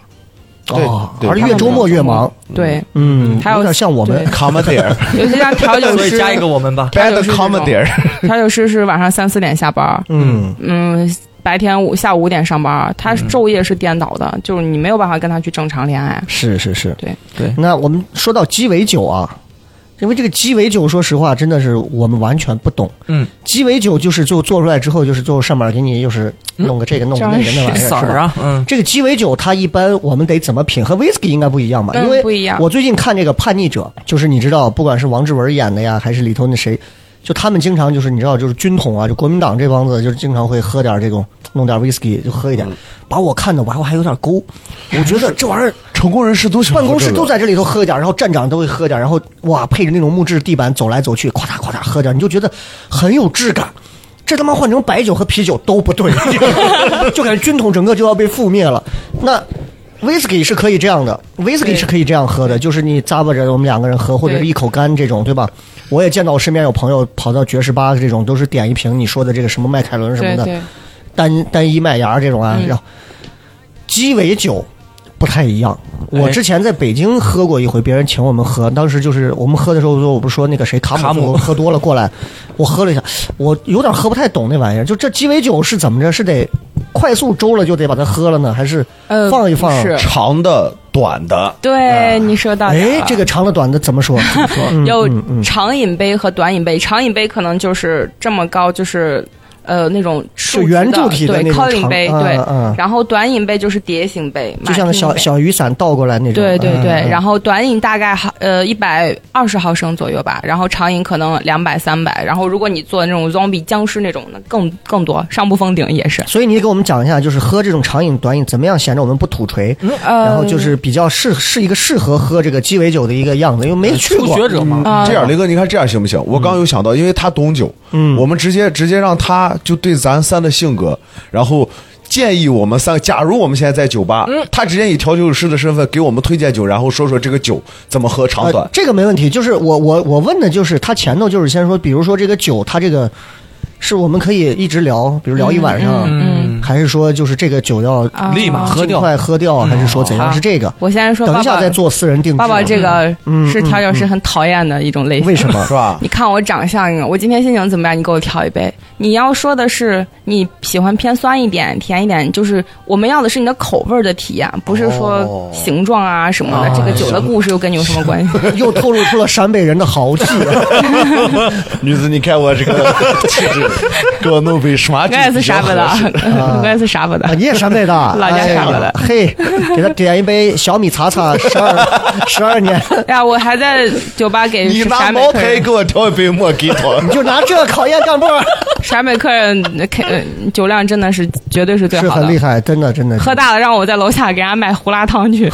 对
哦
对
而且越周末越忙。
对，
嗯，
还有
有点像我们
对
c o m m d e <laughs> r
尤其像调
<laughs>
酒
所以
师，
加一个我们吧。
<laughs> bad
就是
c
这种
o m m d e r
<laughs>
调酒师是晚上三四点下班，
嗯，
嗯，白天五下午五点上班，他昼夜是颠倒的，就是你没有办法跟他去正常恋爱。
是是是，
对
对
那我们说到鸡尾酒啊，因为这个鸡尾酒，说实话，真的是我们完全不懂。
嗯，
鸡尾酒就是最后做出来之后，就是最后上面给你又是弄个这个弄个那个
这样
那
<laughs>
玩意儿
色
是吧
儿啊，嗯，
这个鸡尾酒它一般我们得怎么品？和 whisky 应该不一样吧？
嗯
因为
不一样
我最近看这个《叛逆者》，就是你知道，不管是王志文演的呀，还是里头那谁，就他们经常就是你知道，就是军统啊，就国民党这帮子，就是经常会喝点这种，弄点 whisky 就喝一点，把我看的我还我还有点勾，我觉得这玩意儿
成功人士都喜欢
办公室
这个
都在这里头喝一点，然后站长都会喝点，然后哇，配着那种木质地板走来走去，咵嗒咵嗒喝点，你就觉得很有质感。这他妈换成白酒和啤酒都不对， <laughs> 就感觉军统整个就要被覆灭了。那 whisky 是可以这样的，whisky
对
是可以这样喝的，就是你咂巴着我们两个人喝，或者是
对
一口干这种，对吧？我也见到我身边有朋友跑到爵士吧这种，都是点一瓶你说的这个什么麦凯伦什么
对
的，
对，
单单一麦芽这种
嗯
啊，然后鸡尾酒不太一样。我
哎
之前在北京喝过一回，别人请我们喝，当时就是我们喝的时候，我不是说那个谁卡姆
卡姆
最后
<laughs>
喝多了过来，我喝了一下，我有点喝不太懂那玩意儿。就这鸡尾酒是怎么着？是得快速周了就得把它喝了呢，还是
呃，
放一放
不是，
长的、短的，
对你说到点
哎
了
这个长的短的怎么说？怎么说嗯
<laughs> 有
嗯嗯
长饮杯和短饮杯，长饮杯可能就是这么高，就是呃那种
是
竖直
圆柱体的
对
那种
calling
长，
杯，
嗯
对，
嗯，
然后短饮杯就是碟形杯，
就像个
马蹄
小
杯
小雨伞倒过来那种。嗯
对对对，然
后
后短饮大概呃一百二十毫升左右吧，然后长饮可能两百三百，然后如果你做那种 zombie 僵尸那种的更更多，上不封顶也是。
所以你给我们讲一下，就是喝这种长饮短饮怎么样显着我们不土锤？
呃，
然后就是比较适是一个适合喝这个鸡尾酒的一个样子，因为没去
呃嗯初
过。
学者嘛，
啊
这样，雷哥，你看这样行不行？我刚有想到，因为他懂酒，
嗯
我们直接直接让他就对咱三的性格，然后建议我们三，假如我们现在在酒吧，
嗯
他直接以调酒师的身份给我们推荐酒，然后说说这个酒怎么喝长短
呃，。这个没问题。就是我我我问的就是他前头就是先说，比如说这个酒，它这个是我们可以一直聊，比如聊一晚上，
嗯，
还是说就是这个酒要
啊
立马喝
尽
掉，啊
快喝掉，还是说怎样？
好
是这个？
我先说
等
爸
一下
爸
再，做私人定制。
爸爸这个
嗯
是调酒师很讨厌的一种类型。
为什
<laughs>
啊
么
是？吧？
你看我长相，我今天心情怎么样？你给我调一杯。你要说的是你喜欢偏酸一点、甜一点，就是我们要的是你的口味儿的体验，不是
哦
说形状啊什么的。这个酒的故事又跟你有什么
<laughs>
关系？
又透露出了陕北人的豪气。啊
女子，你看我
<laughs>
这个气质，给我弄杯啥
我也是陕北的， <laughs> 我也是陕北
啊，
的。
你也陕北的，
<laughs> 老家陕北的
哎呀嘿，给他点一杯小米茶茶，十二十二年，
哎呀，我还在酒吧给
你拿
陕北
茅
客
台
人
给我调一杯莫吉托，
就拿这个考验干部，
陕北客人开呃
<laughs>
酒量真的是绝 <laughs> 对是最
是
好
很厉
的。
害，真的真的。
喝大了，让我在楼下给人家买胡辣汤
<laughs>
去。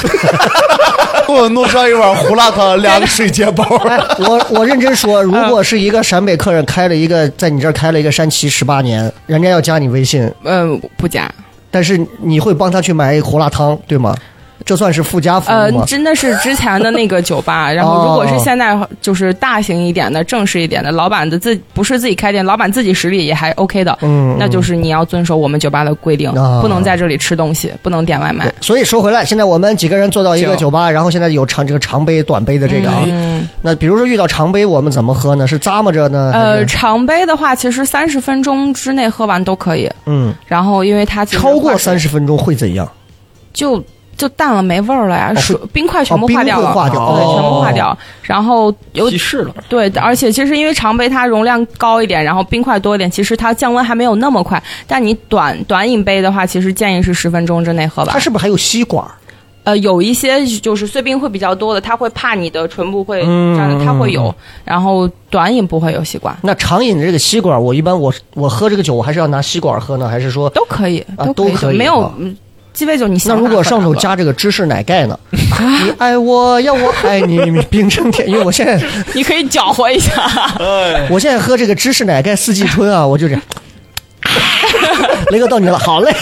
给我弄上一碗胡辣汤，两个水煎
<laughs>
包。
哎，我我认真说，如
嗯
果是一个陕北客人开了一个在你这儿开了一个山崎十八年，人家要加你微信，
嗯，不加。
但是你会帮他去买一胡辣汤，对吗？这算是附加服
呃
务吗，？
真的是之前的那个
<laughs>
酒吧。然后，如
哦
果是现在就是大型一点的、正式一点的，老板的自不是自己开店，老板自己实力也还 OK 的，
嗯嗯
那就是你要遵守我们酒吧的规定，
啊
不能在这里吃东西，不能点外卖。
所以说回来，现在我们几个人坐到一个
行
酒吧，然后现在有长这个长杯、短杯的这个啊。
嗯，
那比如说遇到长杯，我们怎么喝呢？是咂摸着呢？还
呃，
是
常杯的话，其实三十分钟之内喝完都可以。
嗯，
然后，因为它其实
超过
化
三十分钟会怎样？
就就淡了，没味儿了呀，
哦
水冰块全部
哦冰
化掉
会
了，
化掉
对，
哦
全部化掉。然后有
记事了，
对，而且其实因为常杯它容量高一点，然后冰块多一点，其实它降温还没有那么快。但你短短饮杯的话，其实建议是十分钟之内喝
它
完。
是不是还有吸管？
呃，有一些就是碎冰会比较多的，它会怕你的唇部会
嗯
这样的，它会有
嗯。
然后短饮不会有习惯，
那长饮的这个吸管，我一般我我喝这个酒，我还是要拿吸管喝呢，还是
<laughs>
说？
都可以，
啊
可以，
都可以
没有
啊
嗯鸡尾酒你想
那如
哪
果
喝
上
哪
头
喝
加这个芝士奶盖
<laughs>
呢？你爱我要我爱你，冰城甜。因为我现在
<laughs> 你可以搅和一下。
我现在喝这个芝士奶盖四季春啊，我
<laughs>
就这样。雷哥到你了，好嘞。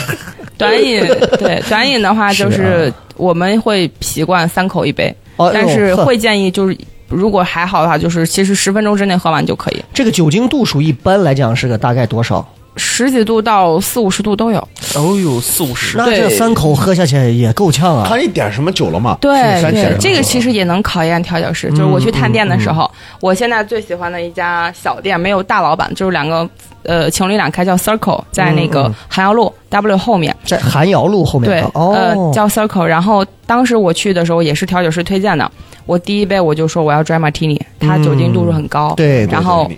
短饮对短饮的话，就是啊是我们会习惯三口一杯，
哦
但
哎
是
呦呵
会建议就是。如果还好的话，就是其实十分钟之内喝完就可以，
这个酒精度数一般来讲是个大概多少？
十几度到四五十度都有。
哦呦，四五十，
那这三口喝下去也够呛啊。
看你点什么酒了嘛？
对
是三
对
点，
这个其实也能考验调酒师。就是我去探店的时候，我现在最喜欢的一家小店，没有大老板，就是两个呃情侣俩开，叫 Circle，在那
嗯
个
嗯
韩窑路 W 后面。
在韩窑路后面
对
的，
呃，
哦，
叫 Circle。然后当时我去的时候也是调酒师推荐的，我第一杯我就说我要 Dry Martini，它酒精度数很高。
嗯对对
然后。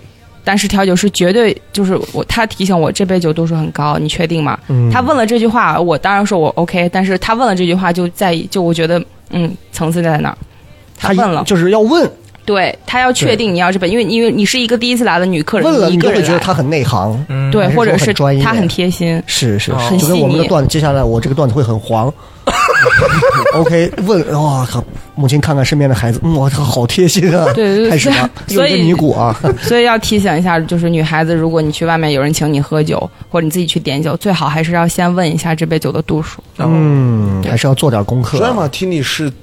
但是调酒师绝对就是我，他提醒我这杯酒度数很高，你确定吗？
嗯
他问了这句话，我当然说我 OK，但是他问了这句话就在意，就我觉得嗯层次在哪儿？他
一
问了，
就是要问
对他要确定你要这杯，因为因为你是一个第一次来的女客人，
问了，
你一
你就
个
会
人
觉得
来，嗯
他很内行。
对，
还是
或者
说很
是
专业
他很贴心，
是是
哦
是，就跟我们
很细
的
腻
段子，接下来我这个段子会很
<laughs>
黄。OK，问，哇、靠！母亲看看身边的孩子，嗯，我靠，好贴心啊！
对对对
<laughs> 开始了，又
所以
一个尼姑
<laughs>
啊，
所以要提醒一下，就是女孩子，如果你去外面有人请你喝酒，或者你自己去点酒，最好还是要先问一下这杯酒的度数，
哦
嗯，还是要做点功课。
专马提尼是啊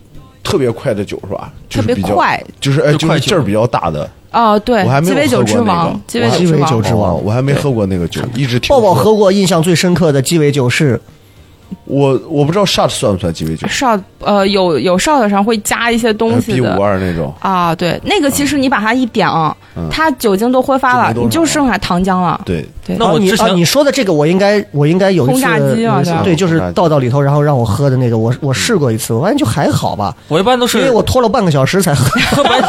特别快的酒是吧？就
特
是
别
比较，
快。
就是哎，
就
就
快
是
酒
劲儿比较大的。
哦，对
我还，没
鸡
有
尾酒
喝
之
过那个
王，鸡尾酒
鸡
之
尾
王
酒之王
哦我还没喝过那个酒，一直听
抱抱
说
喝过印象最深刻的鸡尾酒是，
我我不知道 shot 算不算鸡尾酒，
哎
少呃有有少的上会加一些东西
B
的
呃五。二那种。
啊，对，那个其实你把它一点啊，它酒精都挥发
就没
了，
多少
你就剩下糖浆了。
对，
那
啊
我
你
之
啊
前
你说的这个，我应该我应该有一次
轰炸机啊
有一次
对吧
对，就是
轰炸机
倒到里头，然后让我喝的那个，我我试过一次，我发现就还好吧，
我一般都
因为
是
我拖了半个小时才喝。
喝白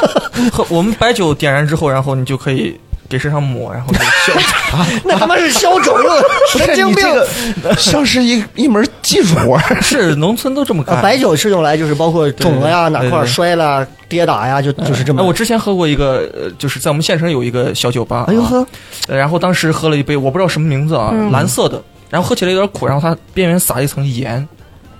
喝我们白酒点燃之后，然后你就可以给身上抹，然后就消。
<laughs> 那他妈是消肿
<laughs>
又神经
你
病
这。个像是一一门技术活儿。
是农村都这么
啊，
干。
白酒是用来就是包括肿了呀、
对对
哪
对
块儿
对对
摔了、跌打呀，就就是这么。
哎，我之前喝过一个，呃，就是在我们县城有一个小酒吧，
哎呦
啊
呵，
呃然后当时喝了一杯，我不知道什么名字啊，
嗯
蓝色的，然后喝起来有点苦，然后它边缘撒一层盐，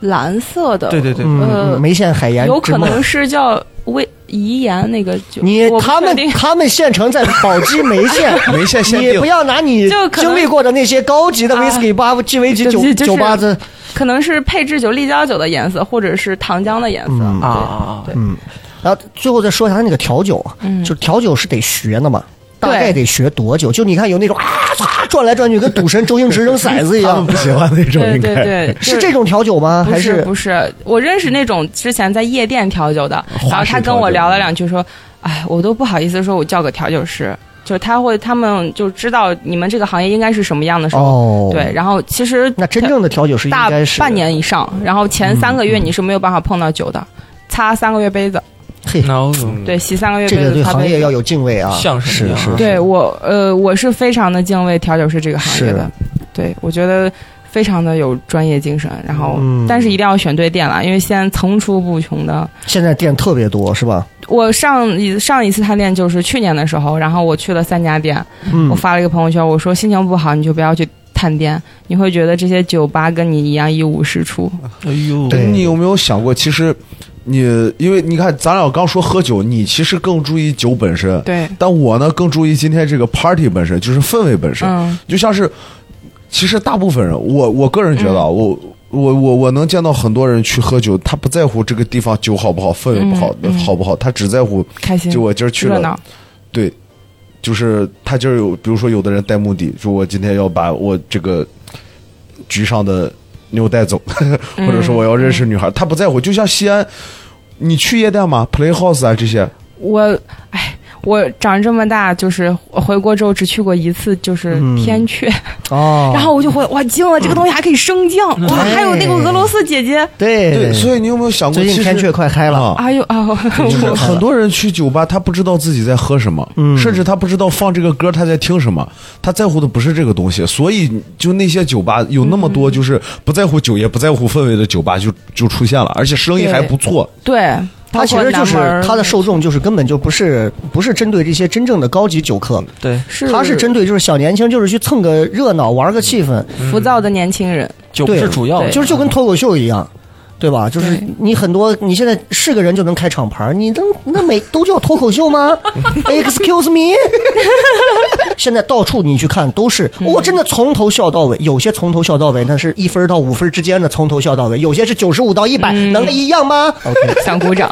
蓝色的，
对对对，
嗯，
呃
嗯梅县海盐
有
之
可
梦。
能是叫微遗言那个酒。
你
我不
他们
确定
他们县城在宝鸡梅县，
<laughs> 梅县限
你
定
不要拿你
就可能
经历过的那些高级的
啊
whisky 吧、鸡尾酒
就
酒
就
酒
是
吧子，
可能是配制酒、立交酒的颜色，或者是糖浆的颜色。
嗯
对
啊啊啊
对，
然后最后再说一下他那个调酒啊，
嗯
就是调酒是得学的嘛。大
对
概得学多久？就你看有那种啊，唰转来转去，跟赌神周星驰扔骰子一
他
样
们，不喜欢那种，
对
应
对
<laughs>
该
对，就是
这种调酒吗？
不
呃还
是不是，我认识那种之前在夜店调酒的，然后他跟我聊了两句说，哎，我都不好意思说我叫个调酒师。就是他会他们就知道你们这个行业应该是什么样的时候，
哦，
对，，然后其实
那真正的调酒师应
大
该是嗯
半，年以上，然后前三个月你是没有办法碰到酒的，擦三个月杯子，
嘿，
no，
对，洗三个月
这
杯
个
子，
对
擦
行
杯
业
子
要。有敬畏啊，
像什
是
么样啊
是，
对我，呃，我是非常的敬畏调酒师这个行业的，对我觉得非常的有专业精神，然后、
嗯
但是一定要选对店了，因为现在层出不穷的。
现在店特别多是吧？
我上一上一次探店就是去年的时候，然后我去了三家店，
嗯
我，发了一个朋友圈，我说心情不好你就不要去探店，你会觉得这些酒吧跟你一样一无是处。
哎呦，
对
你有没有想过，其实你因为你看，咱俩刚说喝酒，你其实更注意酒本身，
对，
但我呢更注意今天这个 party 本身，就是氛围本身。
嗯，
就像是，其实大部分人，我我个人觉得啊，
嗯
我我我我能见到很多人去喝酒，他不在乎这个地方酒好不好，氛围不好、
嗯嗯
好不好，他只在乎
开心，
就我今儿去
热
了，
闹，
对，就是他今儿有，比如说有的人带目的，说我今天要把我这个局上的妞带走， <laughs>
嗯
或者说我要认识女孩，他不在乎。就像西安，你去夜店吗？Playhouse 啊这些，
我，哎，我长这么大就是回国之后只去过一次，就是
嗯
天阙，
哦，
然后我就回哇惊了，这个东西还可以升降，
<laughs>
哇，
哎
还有那个俄罗斯姐姐，
对
对，所以你有没有想过，
最
其
近
实
天阙快开了，
啊。
哎呦 <laughs> 啊，我
就是
我
很多人去酒吧，他不知道自己在喝什么，
嗯
甚至他不知道放这个歌他在听什么，他在乎的不是这个东西，所以就那些酒吧有那么
嗯
多就是不在乎酒也不在乎氛围的酒吧就就出现了，而且生意还不错，
对，
它其实就是
包括南门
它的受众就是根本就不是不是针对这些真正的高级酒客，
对，
是
它是针对就是小年轻，就是去蹭个热闹，玩个气氛，
浮躁的年轻人，
酒不
对
是主要的，嗯
就是就跟脱口秀一样。对吧？就是
对
你很多，你现在是个人就能开厂牌儿，你能那每都叫脱口秀吗？Excuse me，现在到处你去看都是，
嗯
我真的从头笑到尾，有些从头笑到尾，那是一分到五分之间的从头笑到尾，有些是九十五到一百，
嗯
能一样吗？OK，
<laughs> 想鼓掌，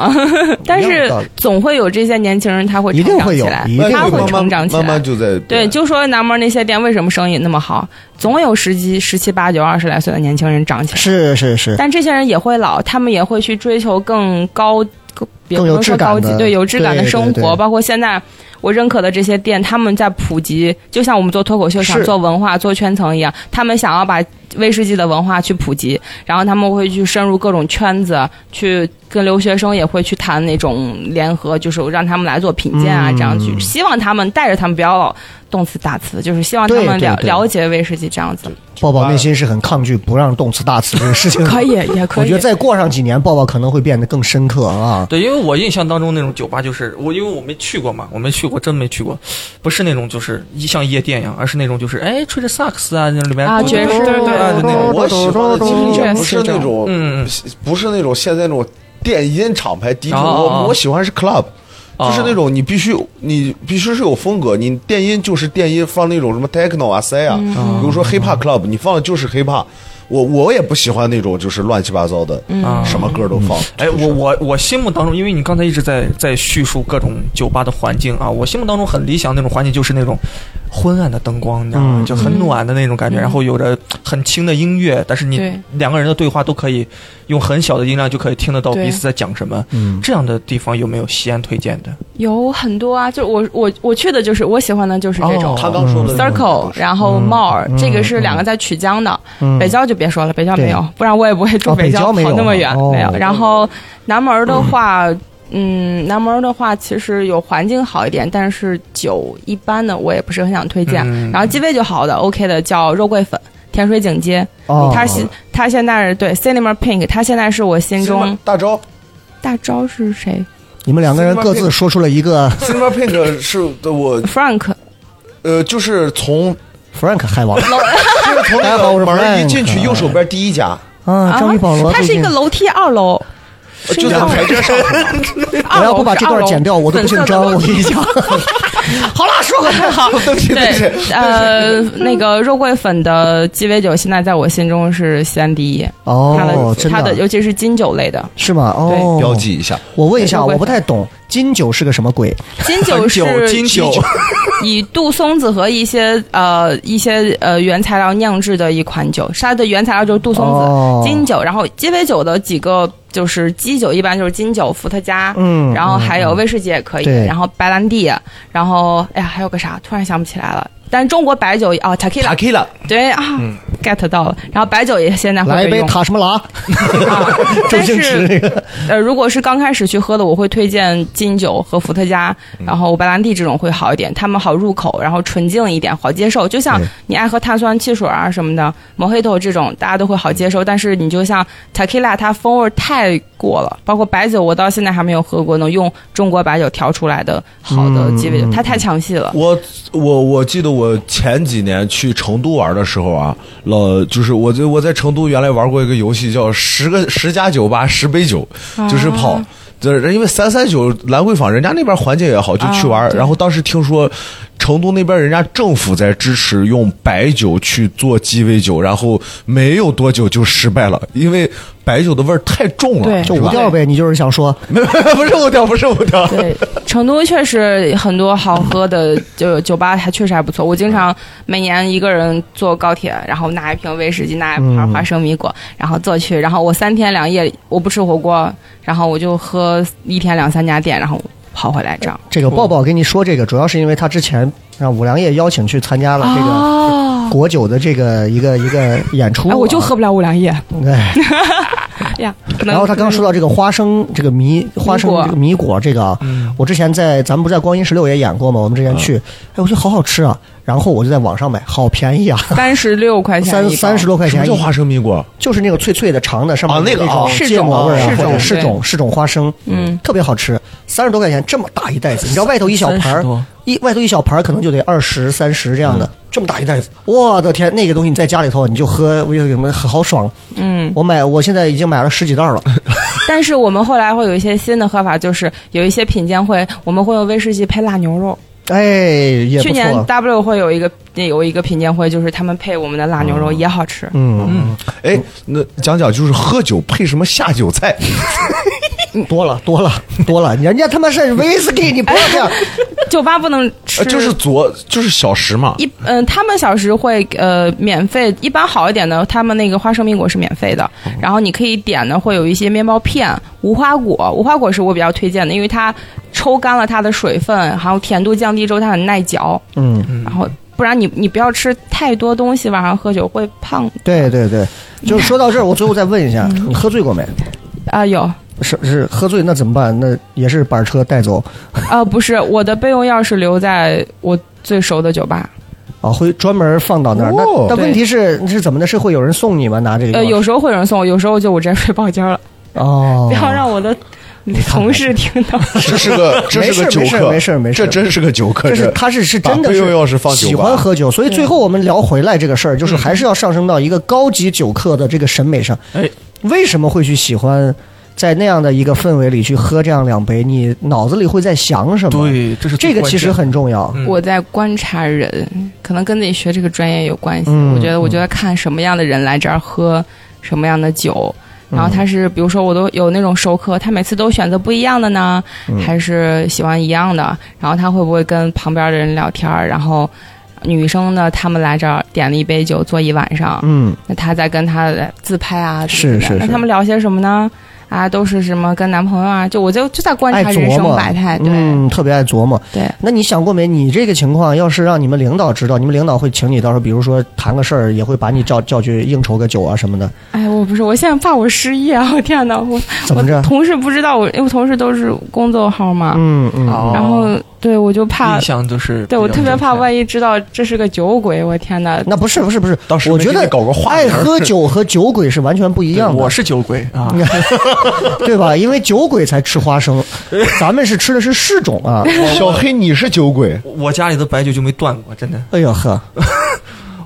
但是总会有这些年轻人，他会
一定
成长
会
起
有
来，
一
那
定
他
会
就
会
有
慢
成
慢
长起
慢
来
慢。就在
对，就说南门那些店为什么生意那么好，总有十几、十七八九、二十来岁的年轻人长起
<laughs>
来。
是是是， <laughs>
但这些人也会老，他们也会去追求更高、更也
更
不
有
能
质
说
感
高级
的，
对有质感的
对
生
对
活。
对
包括现在我认可的这些店，他们在普及，就像我们做脱口秀、想
是
做文化、做圈层一样，他们想要把威士忌的文化去普及，然后他们会去深入各种圈子，去跟留学生也会去谈那种联合，就是让他们来做品鉴
嗯
啊，这样去希望他们带着他们不要老动词打词，就是希望他
对
们
对
了
对
了解威士忌这样子。
抱
啊
抱内心是很抗拒不让动词大词这个事情。
可以，也可
我
以。
觉得再过上几年，抱抱可能会变得更深刻啊。
对，因为我印象当中那种酒吧就是我，因为我没去过嘛，我没去过，真没去过，不是那种就是一像夜店一样，而是那种就是哎吹着萨克斯啊，那里面
啊爵士对对
啊
那
那
种
种，
我喜欢的其实也不是那种，
嗯，
不是那种现在那种电音厂牌 DJ，
哦哦
我我喜欢是 club。
哦
就是那种你必须你必须是有风格，你电音就是电音，放那种什么 techno 啊、塞啊，
嗯
比如说
哦
hip hop club，你放的就是 hip hop。我我也不喜欢那种就是乱七八糟的，
嗯
啊
什么歌都放。
哎，我我我心目当中，因为你刚才一直在在叙述各种酒吧的环境啊，我心目当中很理想那种环境就是那种昏暗的灯光，你知道吗？
嗯
就很暖的那种感觉，然后有着很轻的音乐，但是你
对
两个人的对话都可以用很小的音量就可以听得到
对
彼此在讲什么。
嗯，
这样的地方有没有西安推荐的？
有很多啊，就我我我去的就是我喜欢的就是这种。
哦
他刚说的那种
Circle，然后 Mall，、这个是两个在曲江的，
嗯
北郊就别说了，北郊没有
对，
不然我也不会住
哦北郊
郊，
没有
跑那么远、
哦
没有。然后南门的话，嗯，南门的话其实有环境好一点，但是酒一般的我也不是很想推荐。
嗯
然后鸡尾酒好的 OK 的叫肉桂粉，甜水井街，
哦，
它现它现在是对 Cinema Pink，它现在是我心中
大招
大招是谁
你们两个人各自说出了一个
Silver Pink 是我
？Frank
呃，就是从
Frank 海王 <laughs>
就是从那
大家好我是
个门儿
Frank
一进去右手边第一家，
啊，章鱼保罗
它
最
是一
近
个，楼梯
<laughs>
二楼，是
就
一
在
个
台阶上。
我要不把这段剪掉，我都不姓张。我 <laughs> 跟你讲，
好了，说回来 <laughs> 好，
对不起对不起对不
对，呃，那个肉桂粉的鸡尾酒现在在我心中是西安第一，它的、
哦，真
它的
的
尤其是金酒类的，
是吗？哦，
标记。一下，
我问一下，
对
我不太懂金酒是个什么鬼？
金酒是
金酒，
以杜松子和一些呃一些呃原材料酿制的一款酒，它的原材料就是杜松子、
哦
金酒，然后鸡尾酒的几个就是基酒，一般就是金酒、伏特加，
嗯
然后还有威士忌也可以，
对
然后白兰地，然后后哎呀还有个啥，突然想不起来了。但是中国白酒啊 t e q i l
塔
a
K 了，
对啊、g e t 到了。然后白酒也现在会
嗯来一
被
杯
用
塔什么拉，
啊
<laughs> 周
但
星驰
是
那个，
呃，如果是刚开始去喝的，我会推荐金酒和伏特加，然后白兰地这种会好一点，他们好入口，然后纯净一点，好接受。就像
对
你爱喝碳酸汽水啊什么的，摩黑头这种大家都会好接受。但是你就像 tequila，它风味太过了，包括白酒，我到现在还没有喝过能用中国白酒调出来的好的鸡尾酒，它太抢戏了。
我我我记得我前几年去成都玩的时候啊，老就是我在我在成都原来玩过一个游戏叫十个十家酒吧十杯酒，
啊
就是跑。就是因为三三九兰桂坊，人家那边环境也好，就去玩。
啊对
然后当时听说，成都那边人家政府在支持用白酒去做鸡尾酒，然后没有多久就失败了，因为白酒的味儿太重了。
对
就是无
吧
调呗。你就是想说，
没有， <laughs> 不是我调，不是我
<laughs>
调。
对，成都确实很多好喝的酒酒吧，还确实还不错。我经常每年一个人坐高铁，然后拿一瓶威士忌，拿一
嗯
盘花生米果，然后坐去，然后我三天两夜我不吃火锅，然后我就喝一天两三家店，然后跑回来这样。
这个抱抱跟你说这个，主要是因为他之前让五粮液邀请去参加了这个
哦，
国酒的这个一个一个演出、
哎，我就喝。不了五粮液
啊哎，
<laughs> 呀。可能
然后他刚刚说到这个花生，这个米花生
米果
这个米果这个啊，我之前在咱们不是在光阴十六也演过吗？我们之前去，哎，我觉得好好吃啊，然后我就在网上买，好便宜啊，
三十六块钱
三
一包
三十多块
什么
钱一
叫花生米果？
就是那个脆脆的长的，上面
哦
啊那个
有种
啊
芥末味儿啊，
是
或
种
者是
是
种
种
是种花生，
嗯，
特别好吃，三十多块钱这么大一袋子，你知道外 <laughs> 头一小盘
30
<laughs>
多
儿，一外头一小盘儿可能就得二十三十这样的，
嗯
这么大一袋子，我的天，那个东西你在家里头你就喝，我就什么好爽，
嗯，
我买我现在已经买了十几袋儿了，
但是我们后来会有一些新的喝法，就是有一些品鉴会，我们会用威士忌配辣牛肉。
哎，也
去
不
年
错，
W 会有一个有一个品鉴会，就是他们配我们的辣牛肉也好吃。
嗯，
哎，那讲讲就是喝酒配什么下酒菜？
多了多了 <laughs> 多了，人家他妈是威士
<laughs>
忌，你不要这样，
酒吧不能吃，
呃就是佐，就是小食嘛。
一嗯、他们小时会呃免费，一般好一点的，他们那个花生米果是免费的，
哦
然后你可以点的会有一些面包片、无花果，无花果是我比较推荐的，因为它抽干了它的水分，然后甜度降低之后它很耐嚼，
嗯，
然后不然你你不要吃太多东西，晚上喝酒会胖
对对对，就是说到这儿，我最后再问一下，
嗯
你喝醉过没？
啊、有。
是是喝醉那怎么办？那也是板车带走
啊，不是，我的备用钥匙留在我最熟的酒吧。
啊，会专门放到那儿。
哦
那但
对
问题是是怎么的？是会有人送你吗？拿这个钥匙？
呃，有时候会有人送我，有时候就我直接睡包间了，
哦
不，要让我的同事听到。
这是个，这是个酒
<laughs> 没事
客，
没事没事
这真是个酒客。
这是
这
他是是真的
把
是
备用钥匙放酒吧
喜欢喝酒，所以最后我们聊回来这个事儿，就是还是要上升到一个高级酒客的这个审美上。
哎，
为什么会去喜欢在那样的一个氛围里去喝这样两杯？你脑子里会在想什么？，
对，这是最
这个
关
其
键
实很重要。
嗯
我在观察人，可能跟自己学这个专业有关系。
嗯
我觉得，我觉得看什么样的人来这儿喝什么样的酒，
嗯
然后他是，比如说，我都有那种熟客，他每次都选择不一样的呢，
嗯
还是喜欢一样的？然后他会不会跟旁边的人聊天儿？然后女生呢，他们来这儿点了一杯酒，坐一晚上，
嗯，
那他在跟他的自拍啊，
是
怎
是是
么怎么样那他们聊些什么呢？啊，都是什么跟男朋友啊？就我就就在观
爱
察人
琢
生
磨
百态，对、
嗯，特别爱琢磨。
对。
那你想过没？你这个情况要是让你们领导知道，你们领导会请你，到时候比如说谈个事儿，也会把你叫叫去应酬个酒啊什么的，
哎，我不是，我现在怕我失业啊！我 <laughs> 天哪，我
怎么着
我？同事不知道我，因为我同事都是工作号嘛，
嗯嗯，
哦
然后对我就怕
印，象就是
对我特别怕，
一
万一知道这是个酒鬼，我天哪！
那不是不是不是，
当时
我
没
觉
给你
得
搞个话
爱
名
<laughs>
儿
喝酒和酒鬼是完全不一样的，
我是酒鬼啊，
对吧？因为酒鬼才吃花
<laughs>
生，咱们是吃的是柿种啊。
小黑，你是酒鬼，
我我家里的白酒就没断过，真的，
哎呦呵，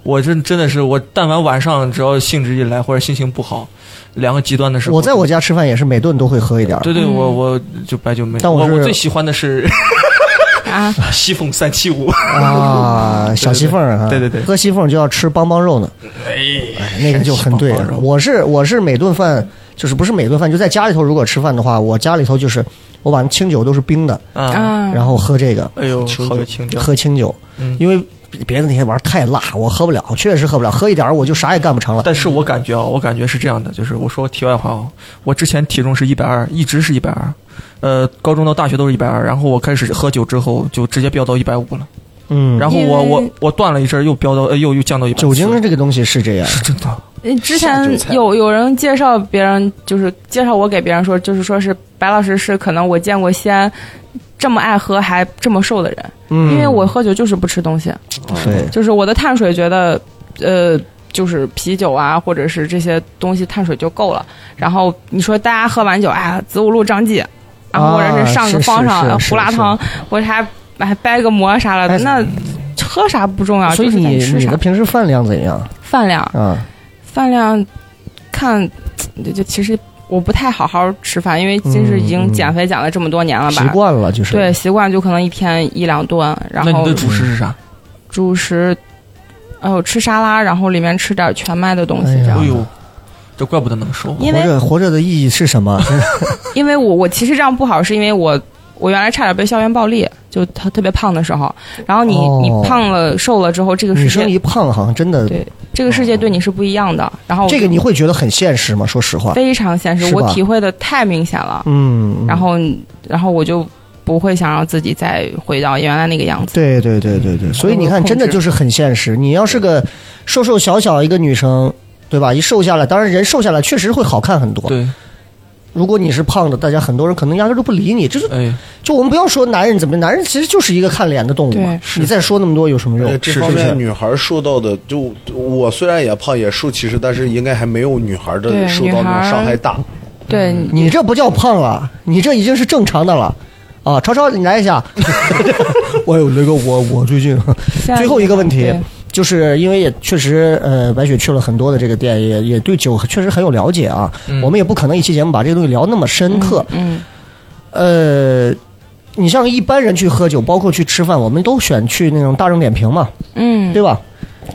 我真真的是我，但凡晚上只要兴致一来或者心情不好，两个极端的时候，
我在我家吃饭也是每顿都会喝一点儿。
对对，
嗯
我我就白酒没，
但我
我
是
最喜欢的是
啊，
<laughs> 西凤三七五，
啊，小西凤儿啊，
对对对
喝西凤儿就要吃邦邦肉呢，
哎，
那个就很对
吃邦邦。肉
我是我是每顿饭就是不是每顿饭，就在家里头如果吃饭的话，我家里头就是我晚上清酒都是冰的，
啊，
啊，
嗯然后喝这个
哎呦，好有情调，
喝清酒，
嗯
因为别的那些玩意儿太辣，我喝不了，确实喝不了，喝一点儿我就啥也干不成了。
但是我感觉啊，我感觉是这样的，就是我说题外话啊，我之前体重是一百二，一直是一百二，呃，高中到大学都是一百二，然后我开始喝酒之后就直接飙到一百五了，
嗯，
然
后
后我
因为
我我断了一阵儿，又飙到呃又又降到一百。
酒精这个东西是这样，
是真的，
嗯，之
下酒
前
菜
有有人介绍别人，就是介绍我给别人说，就是说是白老师是可能我见过西安这么爱喝还这么瘦的人，
嗯，
因为我喝酒就是不吃东西，
对，
就是我的碳水觉得，呃，就是啤酒啊，或者是这些东西碳水就够了。然后你说大家喝完酒，哎呀，子午路张记，然后或者是上个方上、
啊是是
呃
是
胡辣
是
汤，或者还还掰个馍啥了
哎
的，那喝啥不重要，
所以
啊就是
你
得吃
你
啥
的平时饭量怎样
饭量，
啊？
饭量看就就其实。我不太好好吃饭，因为就是已
嗯
经
嗯
减肥减了这么多年了吧，
习惯了就是
对，习惯就可能一天一两顿，然
那你
后
的主食是啥？
主食，哎、我吃沙拉，然后里面吃点全麦的东西，
哎呀
这样。
哎呦，这怪不得能瘦。
因
活
为
着活着的意义是什
<laughs>
么？
因为我我其实这样不好，是因为我我原来差点被校园暴力，就特特别胖的时候。然后你、
哦
你胖了瘦了之后，这个
女
世
生
界
一胖，好像真的
对这个世界对你是不一样的。然后
这个你会觉得很现实吗？说实话，
非常现实，
是吧
我体会的太明显了。
嗯，
然后然后我就不会想让自己再回到原来那个样子。
对对对对对，所以你看，
控制
真的就是很现实。你要是个瘦瘦小小一个女生，对吧？一瘦下来，当然人瘦下来确实会好看很多。
对，
如果你是胖的，大家很多人可能压根儿都不理你。这就
哎，
就我们不要说男人怎么，男人其实就是一个看脸的动物嘛
对。
你再说那么多有什么
而
用
哦
且？这
是
方
不
面
是？
女孩受到的，就我虽然也胖也受歧视，但是应该还没有女孩的
对
受到那种伤害大。
对，
你这不叫胖了，你这已经是正常的了。啊，超超，你来一
<laughs>
下。我有哎那个，我我最近
现在
最后一个问题
啊对
就是因为也确实，呃，白雪去了很多的这个店，也也对酒确实很有了解啊。我们也不可能一期节目把这个东西聊那么深刻。
嗯，
呃，你像一般人去喝酒，包括去吃饭，我们都选去那种大众点评嘛，
嗯，
对吧？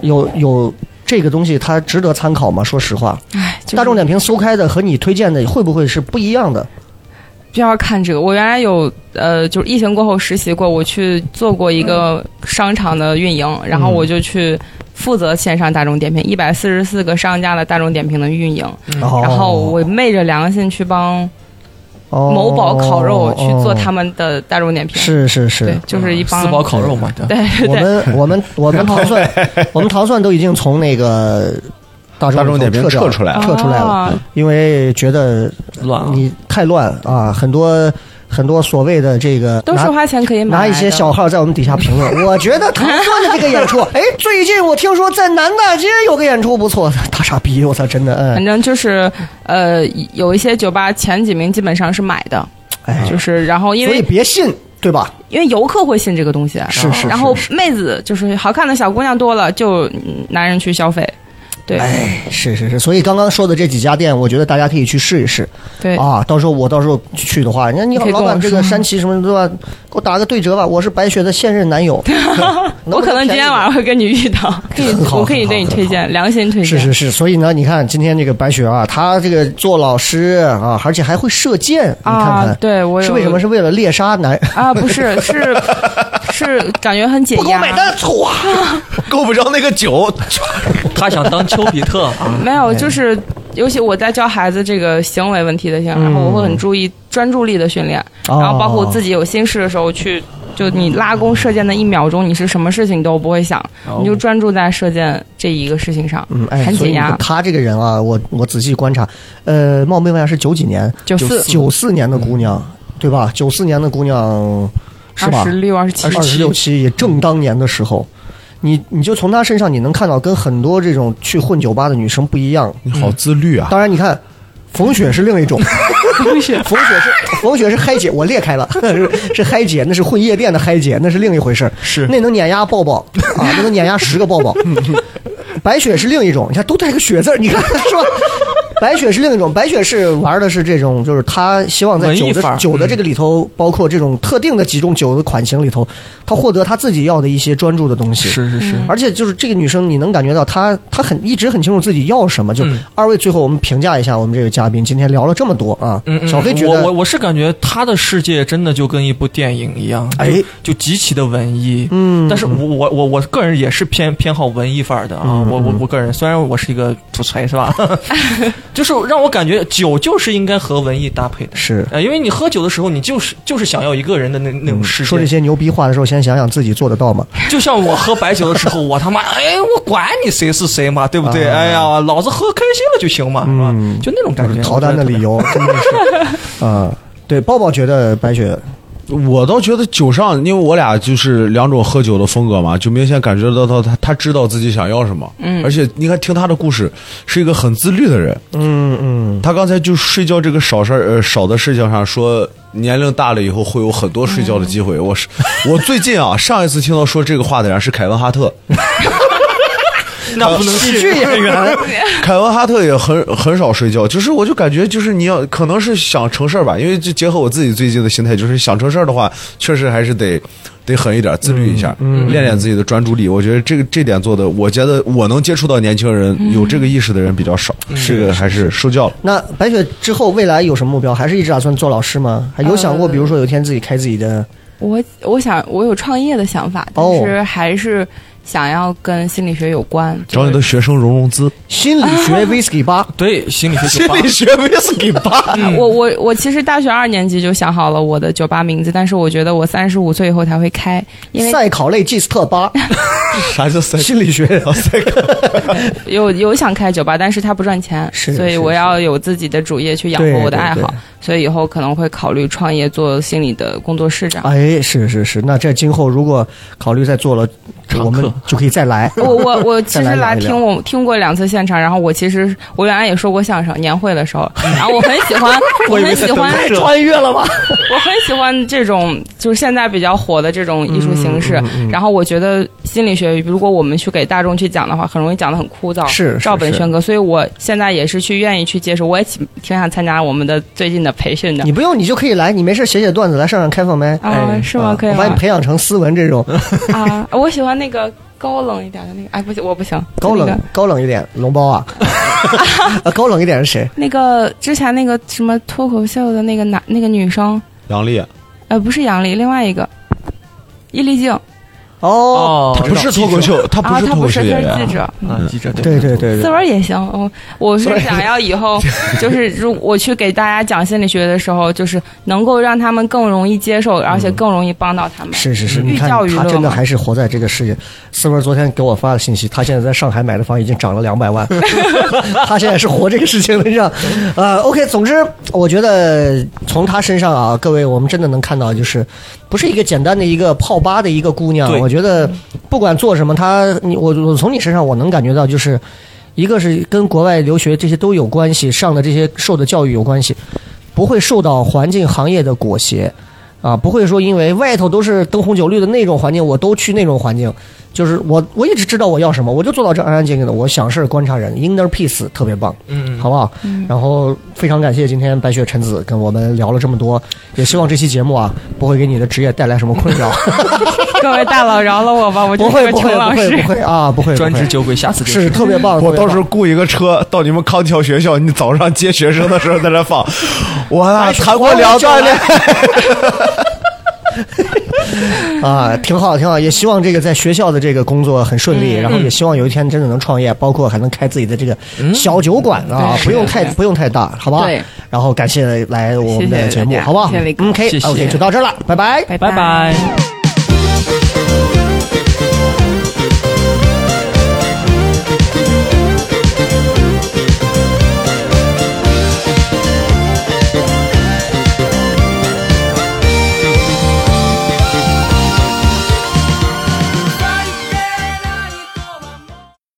有有这个东西，它值得参考吗？说实话，
哎，就是
大众点评搜开的和你推荐的会不会是不一样的？
就要看这个。我原来有呃，就是疫情过后实习过，我去做过一个
嗯
商场的运营，然后我就去负责线上大众点评，
嗯
一百四十四个商家的大众点评的运营，然后我昧着良心去帮
哦
某宝烤肉去做他
们
们的大众点评，
哦是是是
对，，就是一
嗯
帮
四宝烤肉嘛，对
<laughs> 对对
我
对。
们我们我
<laughs>
们糖蒜，我们糖蒜都已经从那个大众
大众点评
撤掉
撤出来了啊
撤出来了，
啊，
因为觉得
乱了。
你太乱啊，很多很多所谓的这个
都是
拿
花钱可以买
拿一
来
些
的
小号在我们底下评
<laughs>
论，我觉得糖蒜的这个演出，哎，最近我听说在南大街有个演出不错，大傻逼，我操，真的，
反
哎
正就是呃，有一些酒吧前几名基本上是买的，
哎，
就是然后因
所以
为
别信，对吧？
因为游客会信这个东西，啊
是是
然后妹子就是好看的小姑娘多了，就嗯男人去消费，对、
哎是是是，所以刚刚说的这几家店，我觉得大家可以去试一试。
对、
啊，到时候我到时候去的话，人家你好
可以跟
老
我
板这个
说
山崎什么对吧？给我打个对折吧，我是白雪的现任男
<laughs>
友，
我可能今天晚上会跟你遇到，
<laughs>
可以
很好
<laughs> 我可以对你推荐，良心推
是
荐，
是是，所以呢，你看今天这个白雪啊，她这个做老师啊，而且还会射箭，你看
啊
看，，
对我有
是为什么？是为了猎杀男？
啊，不是是
<laughs>
是感觉很解
不给我
压，
买单，错啊！ <laughs>
够不着那个酒，
他想当丘比特，啊
<laughs>
没
哎
有就是。尤其我在教孩子这个行为问题的性，
嗯
然后我会很注意专注力的训练，
哦
<laughs> 然后包括我自己有心事的时候去，就你拉弓射箭的一秒钟，你是什么事情都不会想，你就专注在射箭这一个事情上，
哦嗯，哎，
很
所以
解
你看
压。
她这个人啊，我我仔细观察，呃，冒昧问一下，是九几年？
九四嗯
九四年的姑娘，对吧？九四年的姑娘是
二
吧
十？六、二十七，
二十六期也正当年的时候，你你就从她身上你能看到跟很多这种去混酒吧的女生不一样。
你好自律啊！
当然，你看冯雪是另一
<laughs>
种，冯雪冯雪是冯雪是嗨姐，我裂开了， <laughs> 是是嗨姐，那是混夜店的嗨姐，那是另一回事儿
是
那能碾压抱抱啊，那能碾压十个抱抱。
<laughs>
白雪是另一种，你看都带个雪字儿，你看是吧？白雪是另一种，白雪是玩的是这种，就是她希望在
文艺
酒
范
的
儿
酒的这个里头，包括这种特定的几种酒的款型里头，她获得她自己要的一些专注的东西。
是是是，
而且就是这个女生，你能感觉到她，她很一直很清楚自己要什么。就
嗯
二位最后我们评价一下我们这个嘉宾，今天聊了这么多啊，
嗯嗯，
小飞觉
我我
得，
我是感觉他的世界真的就跟一部电影一样，
哎
就，就极其的文艺。
嗯，
但是我我我我个人也是偏偏好文艺范儿的啊，
嗯
我我
嗯 <laughs>
我个人虽然我是一个主持人是吧，就是让我感觉酒就是应该和文艺搭配的。
是
啊、因为你喝酒的时候，你就是就是想要一个人的那那种时间。
嗯说这些牛逼话的时候，先想想自己做得到吗？
<laughs> 就像我喝白酒的时候，我他妈，哎，我管你谁是谁嘛，对不对？哎呀，老子喝开心了就行嘛，是吧？就那种感觉。
逃单的理由真的
<laughs>
是啊。对，抱抱觉得白雪
我倒觉得酒上，因为我俩就是两种喝酒的风格嘛，就明显感觉得到他他知道自己想要什么，嗯，而且你看听他的故事，是一个很自律的人，嗯嗯，他刚才就睡觉这个少事儿呃少的事情上说，年龄大了以后会有很多睡觉的机会。我是我最近啊，上一次听到说这个话的人是凯文哈特，
那不能
喜剧演员，
凯文哈特也很很少睡觉，就是我就感觉就是你要可能是想成事儿吧，因为就结合我自己最近的心态，就是想成事儿的话，确实还是得得狠一点，自律一下，练练自己的专注力。我觉得这个这点做的，我觉得我能接触到年轻人有这个意识的人比较少，这个还嗯是受教了。
那白雪之后未来有什么目标？还是一直打算做老师吗？还有想过，
呃
比如说有一天自己开自己的？
我我想我有创业的想法，但
哦
是还是想要跟心理学有关。
找你的学生融融资，
心理
<laughs>
学 whisky 吧，
对心理学
<laughs>
酒吧。
学威士忌吧。
啊我我我其实大学二年级就想好了我的酒吧名字，但是我觉得我三十五岁以后才会开，因为
赛考类 g i s 特
<laughs>
吧，
啥叫 <laughs> 啊三
心理学
有有想开酒吧，但是它不赚钱，
是
所以
是
我
是
要有自己的主业去养
对
活我的
对
爱
对
好，所以以后可能会考虑创业做心理的工作室这样。
哎，是是是，那这今后如果考虑再做了，
常客
我们就可以再来。
<laughs> 我我我其
再
实
来聊
来
一聊
听我听过两次现场，然后我其实我原来也说过相声，年会的
<laughs>
时候，然后我很喜欢，我很喜欢，
太穿越了吧？
我很喜欢这种就是现在比较火的这种艺术形式。然后我觉得心理学，如果我们去给大众去讲的话，很容易讲的很枯燥，
是是
照本
是
宣科。所以我现在也是去愿意去接受，我也挺挺想参加我们的最近的培训的
<laughs> 你。不用，你就可以来，你没事写写段子，来上上开放麦。
啊，是吗？可以
哎我把你
吗？
培养成斯文
<laughs>
这种
啊，我喜欢那个高冷一点的那个。哎，不行，我不行，
高
那
冷
个
高冷一点，龙包
<laughs>
啊， <laughs> 啊高冷一点是谁？
那个之前那个什么脱口秀的那个男那个女生，
杨丽，
呃，不是杨丽，另外一个伊丽静
哦，
哦
他不是脱口秀，哦他不
啊，
是
她
脱
不
口
是，
秀
她
演
是
员
记。者。
啊，记者
对对对
斯
对，
文也行，我我是想要以
<laughs>
后就是，如我去给大家讲心理学的时候，就是能够让他们更容易接受，而且更容易帮到他
嗯
们。
是是是，
嗯寓
你看
教于
他
乐
真的
嘛
还是活在这个世界。斯文昨天给我发的信息，他现在在上海买的房已经涨了两百万，他现在是活这个事情的上。呃，OK，总之我觉得从他身上啊，各位我们真的能看到，就是不是一个简单的一个泡吧的一个姑娘。
对
我觉得不管做什么，她你我我从你身上我能感觉到就是。一个是跟国外留学这些都有关系，上的这些受的教育有关系，不会受到环境行业的裹挟，啊，不会说因为外头都是灯红酒绿的那种环境，我都去那种环境。就是我我一直知道我要什么，我就做到这安安静静的，我想事儿观察人，inner peace 特别棒，
嗯，
好不好？然后非常感谢今天白雪陈子跟我们聊了这么多，也希望这期节目啊不会给你的职业带来什么困
<laughs>
扰，
各位大佬饶了我吧，我就
不
是
会
个
不
穷
会
老
不会
师
不。会啊不会，
专
不
职
会
酒鬼，下次就是
特别棒，
我
特别
到
棒
时候雇一个车到你们康桥学校，你早上接学生的时候在那放。我
哎
哎
啊，谈过两段恋爱。
<laughs> 啊，挺好，挺好，也希望这个在学校的这个工作很顺
嗯
利，然后也希望有一天真的能创业，包括还能开自己的这个小酒馆啊，
嗯对
不用
是
太
是
不用太大，好吧？
对。
然后感谢来我们的
谢谢
节目，
大家
好不好嗯
谢谢雷哥
？OK
谢谢
OK，就到这儿了，拜拜。
拜
拜拜。